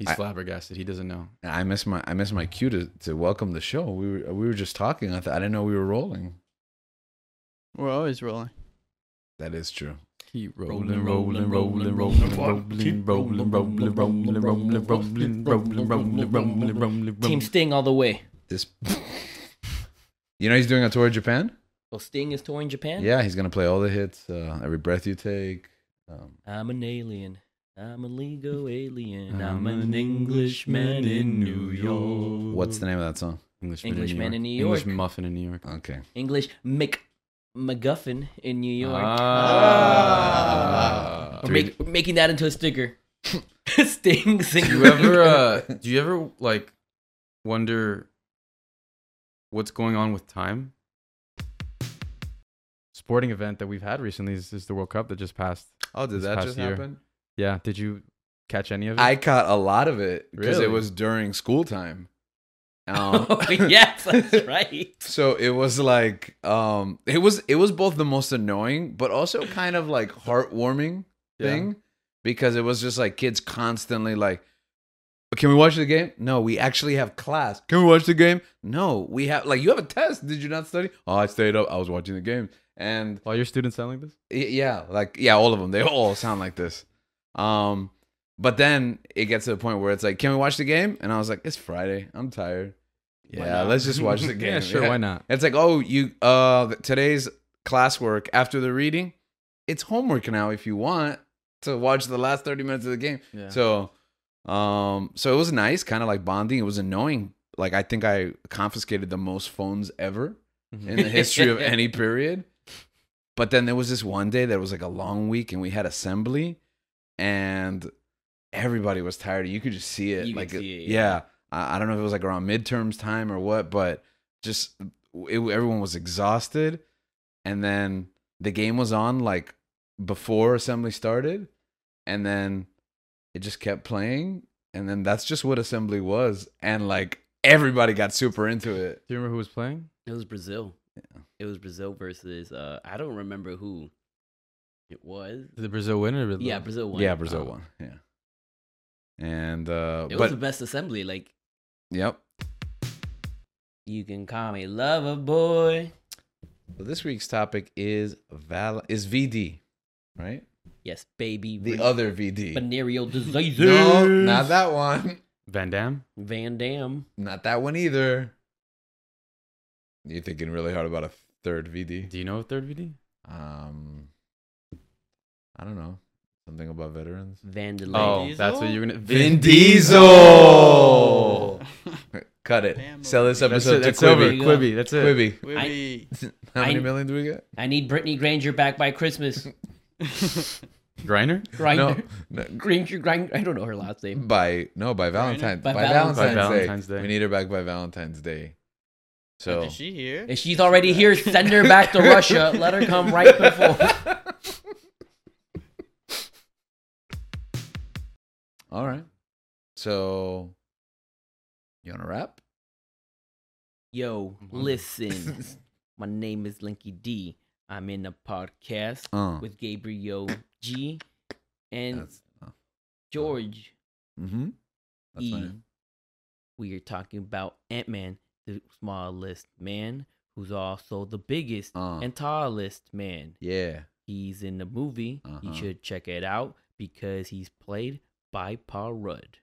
Speaker 2: He's
Speaker 1: I-
Speaker 2: flabbergasted. He doesn't know.
Speaker 1: I miss my I miss my cue to, to welcome the show. We were we were just talking. I thought I didn't know we were rolling.
Speaker 8: We're always rolling.
Speaker 1: That is true.
Speaker 2: Keep
Speaker 1: rolling, rolling, rolling, rolling, rolling, rolling, rolling, rolling, rolling, rolling, rolling, rolling, rolling, rolling, rolling.
Speaker 3: Team Sting all the way.
Speaker 1: This. You know he's doing a tour of Japan.
Speaker 3: Well, Sting is touring Japan.
Speaker 1: Yeah, he's gonna play all the hits. Uh, Every breath you take. Um,
Speaker 3: I'm an alien. I'm a legal alien. I'm an Englishman in New York.
Speaker 1: what's the name of that song?
Speaker 2: Englishman,
Speaker 3: Englishman in New
Speaker 2: English
Speaker 3: York.
Speaker 2: muffin in New York.
Speaker 1: Okay.
Speaker 3: English Mc MacGuffin in New York.
Speaker 2: Ah.
Speaker 3: We're, make, we're making that into a sticker. Sting singing.
Speaker 2: do you ever uh do you ever like wonder what's going on with time sporting event that we've had recently is, is the world cup that just passed
Speaker 1: Oh, did
Speaker 2: this
Speaker 1: that
Speaker 2: past
Speaker 1: just
Speaker 2: year.
Speaker 1: happen?
Speaker 2: yeah did you catch any of it
Speaker 1: I caught a lot of it because
Speaker 2: Really?
Speaker 1: it was during school time. Um,
Speaker 3: Oh, yes, that's right.
Speaker 1: So it was like um it was it was both the most annoying but also kind of like heartwarming
Speaker 2: Yeah.
Speaker 1: thing because it was just like kids constantly like can we watch the game? No, we actually have class. Can we watch the game? No, we have like you have a test. Did you not study? Oh, I stayed up. I was watching the game. And
Speaker 2: all your students sound like this?
Speaker 1: Yeah, like yeah, all of them. They all sound like this. Um but then it gets to the point where it's like, "Can we watch the game?" And I was like, "It's Friday. I'm tired."
Speaker 2: Why
Speaker 1: Yeah,
Speaker 2: not?
Speaker 1: let's just watch the
Speaker 2: Yeah,
Speaker 1: game.
Speaker 2: sure, why not?
Speaker 1: It's like, oh, you uh th- today's classwork after the reading, it's homework now if you want to watch the last 30 minutes of the game.
Speaker 2: Yeah.
Speaker 1: So um so it was nice, kind of like bonding. It was annoying. Like I think I confiscated the most phones ever in the history of any period. But then there was this one day that was like a long week and we had assembly and everybody was tired. You could just see it.
Speaker 3: You could
Speaker 1: like
Speaker 3: see it,
Speaker 1: yeah.
Speaker 3: yeah.
Speaker 1: I, I don't know if it was like around midterms time or what, but just it, everyone was exhausted. And then the game was on like before assembly started. And then it just kept playing. And then that's just what assembly was. And like everybody got super into it.
Speaker 2: do you remember who was playing
Speaker 3: It was Brazil.
Speaker 1: Yeah.
Speaker 3: It was Brazil versus uh I don't remember who it was.
Speaker 2: did brazil win or did they
Speaker 3: Yeah,
Speaker 2: lose?
Speaker 3: Brazil won.
Speaker 1: Yeah, Brazil
Speaker 3: Oh.
Speaker 1: won. Yeah. And uh
Speaker 3: It was
Speaker 1: but
Speaker 3: the best assembly. Like
Speaker 1: yep.
Speaker 3: you can call me lover boy.
Speaker 1: But this week's topic is val is VD, right?
Speaker 3: Yes, baby.
Speaker 1: The
Speaker 3: Ren-
Speaker 1: other VD.
Speaker 3: venereal diseases.
Speaker 1: No, not that one.
Speaker 2: van damme
Speaker 3: Van Dam.
Speaker 1: Not that one either. You're thinking really hard about a third VD.
Speaker 2: do you know a third vd
Speaker 1: Um, I don't know. Something about veterans.
Speaker 3: Van Dam.
Speaker 2: oh that's what you're gonna
Speaker 1: Vin Diesel. Cut it. Sell this
Speaker 2: That's
Speaker 1: episode
Speaker 2: it, that's
Speaker 1: to
Speaker 2: over.
Speaker 1: Quibi.
Speaker 2: Quibi, that's it.
Speaker 1: Quibi.
Speaker 3: Quibi.
Speaker 1: How
Speaker 3: I-
Speaker 1: many million do we get?
Speaker 3: I need Brittany Granger back by Christmas.
Speaker 2: griner
Speaker 3: Grinder.
Speaker 1: No, no.
Speaker 3: Granger Grinder. I don't know her last name.
Speaker 1: by no by Valentine by,
Speaker 3: By
Speaker 1: Valentine's,
Speaker 3: Valentine's-
Speaker 2: By
Speaker 1: Day.
Speaker 2: Valentine's Day.
Speaker 1: We need her back by Valentine's Day. So
Speaker 8: Is she here?
Speaker 3: If she's already here, send her back to Russia. Let her come right before.
Speaker 1: all right. So you want to wrap?
Speaker 3: Yo,
Speaker 20: Mm-hmm.
Speaker 3: listen. My name is Linky D. I'm in a podcast
Speaker 20: Uh-huh.
Speaker 1: Uh.
Speaker 3: with Gabriel G and
Speaker 1: That's,
Speaker 20: uh,
Speaker 1: oh,
Speaker 3: George
Speaker 1: mm-hmm. That's
Speaker 3: E.
Speaker 1: my name.
Speaker 3: We are talking about Ant Man, the smallest man, who's also the biggest
Speaker 20: Uh-huh.
Speaker 1: Uh.
Speaker 3: and tallest man.
Speaker 1: Yeah.
Speaker 3: He's in the movie.
Speaker 1: Uh-huh.
Speaker 3: You should check it out because he's played by Paul Rudd.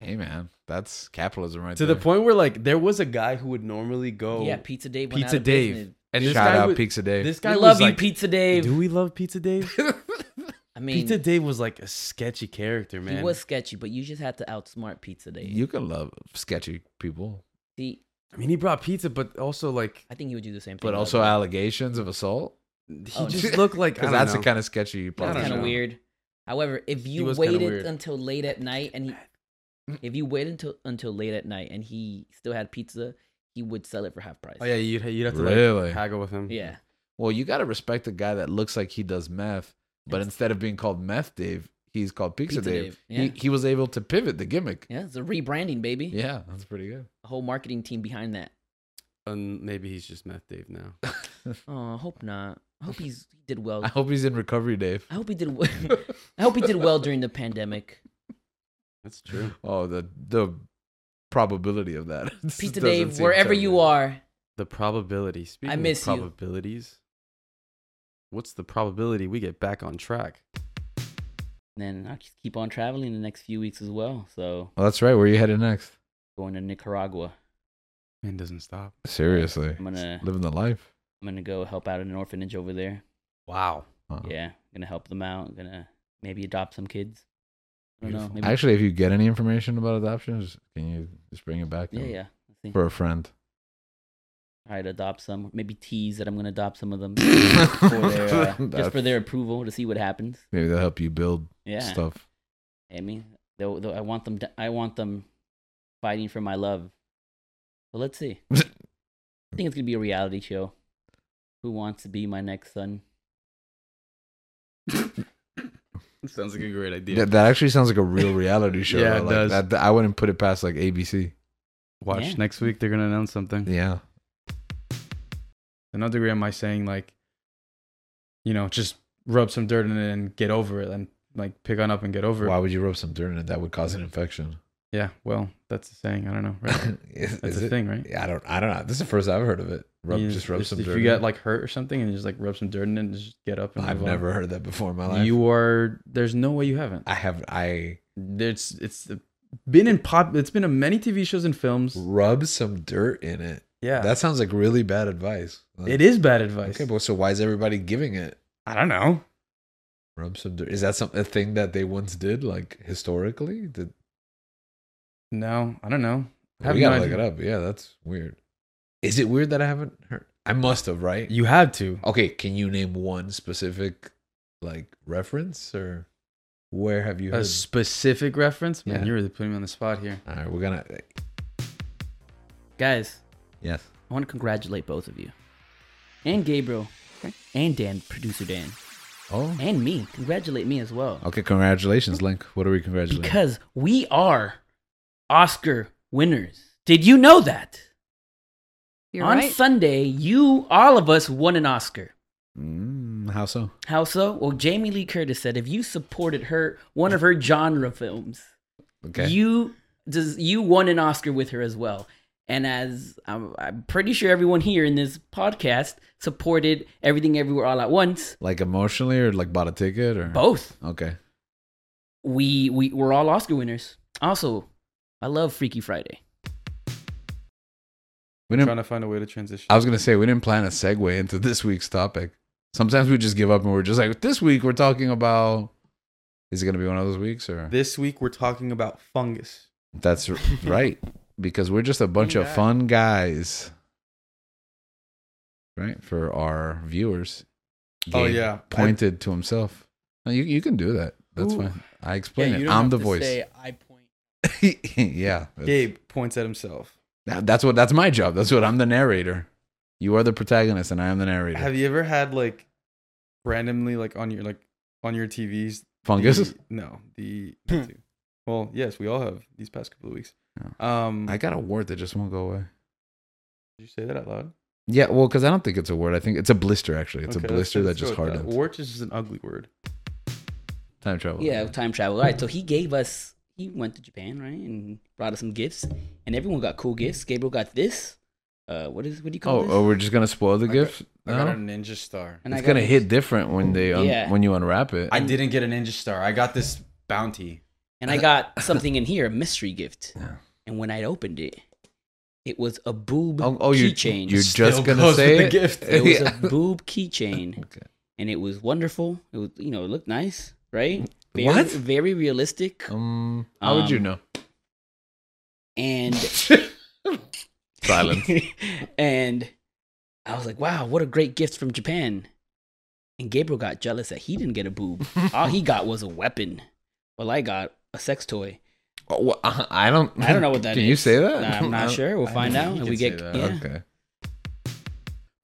Speaker 1: Hey man, that's capitalism right
Speaker 20: to
Speaker 1: there.
Speaker 20: the point where like there was a guy who would normally go
Speaker 3: yeah, Pizza Dave. Went
Speaker 20: Oh,
Speaker 3: out
Speaker 20: Pizza
Speaker 3: of
Speaker 20: Dave,
Speaker 3: business.
Speaker 20: and this
Speaker 1: Shout
Speaker 20: guy
Speaker 1: out
Speaker 20: was-
Speaker 1: Pizza Dave.
Speaker 20: This
Speaker 3: We
Speaker 20: guy
Speaker 3: love
Speaker 20: was
Speaker 3: you,
Speaker 20: like,
Speaker 3: Pizza Dave.
Speaker 20: Do we love Pizza Dave?
Speaker 3: I mean,
Speaker 20: Pizza Dave was like a sketchy character, man.
Speaker 3: He was sketchy, but you just had to outsmart Pizza Dave.
Speaker 1: You can love sketchy people,
Speaker 3: See,
Speaker 20: I mean, he brought pizza, but also like
Speaker 3: I think he would do the same thing.
Speaker 1: but
Speaker 3: to
Speaker 1: also
Speaker 3: us.
Speaker 1: allegations of assault.
Speaker 20: he
Speaker 3: Oh,
Speaker 20: just looked like I
Speaker 1: Because
Speaker 20: don't
Speaker 1: that's
Speaker 20: know.
Speaker 1: the kind of sketchy part.
Speaker 3: that's
Speaker 1: of the
Speaker 3: kind of
Speaker 1: show.
Speaker 3: weird. However, if you
Speaker 20: was kinda
Speaker 3: waited
Speaker 20: weird.
Speaker 3: until late at night and he, if you waited until until late at night and he still had pizza, he would sell it for half price.
Speaker 20: Oh yeah, you'd you'd have to
Speaker 1: Really?
Speaker 20: like haggle with him.
Speaker 3: yeah.
Speaker 1: Well, you got to respect the guy that looks like he does meth, but instead of being called Meth Dave, he's called Pizza,
Speaker 3: Pizza
Speaker 1: Dave.
Speaker 3: Dave, yeah.
Speaker 1: He, he was able to pivot the gimmick.
Speaker 3: Yeah, it's a rebranding, baby.
Speaker 1: Yeah, that's pretty good.
Speaker 3: A whole marketing team behind that.
Speaker 2: and maybe he's just meth dave now
Speaker 3: Oh, I hope not. I hope
Speaker 20: Oh.
Speaker 3: he's he did well.
Speaker 1: I hope he's in recovery, Dave.
Speaker 3: I hope he did well. I hope he did well during the pandemic.
Speaker 2: That's true.
Speaker 1: Oh, the the probability of that.
Speaker 6: Pizza
Speaker 1: doesn't
Speaker 6: Dave,
Speaker 1: seem
Speaker 6: wherever
Speaker 1: so
Speaker 6: you are,
Speaker 2: The probability. Speaking
Speaker 6: miss you.
Speaker 2: of probabilities, what's the probability we get back on track?
Speaker 6: then I'll just keep on traveling the next few weeks as well. So
Speaker 1: Well, that's right. Where are you headed next?
Speaker 6: going to Nicaragua.
Speaker 2: Man doesn't stop.
Speaker 1: Seriously,
Speaker 6: I'm gonna-
Speaker 1: living the life.
Speaker 6: I'm gonna go help out an orphanage over there.
Speaker 2: Wow.
Speaker 1: Uh-huh.
Speaker 6: Yeah, gonna help them out. Gonna maybe adopt some kids. I don't know.
Speaker 1: Beautiful.
Speaker 6: Maybe
Speaker 1: Actually, if you get any information about adoptions, can you just bring it back? to
Speaker 6: Yeah,
Speaker 1: me?
Speaker 6: yeah, I think-
Speaker 1: For a friend.
Speaker 6: try to adopt some. Maybe tease that I'm gonna adopt some of them for their, uh, just for
Speaker 1: That's-
Speaker 6: their approval to see what happens.
Speaker 1: Maybe they'll help you build
Speaker 6: Yeah.
Speaker 1: stuff.
Speaker 6: I mean, though, though I want them. To, I want them fighting for my love. But let's see. I think it's gonna be a reality show. Who wants to be my next son?
Speaker 2: Sounds like a great idea.
Speaker 1: That, that actually sounds like a real reality show.
Speaker 2: Yeah, it
Speaker 1: like,
Speaker 2: does.
Speaker 1: That, that- I wouldn't put it past like ABC.
Speaker 2: Watch
Speaker 6: Yeah.
Speaker 2: next week. They're gonna announce something.
Speaker 6: Mm-hmm.
Speaker 1: Yeah.
Speaker 2: Another degree, am I saying like, you know, just rub some dirt in it and get over it, and like pick on up and get over it?
Speaker 1: Why would you rub some dirt in it? That would cause an infection.
Speaker 2: Yeah. Well, that's the saying. I don't know. Right?
Speaker 1: Is-
Speaker 2: that's
Speaker 1: is
Speaker 2: the
Speaker 1: it?
Speaker 2: thing, right?
Speaker 1: I don't. I don't know. This is the first I've heard of it. Rub,
Speaker 2: You
Speaker 1: just rub some
Speaker 2: if
Speaker 1: dirt.
Speaker 2: you
Speaker 1: in
Speaker 2: got
Speaker 1: it.
Speaker 2: like hurt or something, and you just like rub some dirt in it and just get up. And
Speaker 1: I've
Speaker 2: move on.
Speaker 1: never heard that before in my life.
Speaker 2: You are. There's no way you haven't.
Speaker 1: I have. I
Speaker 2: There's. It's been in pop. It's been in many TV shows and films.
Speaker 1: rub some dirt in it.
Speaker 2: Yeah.
Speaker 1: That sounds like really bad advice.
Speaker 2: It is bad advice.
Speaker 1: Okay, but so why is everybody giving it?
Speaker 2: I don't know.
Speaker 1: Rub some dirt. Is that some a thing that they once did, like historically? Did,
Speaker 2: No, I don't know. I have
Speaker 1: we
Speaker 2: no
Speaker 1: gotta look it
Speaker 2: idea.
Speaker 1: up. Yeah, that's weird. Is it weird that I haven't heard? I must have, right?
Speaker 2: You had to.
Speaker 1: Okay, can you name one specific like reference or where have you
Speaker 2: A
Speaker 1: heard?
Speaker 2: specific reference? Man,
Speaker 1: Yeah.
Speaker 2: you're really putting me on the spot here.
Speaker 1: All right, we're gonna.
Speaker 6: Guys,
Speaker 1: Yes.
Speaker 6: I want to congratulate both of you, and Gabriel, and Dan, producer Dan,
Speaker 1: oh,
Speaker 6: and me. Congratulate me as well.
Speaker 1: Okay, congratulations, Link. What are we congratulating?
Speaker 6: Because we are Oscar winners. Did you know that?
Speaker 3: You're
Speaker 6: On
Speaker 3: right.
Speaker 6: Sunday, you, all of us, won an Oscar.
Speaker 1: Mm, how so?
Speaker 6: How so? Well, Jamie Lee Curtis said if you supported her, one of her genre films,
Speaker 1: Okay.
Speaker 6: you does you won an Oscar with her as well. And as I'm, I'm pretty sure everyone here in this podcast supported Everything Everywhere All at Once.
Speaker 1: like emotionally, or like bought a ticket, or
Speaker 6: Both.
Speaker 1: Okay.
Speaker 6: We we were all Oscar winners. Also, I love Freaky Friday.
Speaker 1: We
Speaker 2: I'm
Speaker 1: didn't.
Speaker 2: trying to find a way to transition.
Speaker 1: I was gonna say we didn't plan a segue into this week's topic. Sometimes we just give up and we're just like, this week we're talking about. Is it gonna be one of those weeks or?
Speaker 2: This week we're talking about fungus.
Speaker 1: That's r- right, because we're just a bunch of
Speaker 2: Fungi.
Speaker 1: fun guys, right? For our viewers.
Speaker 2: Oh,
Speaker 1: Gabe
Speaker 2: yeah. I-
Speaker 1: pointed to himself. No, you you can do that. That's
Speaker 2: Ooh.
Speaker 1: fine. I explain
Speaker 2: you
Speaker 1: it.
Speaker 2: don't
Speaker 1: I'm
Speaker 2: have
Speaker 1: the
Speaker 2: to
Speaker 1: voice.
Speaker 8: uh,
Speaker 3: Say I point.
Speaker 1: yeah, that's-
Speaker 2: Gabe points at himself.
Speaker 1: That- That's what that's my job. That's what I'm the narrator. You are the protagonist and I am the narrator.
Speaker 2: Have you ever had like randomly like on your like on your TVs
Speaker 1: Fungus?
Speaker 2: the- no, the not too. well, yes, we all have these past couple of weeks. Um,
Speaker 1: I got a wart that just won't go away.
Speaker 2: Did you say that out loud?
Speaker 1: Yeah, well, because I don't think it's a word. I think it's a blister actually. It's
Speaker 2: Okay,
Speaker 1: a
Speaker 2: let's-
Speaker 1: blister that
Speaker 2: let's
Speaker 1: just
Speaker 2: go with
Speaker 1: hardened.
Speaker 2: Wart uh, is just an ugly word.
Speaker 1: Time travel.
Speaker 6: Yeah, time travel. All right, so he gave us. He went to Japan, right, and brought us some gifts, and everyone got cool gifts. Gabriel got this. Uh, what is what do you call
Speaker 1: Oh,
Speaker 6: this?
Speaker 1: oh, we're just gonna spoil the
Speaker 2: I
Speaker 1: gift.
Speaker 2: got, I got
Speaker 1: No?
Speaker 2: a ninja star.
Speaker 6: And I
Speaker 1: It's
Speaker 6: got
Speaker 1: gonna
Speaker 6: this.
Speaker 1: hit different when they un-
Speaker 6: Yeah.
Speaker 1: when you unwrap it.
Speaker 2: I didn't get a ninja star. I got this bounty.
Speaker 6: And I got something in here, a mystery gift.
Speaker 1: Yeah.
Speaker 6: And when I opened it, it was a boob
Speaker 1: Oh, oh, you-
Speaker 6: keychain.
Speaker 1: you're Still just gonna goes say with the it? gift.
Speaker 6: It was
Speaker 1: Yeah.
Speaker 6: a boob keychain, and it was wonderful. It was, you know, it looked nice, right? Very,
Speaker 1: What?
Speaker 6: Very realistic.
Speaker 1: Um, how would you
Speaker 6: Um,
Speaker 1: know?
Speaker 6: And
Speaker 1: Silence.
Speaker 6: and I was like, wow, what a great gift from Japan. And Gabriel got jealous that he didn't get a boob. All he got was a weapon. Well, I got a sex toy.
Speaker 1: Oh, wha- uh, I don't.
Speaker 6: I don't know what that
Speaker 1: Can you
Speaker 6: is.
Speaker 1: say that?
Speaker 6: Nah, I'm not
Speaker 1: I-
Speaker 6: sure. We'll
Speaker 1: I
Speaker 6: find
Speaker 1: don't
Speaker 6: out
Speaker 1: think
Speaker 6: and
Speaker 1: you
Speaker 6: we
Speaker 1: can
Speaker 6: get-
Speaker 1: say
Speaker 6: yeah.
Speaker 1: Okay.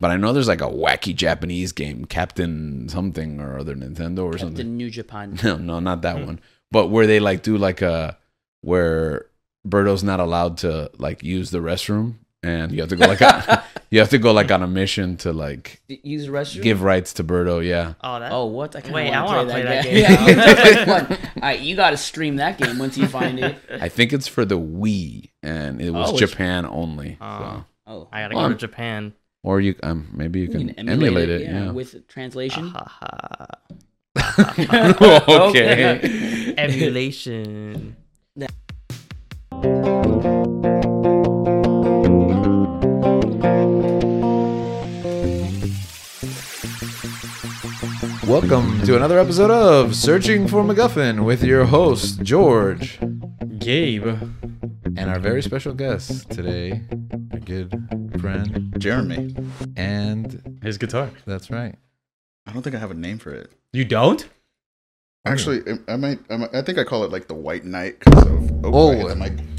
Speaker 1: But I know there's like a wacky Japanese game, Captain something or other Nintendo or
Speaker 6: Captain
Speaker 1: something.
Speaker 6: New Japan.
Speaker 1: No, no, not that
Speaker 6: Hmm.
Speaker 1: one. But where they like do like uh, a where Birdo's not allowed to like use the restroom and you have to go like a, You have to go like on a mission to like
Speaker 6: D- use the restroom?
Speaker 1: give rights to Birdo. Yeah.
Speaker 6: Oh, that. Oh, what? I kinda
Speaker 3: Wait,
Speaker 6: wanna
Speaker 3: I wanna play that
Speaker 6: game.
Speaker 3: game.
Speaker 6: now.
Speaker 3: Yeah. All right, you gotta stream that game once you find it.
Speaker 1: I think it's for the Wii, and it was
Speaker 3: Oh, it's-
Speaker 1: Japan only.
Speaker 6: Ah.
Speaker 3: Oh. Oh.
Speaker 8: I gotta
Speaker 1: Well,
Speaker 8: go to Japan.
Speaker 1: Or you, um, maybe you
Speaker 3: You
Speaker 1: can,
Speaker 3: can
Speaker 1: emulate, it. Yeah.
Speaker 3: with translation.
Speaker 1: Okay.
Speaker 8: Emulation.
Speaker 1: Welcome to another episode of Searching for MacGuffin with your host George,
Speaker 8: Gabe,
Speaker 1: and our very special guest today, our good friend Jeremy, and
Speaker 11: his guitar.
Speaker 1: That's right.
Speaker 11: I don't think I have a name for it.
Speaker 8: You don't? Hmm.
Speaker 11: Actually, I- I might. I might- I think I call it like the White Knight because of oh,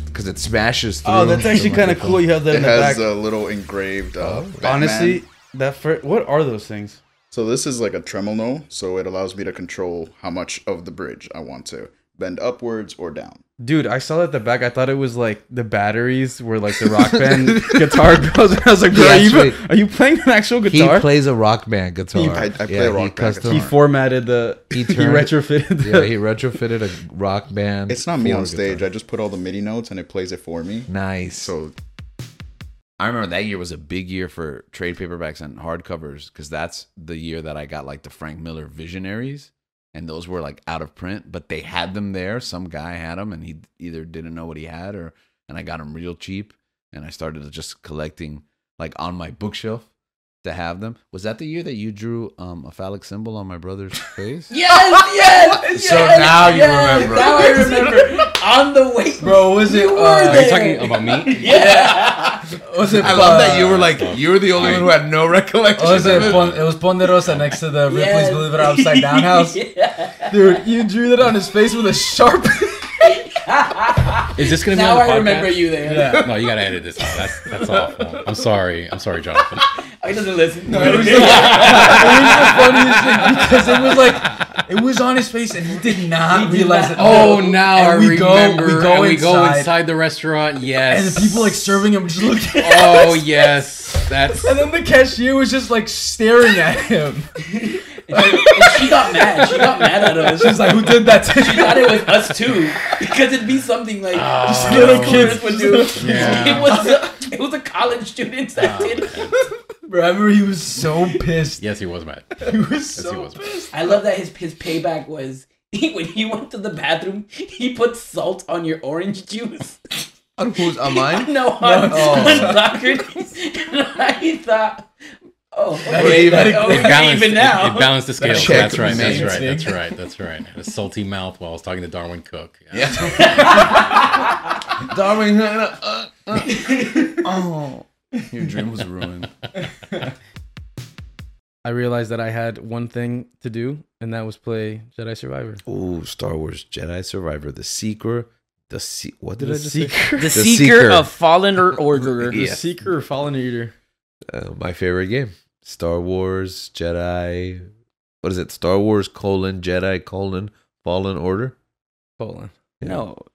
Speaker 1: because it smashes through.
Speaker 2: Oh, that's actually
Speaker 11: the
Speaker 2: kinda
Speaker 11: microphone.
Speaker 2: cool you have that
Speaker 11: It
Speaker 2: in the
Speaker 11: has
Speaker 2: back.
Speaker 11: a little engraved.
Speaker 8: Oh.
Speaker 11: Uh, Batman.
Speaker 2: Honestly, that fir- what are those things?
Speaker 11: So this is like a tremolo, so it allows me to control how much of the bridge I want to bend upwards or down.
Speaker 2: Dude, I saw that at the back. I thought it was like the batteries were like the rock band guitar goes. I was like,
Speaker 1: He
Speaker 2: bro, are, you,
Speaker 1: actually-
Speaker 2: are you playing an actual
Speaker 1: He
Speaker 2: guitar?
Speaker 1: plays a rock band guitar.
Speaker 2: He-
Speaker 11: I- I play a rock
Speaker 1: he
Speaker 11: band guitar.
Speaker 2: He formatted the. He,
Speaker 1: turned-
Speaker 2: retrofitted. The,
Speaker 1: Yeah, he retrofitted a rock band.
Speaker 11: It's not me
Speaker 1: for
Speaker 11: on stage. I just put all the MIDI notes and it plays it for me.
Speaker 1: Nice.
Speaker 11: So
Speaker 1: I remember that year was a big year for trade paperbacks and hardcovers because that's the year that I got like the Frank Miller Visionaries, and those were like out of print, but they had them there. Some guy had them, and he either didn't know what he had, or and I got them real cheap, and I started just collecting like on my bookshelf to have them. Was that the year that you drew um, a phallic symbol on my brother's face?
Speaker 3: yes,
Speaker 1: So now you remember.
Speaker 3: Now I remember. On the way,
Speaker 2: bro. Was it? uh,
Speaker 3: You were
Speaker 1: Are you talking
Speaker 3: there.
Speaker 1: about me?
Speaker 3: Yeah.
Speaker 8: Was it,
Speaker 1: I love that
Speaker 8: uh,
Speaker 1: you were like you were the only one who had no recollection.
Speaker 8: Oh, was
Speaker 1: of
Speaker 8: it, Pon- it was Ponderosa next to the Ripley's
Speaker 3: Yes.
Speaker 8: Believe It or Not Upside Down house. Dude, you drew that on his face with a sharp.
Speaker 13: Is this gonna be
Speaker 3: Now
Speaker 13: on the
Speaker 3: I remember
Speaker 13: podcast?
Speaker 3: you there. Yeah.
Speaker 13: No, you gotta edit this out. That's that's awful. I'm sorry. I'm sorry, Jonathan.
Speaker 3: Oh, he doesn't listen.
Speaker 8: No, it was, the, it was the funniest thing because it was like it was on his face and he did not realize it.
Speaker 13: Oh, now
Speaker 8: And
Speaker 13: I remember. and we go inside the restaurant.
Speaker 8: and
Speaker 13: Yes.
Speaker 8: the people like serving him just looked. At
Speaker 13: oh
Speaker 8: us.
Speaker 13: yes, that's
Speaker 8: And then the cashier was just like staring at him.
Speaker 3: she got mad. She got mad at us.
Speaker 8: She's like, "Who did that?" To
Speaker 3: She thought it was us too, because it'd be something like
Speaker 8: Just little kids.
Speaker 3: would do.
Speaker 8: Yeah.
Speaker 3: It was a, it was a college student that did.
Speaker 8: Bro, I remember he was so pissed.
Speaker 13: Yes, he was mad.
Speaker 8: He was so
Speaker 3: I love that his his payback was he, when he went to the bathroom, he put salt on your orange juice.
Speaker 1: On who's on mine?
Speaker 3: No, on,
Speaker 1: No.
Speaker 3: on Socrates. And I thought, oh,
Speaker 13: It
Speaker 3: okay,
Speaker 13: even-
Speaker 3: oh,
Speaker 13: it balanced-
Speaker 3: even now.
Speaker 13: It, it balanced the scale.
Speaker 1: Check
Speaker 13: That's right. That's
Speaker 1: mate.
Speaker 13: right. That's right. That's right. I had a salty mouth while I was talking to Darwin Cook.
Speaker 1: Darwin, uh, uh, uh. oh, your dream was ruined.
Speaker 2: I realized that I had one thing to do, and that was play Jedi Survivor.
Speaker 1: Ooh, Star Wars Jedi Survivor, the Seeker, the Se- what did
Speaker 2: The
Speaker 1: I just
Speaker 2: Seeker.
Speaker 1: say?
Speaker 2: The Seeker of
Speaker 3: Fallen or Orderer.
Speaker 2: The
Speaker 1: Yeah.
Speaker 2: Seeker or Fallen Eater.
Speaker 1: Uh, my favorite game, Star Wars Jedi. What is it? Star Wars colon Jedi colon Fallen Order.
Speaker 2: Colon.
Speaker 1: Yeah.
Speaker 3: No,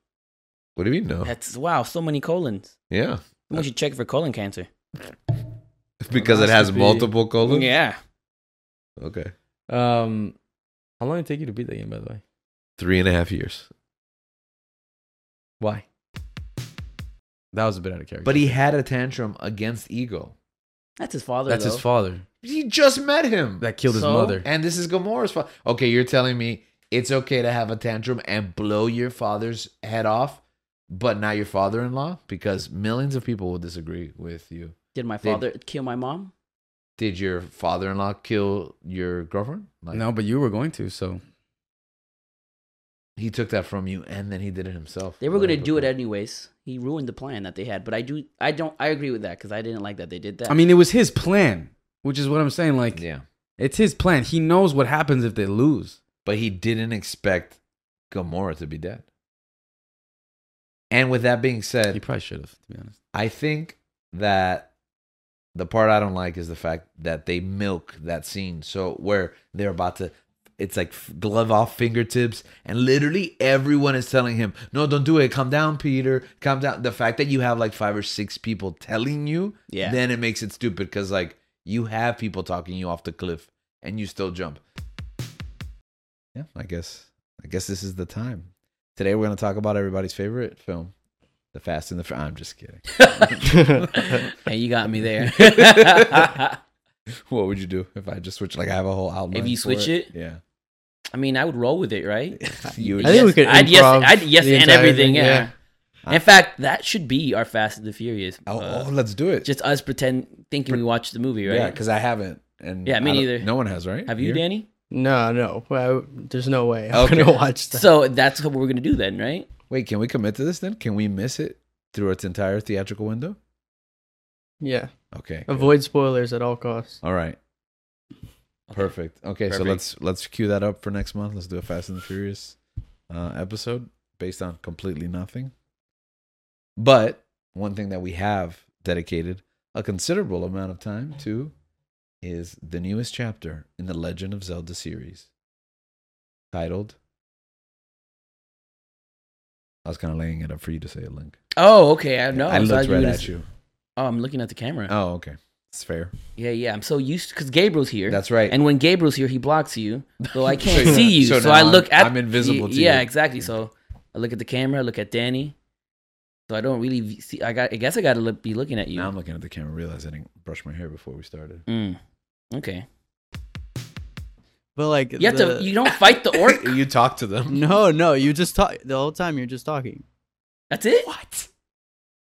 Speaker 1: What do you mean no?
Speaker 3: that's wow, so many colons.
Speaker 1: Yeah.
Speaker 3: Someone should check for colon cancer.
Speaker 1: Because it
Speaker 2: Must
Speaker 1: has
Speaker 2: be-
Speaker 1: multiple colons.
Speaker 3: Yeah.
Speaker 1: Okay.
Speaker 2: Um, how long did it take you to beat that game, by the way?
Speaker 1: Three and a half years.
Speaker 2: Why? That was a bit out of character.
Speaker 1: But he had a tantrum against Ego.
Speaker 3: That's his father.
Speaker 2: That's his
Speaker 3: though.
Speaker 2: father.
Speaker 1: He just met him.
Speaker 2: That killed his
Speaker 1: So?
Speaker 2: mother.
Speaker 1: And this is Gamora's fault. Okay, you're telling me it's okay to have a tantrum and blow your father's head off, but not your father-in-law because millions of people will disagree with you.
Speaker 3: Did my
Speaker 1: Did-
Speaker 3: father kill my mom?
Speaker 1: Did your father-in-law kill your girlfriend? Like,
Speaker 2: No, but you were going to, so
Speaker 1: He took that from you, and then he did it himself.
Speaker 3: They were going to do it anyways. He ruined the plan that they had, but I do, I don't, I agree with that because I didn't like that they did that.
Speaker 2: I mean, it was his plan, which is what I'm saying. Like,
Speaker 1: Yeah.
Speaker 2: it's his plan. He knows what happens if they lose.
Speaker 1: But he didn't expect Gamora to be dead. And with that being said,
Speaker 2: he probably should have. To be honest,
Speaker 1: I think that the part I don't like is the fact that they milk that scene. So where they're about to It's like f- glove off fingertips, and literally everyone is telling him, "No, don't do it. Calm down, Peter. Calm down." The fact that you have like five or six people telling you,
Speaker 8: Yeah.
Speaker 1: then it makes it stupid because like you have people talking you off the cliff, and you still jump. Yeah, I guess. I guess this is the time. Today we're going to talk about everybody's favorite film, The Fast and the. Fur- I'm just kidding.
Speaker 6: Hey, you got me there.
Speaker 1: what would you do if I just switch? Like I have a whole outline.
Speaker 6: If you
Speaker 1: for
Speaker 6: switch it,
Speaker 1: yeah.
Speaker 6: I mean, I would roll with it, right?
Speaker 1: You would-
Speaker 6: Yes,
Speaker 1: I think we could
Speaker 6: I'd yes,
Speaker 1: improv
Speaker 6: I'd yes
Speaker 1: the
Speaker 6: and
Speaker 1: entire
Speaker 6: everything.
Speaker 1: thing,
Speaker 6: Yeah.
Speaker 1: yeah.
Speaker 6: In fact, that should be our Fast and the Furious.
Speaker 1: Oh,
Speaker 3: uh,
Speaker 1: oh, let's do it.
Speaker 6: Uh, Just us pretend thinking we watched the movie, right?
Speaker 1: Yeah, because I haven't. And
Speaker 6: Yeah, me
Speaker 1: I don't-
Speaker 6: neither.
Speaker 1: No one has, right?
Speaker 6: Have you,
Speaker 1: Here?
Speaker 6: Danny?
Speaker 8: No, no. Well, there's no way. I'm gonna watch that.
Speaker 6: So that's what we're gonna do then, right?
Speaker 1: Wait, can we commit to this then? Can we miss it through its entire theatrical window?
Speaker 8: Yeah.
Speaker 1: Okay. good.
Speaker 8: Avoid spoilers at all costs.
Speaker 1: All right. Perfect. Okay, so
Speaker 8: Perfect.
Speaker 1: let's let's cue that up for next month. Let's do a Fast and the Furious uh, episode based on completely nothing. But one thing that we have dedicated a considerable amount of time to is the newest chapter in the Legend of Zelda series, titled. I was kind of laying it up for you to say it, Link.
Speaker 6: Oh, okay. I know.
Speaker 1: I
Speaker 6: So
Speaker 1: looked
Speaker 6: you
Speaker 1: right
Speaker 6: would've-
Speaker 1: at you.
Speaker 6: Oh, I'm looking at the camera.
Speaker 1: Oh, okay. It's fair.
Speaker 6: Yeah, yeah. I'm so used because Gabriel's here.
Speaker 1: That's right.
Speaker 6: And when Gabriel's here, he blocks you, so I can't
Speaker 1: So-
Speaker 6: see you.
Speaker 1: so
Speaker 6: So,
Speaker 1: now
Speaker 6: I
Speaker 1: I'm-
Speaker 6: look at.
Speaker 1: I'm invisible to
Speaker 6: yeah,
Speaker 1: you.
Speaker 6: exactly. So I look at the camera. I look at Danny. So I don't really v- see. I got. I guess I got to look, be looking at you.
Speaker 1: Now I'm looking at the camera, realize I didn't brush my hair before we started.
Speaker 6: Mm. Okay.
Speaker 8: But like
Speaker 6: You have to- you don't fight the orc.
Speaker 1: you talk to them.
Speaker 8: No, no. You just talk the whole time. You're just talking.
Speaker 6: That's it. What?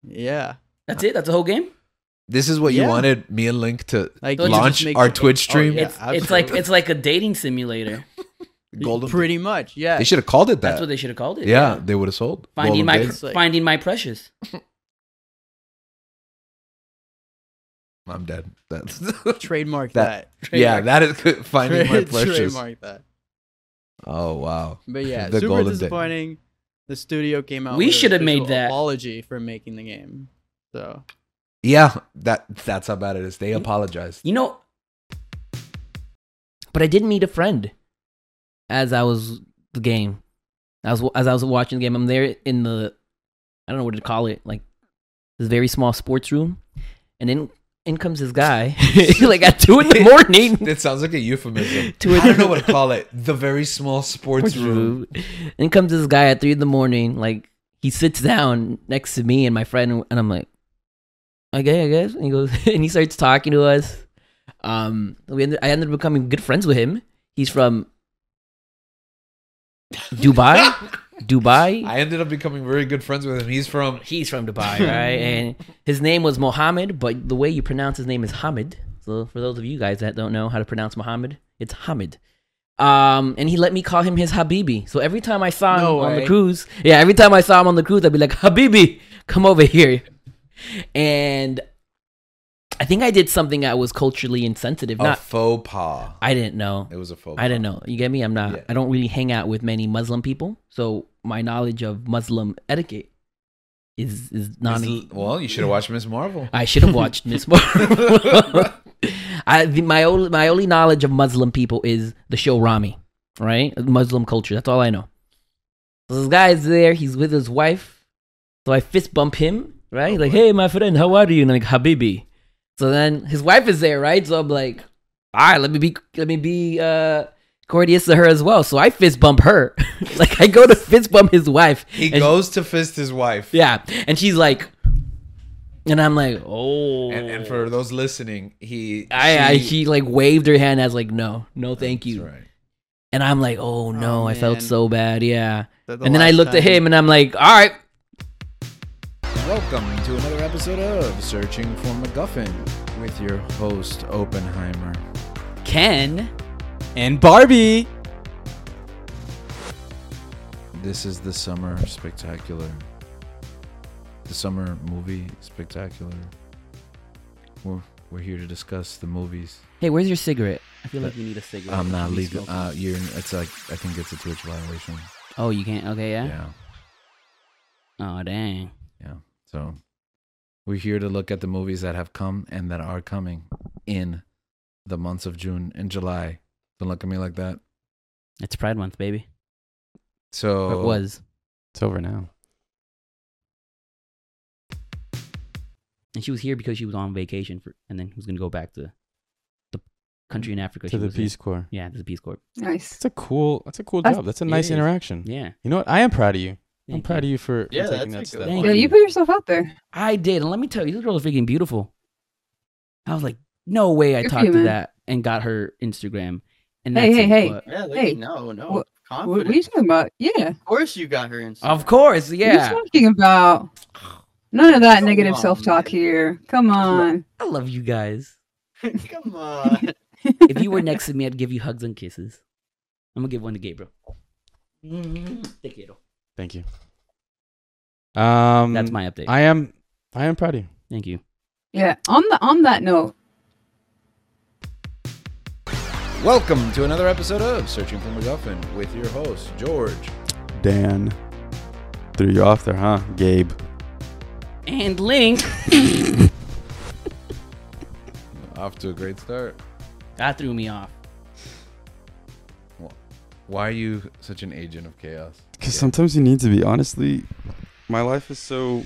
Speaker 8: Yeah.
Speaker 6: That's it. That's the whole game.
Speaker 1: This is what
Speaker 8: Yeah.
Speaker 1: you wanted me and Link to
Speaker 8: Like, you
Speaker 1: launch
Speaker 8: just make-
Speaker 1: our Twitch stream.
Speaker 6: It's, it's like it's like a dating simulator.
Speaker 1: Golden.
Speaker 8: Pretty much. Yeah.
Speaker 1: They should have called it that.
Speaker 6: That's what they should have called it.
Speaker 1: Yeah, they would have sold.
Speaker 6: Finding
Speaker 1: Golden
Speaker 6: my
Speaker 1: Gate.
Speaker 6: pr- finding my precious.
Speaker 1: I'm dead. That's
Speaker 8: Trademark
Speaker 1: that.
Speaker 8: that.
Speaker 1: Yeah, that is good. Finding my
Speaker 8: Trade-
Speaker 1: pleasures.
Speaker 8: Trademark that.
Speaker 1: Oh wow.
Speaker 8: But yeah,
Speaker 1: the
Speaker 8: super
Speaker 1: Golden Day.
Speaker 8: disappointing. The studio came out.
Speaker 6: We
Speaker 8: with an
Speaker 6: should've made
Speaker 8: official
Speaker 6: that.
Speaker 8: apology for making the game. So
Speaker 1: Yeah, that that's how bad it is. They apologized.
Speaker 6: You know,
Speaker 3: But I did meet a friend as I was the game. I was as I was watching the game. I'm there in the I don't know what to call it, like this very small sports room, and then in comes this guy, like at two in the morning.
Speaker 1: It sounds like a euphemism.
Speaker 3: Two in
Speaker 1: I don't
Speaker 3: the-
Speaker 1: know what to call it. The very small sports room.
Speaker 3: In comes this guy at three in the morning. Like he sits down next to me and my friend, and I'm like, okay, I guess. And he goes, and he starts talking to us. Um, we ended, I ended up becoming good friends with him. He's from Dubai, Dubai.
Speaker 1: I ended up becoming very good friends with him. He's from
Speaker 3: he's from Dubai, right? and his name was Mohammed, but the way you pronounce his name is Hamid. So for those of you guys that don't know how to pronounce Mohammed, it's Hamid. Um, and he let me call him his Habibi. So every time I saw him
Speaker 8: No
Speaker 3: on
Speaker 8: way.
Speaker 3: the cruise, yeah, every time I saw him on the cruise, I'd be like, Habibi, come over here. And I think I did something that was culturally insensitive.
Speaker 1: a
Speaker 8: Oh.
Speaker 3: Not
Speaker 1: faux pas.
Speaker 3: I didn't know.
Speaker 1: It was a faux.
Speaker 3: I didn't know. You get me? I'm not. I don't really hang out with many Muslim people, so my knowledge of Muslim etiquette is is
Speaker 1: pas.
Speaker 3: non.
Speaker 1: Well, you should have watched Miss Marvel.
Speaker 3: I should have watched Miss Marvel. I the, my only my only knowledge of Muslim people is the show Rami, right? Muslim culture. That's all I know. So this guy's there. He's with his wife. So I fist bump him, right? like, hey, my friend, how are you? And I'm like, Habibi. So then his wife is there, right? So I'm like, all right, let me be, let me be uh, courteous to her as well. So I fist bump her. like I go to fist bump his wife.
Speaker 1: He
Speaker 3: and-
Speaker 1: goes to fist his wife.
Speaker 3: yeah, and she's like, and I'm like, oh.
Speaker 1: And, and for those listening, he
Speaker 3: I, I
Speaker 1: she-
Speaker 3: she like waved her hand as like no, no, thank you. And I'm like, oh no, I felt
Speaker 8: man.
Speaker 3: so bad, yeah.
Speaker 8: That the
Speaker 3: and then I
Speaker 8: last
Speaker 3: looked at
Speaker 8: time-
Speaker 3: him and I'm like, all right,
Speaker 1: Welcome to another episode of Searching for MacGuffin with your host Oppenheimer.
Speaker 6: Ken.
Speaker 1: And Barbie. This is the summer spectacular. The summer movie spectacular. We're we're here to discuss the movies.
Speaker 3: hey, where's your cigarette? I feel like you need a cigarette.
Speaker 1: I'm not
Speaker 3: You
Speaker 1: legal.
Speaker 3: smoke.
Speaker 1: Uh, you're. It's like I think it's a Twitch violation.
Speaker 3: Oh, you can't. Okay, yeah.
Speaker 1: Yeah.
Speaker 3: Oh dang.
Speaker 1: Yeah. So we're here to look at the movies that have come and that are coming in the months of June and July. Don't look at me like that.
Speaker 6: It's Pride Month, baby.
Speaker 1: So
Speaker 6: Or it was.
Speaker 2: It's over now.
Speaker 6: And she was here because she was on vacation for, and then was gonna go back to the country in Africa.
Speaker 2: To
Speaker 6: she
Speaker 2: the
Speaker 6: was in.
Speaker 2: Peace Corps.
Speaker 6: Yeah, to the Peace Corps.
Speaker 12: Nice.
Speaker 2: That's a cool. That's a cool
Speaker 12: That's-
Speaker 2: job. That's a
Speaker 12: It
Speaker 2: nice
Speaker 12: is.
Speaker 2: interaction.
Speaker 6: Yeah.
Speaker 2: You know what? I am proud of you. I'm
Speaker 6: Thank
Speaker 2: proud of you for, for
Speaker 6: Yeah,
Speaker 2: taking that
Speaker 6: that's a good
Speaker 2: step.
Speaker 6: one.
Speaker 12: Yeah, you put yourself out there.
Speaker 6: I did, and let me tell you, this girl is freaking beautiful. I was like, no way I
Speaker 12: Good for
Speaker 6: talked
Speaker 12: you,
Speaker 6: to
Speaker 12: man.
Speaker 6: that and got her Instagram. And
Speaker 12: Hey,
Speaker 6: that's
Speaker 12: hey,
Speaker 6: it,
Speaker 12: hey.
Speaker 6: but-
Speaker 12: Yeah,
Speaker 11: look
Speaker 12: hey.
Speaker 11: at- no, no,
Speaker 12: What, what, what are you
Speaker 11: confidence.
Speaker 12: talking about? Yeah.
Speaker 11: Of course you got her in.
Speaker 13: Um,
Speaker 6: Of course, yeah.
Speaker 12: What are you talking about? None of that
Speaker 11: Come
Speaker 12: negative
Speaker 11: on,
Speaker 12: self talk here. Come on.
Speaker 6: I love you guys.
Speaker 11: Come on.
Speaker 6: if you were next to me, I'd give you hugs and kisses. I'm gonna give one to Gabriel.
Speaker 12: Mm-hmm.
Speaker 6: Te quiero.
Speaker 2: Thank you. Um,
Speaker 6: That's my update.
Speaker 2: I am. I am proud of you.
Speaker 6: Thank you.
Speaker 12: Yeah. On the on that note,
Speaker 1: Welcome to another episode of Searching for MacGuffin with your host, George.
Speaker 2: Dan threw you off there, huh, Gabe?
Speaker 6: And Link.
Speaker 1: Off to a great start.
Speaker 6: that threw me off.
Speaker 1: Why are you such an agent of chaos?
Speaker 2: Because sometimes you need to be. Honestly, my life is so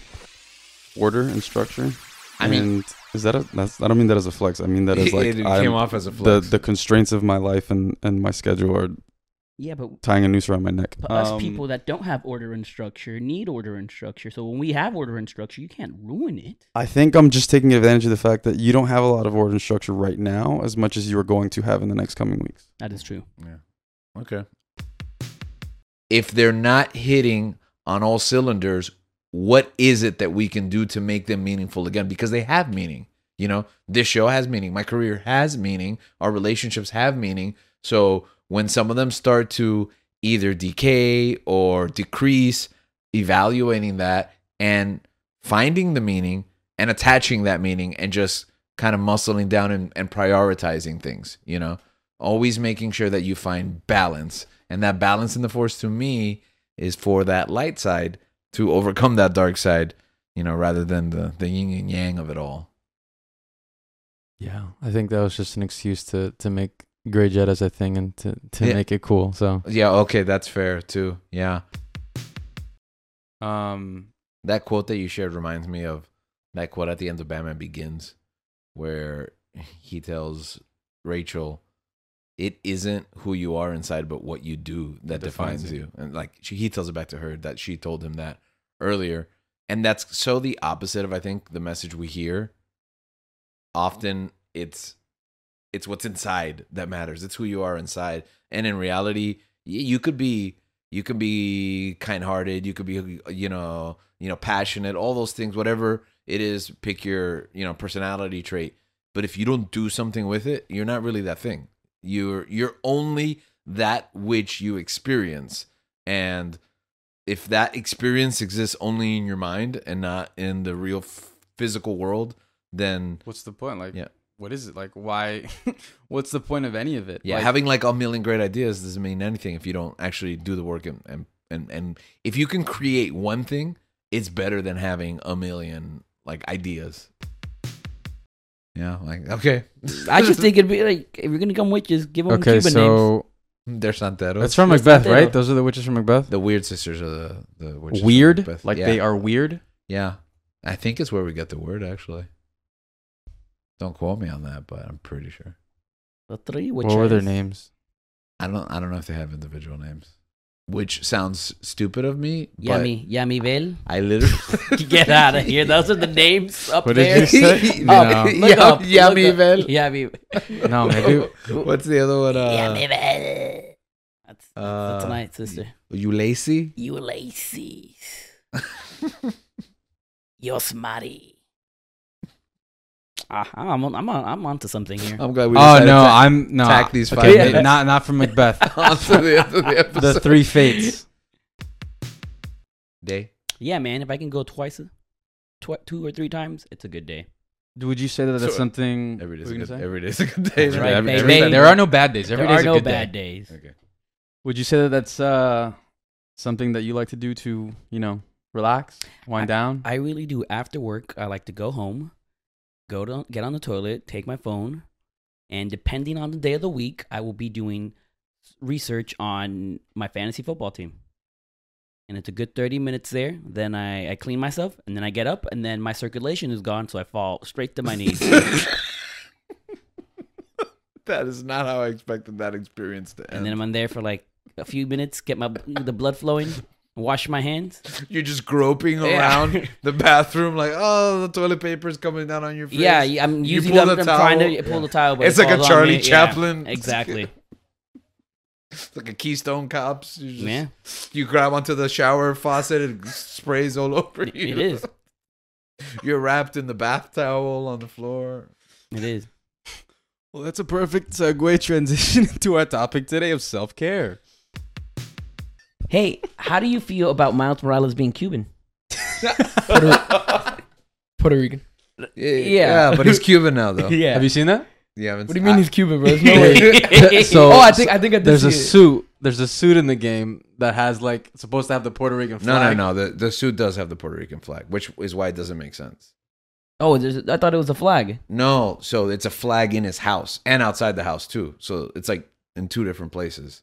Speaker 2: order and structure.
Speaker 1: I mean-
Speaker 2: and is that a? That's, I don't mean that as a flex. I mean that as
Speaker 1: It-
Speaker 2: like
Speaker 1: it came
Speaker 2: I'm-
Speaker 1: off as a
Speaker 2: The,
Speaker 1: flex.
Speaker 2: the constraints of my life and and my schedule are
Speaker 6: Yeah, but-
Speaker 2: tying a noose around my neck.
Speaker 6: But us
Speaker 2: Um,
Speaker 6: people that don't have order and structure need order and structure. So when we have order and structure, you can't ruin it.
Speaker 2: I think I'm just taking advantage of the fact that you don't have a lot of order and structure right now, as much as you are going to have in the next coming weeks.
Speaker 6: That is true.
Speaker 1: Yeah. Okay. If they're not hitting on all cylinders, what is it that we can do to make them meaningful again? Because they have meaning. You know, this show has meaning. My career has meaning. Our relationships have meaning. So when some of them start to either decay or decrease, evaluating that and finding the meaning and attaching that meaning and just kind of muscling down and, and prioritizing things, you know, always making sure that you find balance. And that balance in the force to me is for that light side to overcome that dark side, you know, rather than the, the yin and yang of it all.
Speaker 2: Yeah, I think that was just an excuse to to make Grey Jedi's a thing and to to
Speaker 1: Yeah.
Speaker 2: make it cool. So
Speaker 1: Yeah, okay, that's fair too. Yeah.
Speaker 2: Um
Speaker 1: that quote that you shared reminds me of that quote at the end of Batman Begins where he tells Rachel it isn't who you are inside but what you do that defines,
Speaker 2: defines
Speaker 1: you. And like she, he tells it back to her that she told him that earlier and that's so the opposite of I think the message we hear often it's it's what's inside that matters. It's who you are inside. And in reality, y- you could be you could be kind-hearted, you could be you know, you know, passionate, all those things, whatever it is, pick your, you know, personality trait. But if you don't do something with it, you're not really that thing. You're you're only that which you experience. And if that experience exists only in your mind and not in the real f- physical world, then
Speaker 2: what's the point? Like,
Speaker 1: Yeah.
Speaker 2: what is it? Like, why? what's the point of any of it?
Speaker 1: Yeah,
Speaker 2: Like,
Speaker 1: having like a million great ideas doesn't mean anything if you don't actually do the work and and and, and if you can create one thing, it's better than having a million like ideas. Yeah, like okay.
Speaker 6: I just think it'd be like if you're gonna come with, just give them
Speaker 2: okay,
Speaker 6: Cuban names.
Speaker 2: so
Speaker 1: They're Santeros.
Speaker 2: that's from
Speaker 6: They're
Speaker 2: Macbeth,
Speaker 6: Santero.
Speaker 2: right? Those are the witches from Macbeth.
Speaker 1: the weird sisters are the the witches from
Speaker 2: Weird,
Speaker 1: Macbeth.
Speaker 2: like
Speaker 1: Yeah.
Speaker 2: they are weird.
Speaker 1: Yeah, I think it's where we get the word actually. Don't quote me on that, but I'm pretty sure.
Speaker 6: The three
Speaker 2: What were their
Speaker 6: witches.
Speaker 2: names?
Speaker 1: I don't. I don't know if they have individual names, which sounds stupid of me. but
Speaker 6: Yami, Yami Vale.
Speaker 1: I literally.
Speaker 6: Get out of here. Those are the names up
Speaker 1: What
Speaker 6: there.
Speaker 1: did you say?
Speaker 6: Up.
Speaker 1: No.
Speaker 6: Look
Speaker 1: Yeah-
Speaker 6: up.
Speaker 1: Yami
Speaker 6: look up.
Speaker 1: Vale.
Speaker 6: Yami.
Speaker 2: No, maybe.
Speaker 1: What's the other one?
Speaker 6: Yami
Speaker 1: Uh,
Speaker 6: Vale. That's, that's
Speaker 1: uh,
Speaker 6: the tonight, sister.
Speaker 1: You lacy?
Speaker 6: You lazy. You're smarty. Ah, I'm on, I'm on, I'm onto something here.
Speaker 1: I'm glad we.
Speaker 2: Oh
Speaker 1: decided
Speaker 2: no,
Speaker 1: to
Speaker 2: I'm no.
Speaker 1: Tack these five
Speaker 2: okay,
Speaker 1: minutes.
Speaker 2: Not not from Macbeth.
Speaker 1: Onto the end of the
Speaker 2: the
Speaker 1: episode.
Speaker 2: three fates.
Speaker 1: Day.
Speaker 6: Yeah, man. If I can go twice, tw- two or three times, it's a good day.
Speaker 2: Would you say that that's
Speaker 1: So,
Speaker 2: something?
Speaker 1: Every day's a
Speaker 2: what were you
Speaker 1: good.
Speaker 2: gonna say?
Speaker 1: Every day's a good day.
Speaker 2: Right,
Speaker 1: Every-
Speaker 6: baby.
Speaker 1: every-
Speaker 2: There are no bad days. Every
Speaker 6: there
Speaker 2: day's
Speaker 6: are
Speaker 2: a
Speaker 6: no
Speaker 2: good day.
Speaker 6: bad days.
Speaker 1: Okay.
Speaker 2: Would you say that that's uh, something that you like to do to you know relax, wind down?
Speaker 6: I really do. After work, I like to go home, go to get on the toilet, take my phone, and depending on the day of the week, I will be doing research on my fantasy football team. And it's a good 30 minutes there. Then I, I clean myself and then I get up and then my circulation is gone. So I fall straight to my knees.
Speaker 1: That is not how I expected that experience to end.
Speaker 6: and then I'm there for like a few minutes, get my the blood flowing, wash my hands.
Speaker 1: You're just groping around the bathroom like, oh, the toilet paper is coming down on your face.
Speaker 6: Yeah, yeah, I'm usually I'm, I'm trying to pull the towel, but
Speaker 1: it's
Speaker 6: it
Speaker 1: like a
Speaker 6: falls on me.
Speaker 1: Charlie
Speaker 6: Yeah,
Speaker 1: Chaplin.
Speaker 6: exactly.
Speaker 1: It's like a Keystone Cops. You just,
Speaker 6: Yeah.
Speaker 1: You grab onto the shower faucet and sprays all over
Speaker 6: It-
Speaker 1: you.
Speaker 6: it is.
Speaker 1: You're wrapped in the bath towel on the floor.
Speaker 6: It is.
Speaker 2: Well, that's a perfect segue transition into our topic today of self care.
Speaker 6: Hey, how do you feel about Miles Morales being Cuban?
Speaker 21: Puerto Rican.
Speaker 1: Yeah, yeah, but he's Cuban now, though.
Speaker 21: Yeah.
Speaker 1: Have
Speaker 22: you seen that?
Speaker 1: You haven't
Speaker 21: What do you mean he's Cuban, bro? There's no way.
Speaker 2: Wait, so
Speaker 21: oh, I think I think I did
Speaker 2: there's
Speaker 21: see
Speaker 2: a
Speaker 21: it.
Speaker 2: suit. There's a suit in the game that has like it's supposed to have the Puerto Rican
Speaker 1: No,
Speaker 2: flag.
Speaker 1: no, no. The, the suit does have the Puerto Rican flag, which is why it doesn't make sense.
Speaker 6: Oh, there's, I thought it was a flag.
Speaker 1: No, so it's a flag in his house and outside the house too. So it's like in two different places.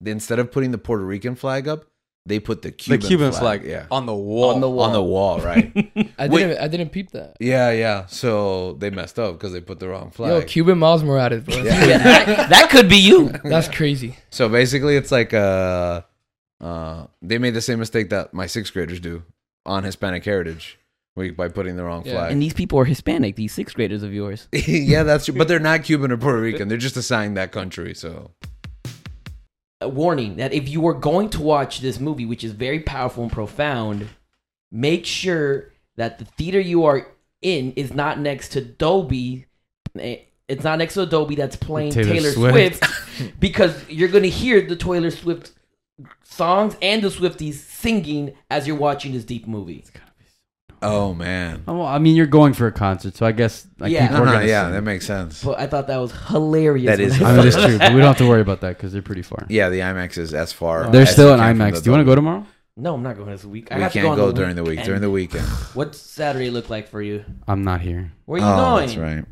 Speaker 1: They- Instead of putting the Puerto Rican flag up, they put the Cuban,
Speaker 2: Cuban
Speaker 1: flag,
Speaker 2: flag
Speaker 1: yeah,
Speaker 2: on the wall.
Speaker 1: on the wall, on the wall, right?
Speaker 21: I
Speaker 1: Wait.
Speaker 21: didn't I didn't peep that.
Speaker 1: yeah, yeah. So they messed up because they put the wrong flag.
Speaker 21: Yo, Cuban Miles Morales, bro.
Speaker 6: that, could be you.
Speaker 21: That's crazy.
Speaker 1: So basically, it's like uh, uh, they made the same mistake that my sixth graders do on Hispanic heritage we- by putting the wrong flag.
Speaker 6: And these people are Hispanic, these sixth graders of yours.
Speaker 1: yeah, that's true. But they're not Cuban or Puerto Rican. They're just assigned that country. So
Speaker 3: a warning that if you are going to watch this movie, which is very powerful and profound, make sure that the theater you are in is not next to Dolby. eh, It's not next to Adobe that's playing
Speaker 11: Taylor
Speaker 3: Taylor,
Speaker 11: Swift.
Speaker 3: Swift. because you're going to hear the Taylor Swift songs and the Swifties singing as you're watching this deep movie.
Speaker 1: Oh man.
Speaker 11: Oh, well, I mean, you're going for a concert, so I guess like,
Speaker 3: Yeah.
Speaker 11: people
Speaker 3: No,
Speaker 11: are
Speaker 3: no,
Speaker 11: gonna
Speaker 1: yeah,
Speaker 11: sing.
Speaker 1: that makes sense.
Speaker 3: But I thought that was hilarious.
Speaker 1: That
Speaker 3: when
Speaker 1: is
Speaker 3: I
Speaker 11: I mean,
Speaker 3: saw
Speaker 11: that's
Speaker 3: that.
Speaker 11: true, but we don't have to worry about that because they're pretty far.
Speaker 1: yeah, the IMAX is as far.
Speaker 11: They're
Speaker 1: as
Speaker 11: still
Speaker 1: you
Speaker 11: in
Speaker 1: can from
Speaker 11: IMAX.
Speaker 1: the
Speaker 11: Do you want to
Speaker 1: building.
Speaker 11: go tomorrow?
Speaker 3: No, I'm not going this week. I
Speaker 1: We
Speaker 3: have to
Speaker 1: can't
Speaker 3: go, on
Speaker 1: go
Speaker 3: the
Speaker 1: during the week. During the weekend.
Speaker 3: What's Saturday look like for you?
Speaker 11: I'm not here.
Speaker 3: Where you
Speaker 1: Oh,
Speaker 3: going?
Speaker 1: That's right.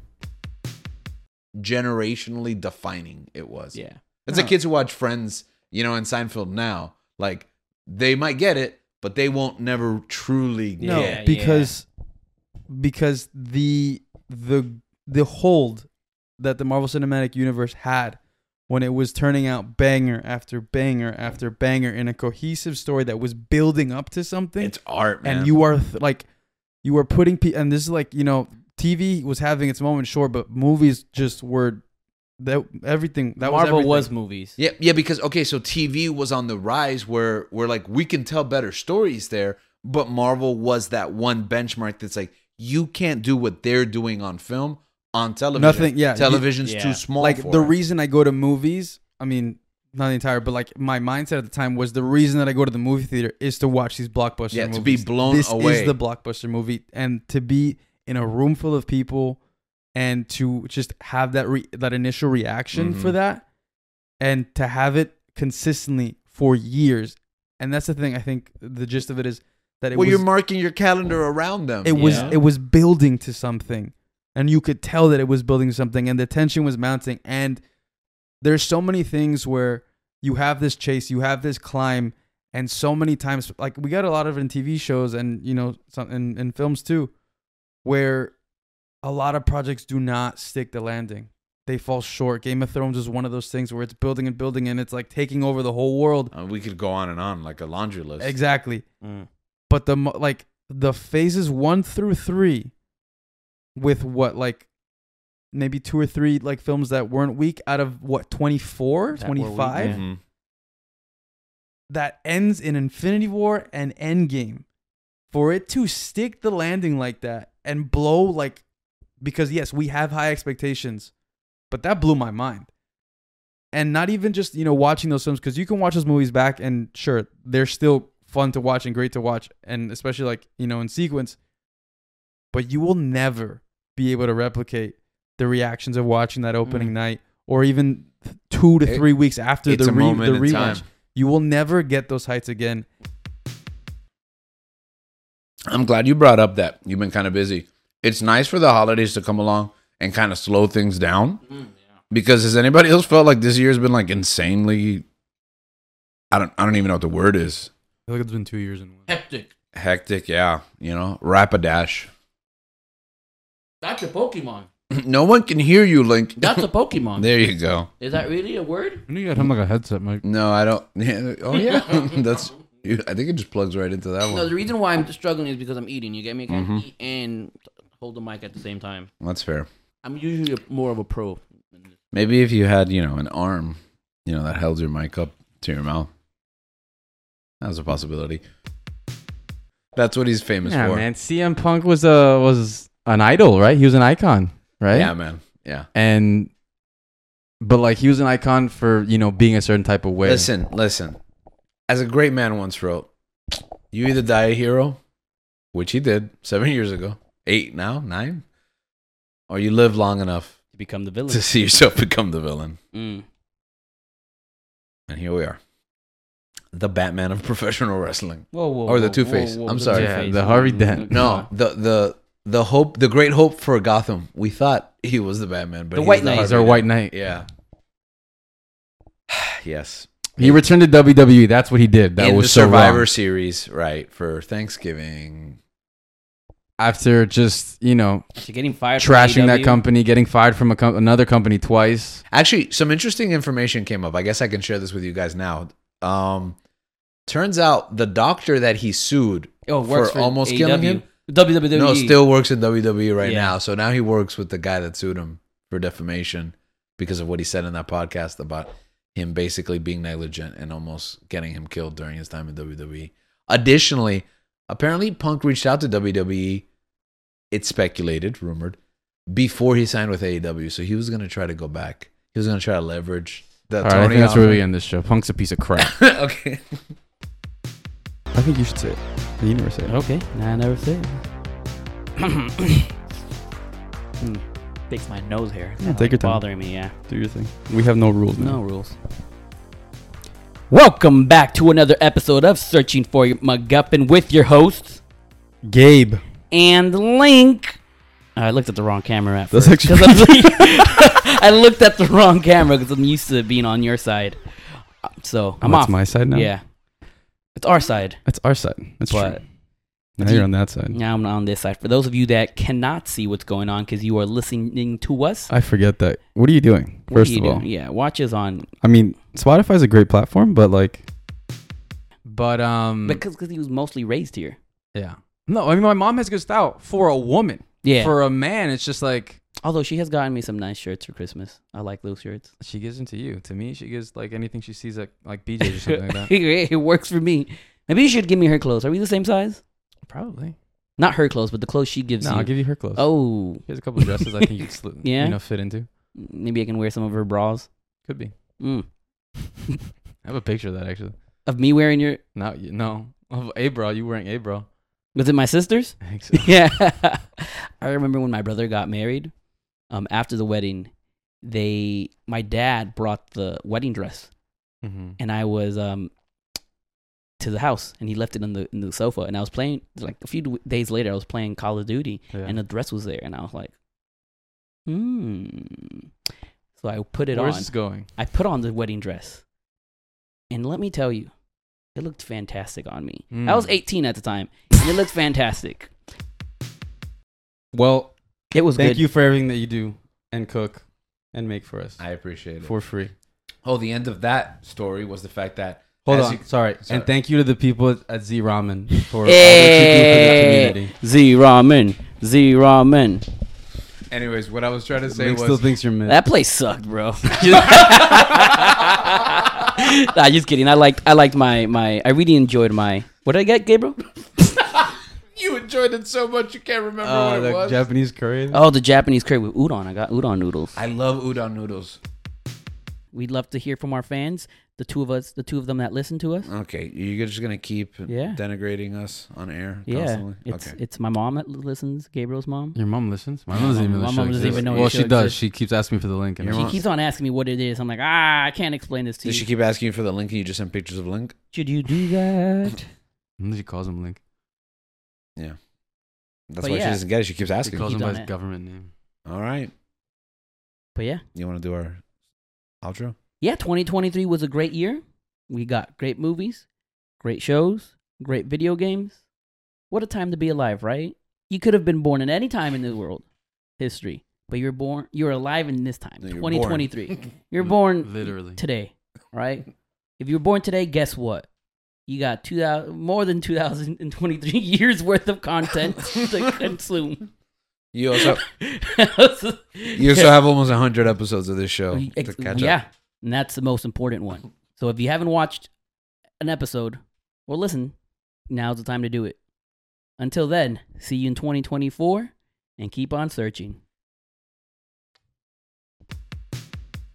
Speaker 1: Generationally defining it was.
Speaker 3: Yeah.
Speaker 1: It's like kids who watch Friends, you know, in Seinfeld now. Like they might get it, but they won't never truly
Speaker 2: No,
Speaker 1: get it.
Speaker 2: because because the the the hold that the Marvel Cinematic Universe had when it was turning out banger after banger after banger in a cohesive story that was building up to something. It's
Speaker 1: art, man.
Speaker 2: And you are th- like you are putting pe- and this is like, you know, TV was having its moment sure, but movies just were that everything that was
Speaker 6: Marvel
Speaker 2: everything.
Speaker 6: was movies.
Speaker 1: Yeah, yeah, because okay, so TV was on the rise where where like we can tell better stories there, but Marvel was that one benchmark that's like you can't do what they're doing on film on television.
Speaker 2: Nothing. Yeah, you-
Speaker 1: television's too small.
Speaker 2: Like
Speaker 1: for
Speaker 2: the
Speaker 1: it.
Speaker 2: reason I go to movies, I mean, not the entire, but like my mindset at the time was the reason that I go to the movie theater is to watch these blockbuster.
Speaker 1: Yeah,
Speaker 2: movies.
Speaker 1: to be blown
Speaker 2: this
Speaker 1: away.
Speaker 2: is the blockbuster movie, and to be in a room full of people and to just have that re- that initial reaction for
Speaker 1: Mhm.
Speaker 2: that, and to have it consistently for years, and that's the thing. I think the gist of it is that it
Speaker 1: well,
Speaker 2: was
Speaker 1: you're marking your calendar around them.
Speaker 2: it was it was building to something, and you could tell that it was building to something, and the tension was mounting. And there's so many things where you have this chase, you have this climb, and so many times, like we got a lot of it in TV shows and you know some in, in films too, where a lot of projects do not stick the landing. They fall short. Game of Thrones is one of those things where it's building and building, and it's like taking over the whole world.
Speaker 1: Uh, we could go on and on like a laundry list.
Speaker 2: Exactly.
Speaker 1: Mm.
Speaker 2: But the mo- like the phases one through three, with what like maybe two or three like films that weren't weak out of what 24
Speaker 23: That were weak,
Speaker 2: 25
Speaker 23: yeah.
Speaker 1: Mm-hmm.
Speaker 23: Mhm.
Speaker 2: that ends in infinity war and endgame for it to stick the landing like that and blow like because yes we have high expectations but that blew my mind and not even just you know watching those films because you can watch those movies back and sure they're still fun to watch and great to watch and especially like you know in sequence but you will never be able to replicate the reactions of watching that opening
Speaker 1: Mm.
Speaker 2: night or even th- two to
Speaker 1: It-
Speaker 2: three weeks after
Speaker 1: it's
Speaker 2: the,
Speaker 1: a
Speaker 2: re-
Speaker 1: moment in
Speaker 2: the rewatch
Speaker 1: time.
Speaker 2: you will never get those heights again
Speaker 1: I'm glad you brought up that Mm, you've been kind of busy. It's nice for the holidays to come along and kind of slow things down Because has anybody else felt like this year's been like insanely? I don't. I don't even know what the word is.
Speaker 11: I feel like it's been two years in one.
Speaker 3: Hectic.
Speaker 1: Hectic. Yeah. You know, rapidash.
Speaker 3: That's a Pokemon.
Speaker 1: No one can hear you, Link.
Speaker 3: That's a Pokemon.
Speaker 1: there you go.
Speaker 3: Is that really a word?
Speaker 1: You got him like a headset, Mike. No, I don't. Yeah. Oh yeah, that's. you- I think it just plugs right into that
Speaker 3: No,
Speaker 1: one.
Speaker 3: the reason why I'm struggling is because I'm eating. You get me? I can't
Speaker 1: Mhm.
Speaker 3: eat and hold the mic at the same time.
Speaker 1: That's fair.
Speaker 3: I'm usually a- more of a pro.
Speaker 1: Maybe if you had, you know, an arm, you know, that held your mic up to your mouth. That was a possibility. That's what he's famous
Speaker 2: Yeah,
Speaker 1: for.
Speaker 2: man. CM Punk was a was an idol, right? He was an icon, right?
Speaker 1: Yeah, man. Yeah.
Speaker 2: And but like he was an icon for you know being a certain type of way.
Speaker 1: Listen, listen. As a great man once wrote, you either die a hero, which he did seven years ago, eight now, nine, or you live long enough
Speaker 3: to become the villain.
Speaker 1: To see yourself become the villain.
Speaker 3: Mm.
Speaker 1: And here we are. The Batman of professional wrestling.
Speaker 3: Whoa, whoa,
Speaker 1: Or the
Speaker 3: whoa,
Speaker 1: Two Face.
Speaker 3: whoa, whoa,
Speaker 1: I'm
Speaker 3: the
Speaker 1: sorry.
Speaker 3: Two-Face. Yeah, the Harvey Dent.
Speaker 1: No, the the the hope the great hope for Gotham. We thought he was the Batman, but
Speaker 2: The
Speaker 1: he's
Speaker 2: White Knight. He's
Speaker 1: Harvey
Speaker 2: our White
Speaker 1: Dent.
Speaker 2: Knight.
Speaker 1: Yeah. yes.
Speaker 2: He returned to WWE. That's what he did. That
Speaker 1: In
Speaker 2: was
Speaker 1: the
Speaker 2: so
Speaker 1: Survivor
Speaker 2: wrong.
Speaker 1: series, right, for Thanksgiving.
Speaker 2: After just you know
Speaker 1: After E. getting fired from
Speaker 2: trashing that
Speaker 1: AEW.
Speaker 2: company, getting fired from a com- another company twice.
Speaker 1: Actually, some interesting information came up. I guess I can share this with you guys now. Um, turns out the doctor that he sued
Speaker 3: Oh, works for E.
Speaker 1: almost killing
Speaker 3: AEW.
Speaker 1: him,
Speaker 3: WWE.
Speaker 1: no, still works in WWE E right
Speaker 3: Yeah.
Speaker 1: now. So now he works with the guy that sued him for defamation because of what he said in that podcast about him basically being negligent and almost getting him killed during his time in WWE. Additionally, apparently Punk reached out to WWE. It's speculated, rumored, before he signed with AEW. So he was going to try to go back. He was going to try to leverage the
Speaker 2: All right, I
Speaker 1: Tony
Speaker 2: think that's where
Speaker 1: offer.
Speaker 2: we end this show. Punk's a piece of crap.
Speaker 1: okay.
Speaker 11: I think you should say it. You never say it.
Speaker 3: Okay.
Speaker 11: I never say it.
Speaker 3: Mm. Fix my nose hair. It's
Speaker 11: Yeah,
Speaker 3: kinda,
Speaker 11: take
Speaker 3: like,
Speaker 11: your time.
Speaker 3: bothering me, yeah. Mm.
Speaker 11: Do your thing. We have no rules.
Speaker 3: No rules. Welcome back to another episode of Searching for Your MacGuffin with your hosts,
Speaker 11: Gabe
Speaker 3: and Link. Oh, I looked at the wrong camera at
Speaker 11: That's
Speaker 3: first. 'cause I, was- I looked at the wrong camera because I'm used to being on your side. Uh, So I'm
Speaker 2: that's
Speaker 3: off.
Speaker 2: my side now?
Speaker 3: Yeah. It's our side.
Speaker 2: It's our side. That's
Speaker 3: But-
Speaker 2: true. Now you're on that side.
Speaker 3: Now I'm on this side. For those of you that cannot see what's going on because you are listening to us,
Speaker 2: I forget that. What are you doing?
Speaker 3: what are
Speaker 2: Uh, First
Speaker 3: you
Speaker 2: of all, mm.
Speaker 3: doing? yeah, watch us on
Speaker 2: I mean, Spotify's a great platform, but like, but um,
Speaker 3: because cause he was mostly raised here.
Speaker 2: Yeah. no, I mean, my mom has good style for a woman.
Speaker 3: Yeah.
Speaker 2: For a man, it's just like.
Speaker 3: Although she has gotten me some nice shirts for Christmas. I like those shirts.
Speaker 2: She gives them to you. To me, she gives like anything she sees at like BJ's or something like that.
Speaker 3: it it works for me. Maybe you should give me her clothes. Are we the same size?
Speaker 2: Probably.
Speaker 3: Not her clothes, but the clothes she gives
Speaker 2: No,
Speaker 3: you.
Speaker 2: I'll give you her clothes.
Speaker 3: Oh.
Speaker 2: She has a couple of dresses I think you could sli- you
Speaker 3: yeah.
Speaker 2: know, fit into.
Speaker 3: Maybe I can wear some of her bras.
Speaker 2: Could be.
Speaker 3: Mm.
Speaker 2: I have a picture of that actually.
Speaker 3: Of me wearing your.
Speaker 2: Not you. No. Of a bra. You wearing a bra.
Speaker 3: Was it my sister's?
Speaker 2: I think so.
Speaker 3: Yeah. I remember when my brother got married. Um, after the wedding, they my dad brought the wedding dress,
Speaker 2: Mhm.
Speaker 3: and I was um to the house, and he left it on the in the sofa, and I was playing like a few d- days later. I was playing Call of Duty,
Speaker 2: Yeah.
Speaker 3: and the dress was there, and I was like, hmm. So I put it on.
Speaker 2: Where's this going?
Speaker 3: I put on the wedding dress, and let me tell you, it looked fantastic on me. I was
Speaker 2: Mm.
Speaker 3: 18 at the time, and it looked fantastic.
Speaker 2: Well,
Speaker 3: it was
Speaker 2: Thank
Speaker 3: good.
Speaker 2: you for everything that you do and cook and make for us.
Speaker 1: I appreciate it.
Speaker 2: For free.
Speaker 1: Oh, the end of that story was the fact that.
Speaker 2: Hold
Speaker 1: as
Speaker 2: on.
Speaker 1: you-
Speaker 2: sorry. And thank you to the people at- at Z Ramen for all that you do for the
Speaker 3: Hey,
Speaker 2: community.
Speaker 3: Z Ramen, Z Ramen.
Speaker 1: Anyways, what I was trying to say
Speaker 2: Link
Speaker 1: was
Speaker 2: still thinks you're mid.
Speaker 3: That place sucked, bro. nah, just kidding. I liked, I liked my, my. I really enjoyed my. What did I get, Gabriel?
Speaker 1: you enjoyed it so much you can't remember
Speaker 2: Uh,
Speaker 1: what it
Speaker 2: the
Speaker 1: was.
Speaker 2: Japanese curry.
Speaker 3: Oh, the Japanese curry with udon. I got udon noodles.
Speaker 1: I love udon noodles.
Speaker 3: We'd love to hear from our fans. The two of us, the two of them that listen to
Speaker 2: Uh.
Speaker 3: us.
Speaker 1: Okay, you're just gonna keep
Speaker 3: Yeah.
Speaker 1: denigrating us on air
Speaker 3: Yeah,
Speaker 1: constantly.
Speaker 3: it's
Speaker 1: okay.
Speaker 3: it's my mom that listens. Gabriel's mom.
Speaker 2: Your mom listens. My mom doesn't even know. the
Speaker 3: My mom
Speaker 2: show
Speaker 3: doesn't
Speaker 2: exists.
Speaker 3: even know
Speaker 2: Well,
Speaker 3: the
Speaker 2: she
Speaker 3: show
Speaker 2: does.
Speaker 3: exists.
Speaker 2: She keeps asking me for the link. And
Speaker 1: Your
Speaker 3: she
Speaker 1: mom-
Speaker 3: keeps on asking me what it is. I'm like, ah, I can't explain this to
Speaker 1: Does she
Speaker 3: you.
Speaker 1: keep asking you for the link and you just send pictures of link?
Speaker 3: Should you do that?
Speaker 2: And she calls him Link.
Speaker 1: Yeah. That's
Speaker 3: But
Speaker 1: why
Speaker 3: yeah.
Speaker 1: she doesn't get it. She keeps
Speaker 2: She
Speaker 1: asking.
Speaker 2: calls
Speaker 3: He
Speaker 2: him by
Speaker 3: done
Speaker 2: his
Speaker 3: it.
Speaker 2: government name.
Speaker 1: All right.
Speaker 3: But yeah.
Speaker 18: You want to do our outro?
Speaker 3: yeah, 2023 was a great year. We got great movies, great shows, great video games. What a time to be alive, right? You could have been born at any time in the world history, but you're born you're alive in this time,
Speaker 2: you're born.
Speaker 3: 2023. You're born
Speaker 2: Literally.
Speaker 3: today, right? If you were born today, guess what? You got 2000 more than 2023 years worth of content to consume.
Speaker 18: You also you also have almost hundred episodes of this show
Speaker 3: We-
Speaker 18: to
Speaker 3: ex-
Speaker 18: catch
Speaker 3: yeah,
Speaker 18: up.
Speaker 3: and that's the most important one. So if you haven't watched an episode or listen, now's the time to do it. Until then, see you in 2024 and keep on searching.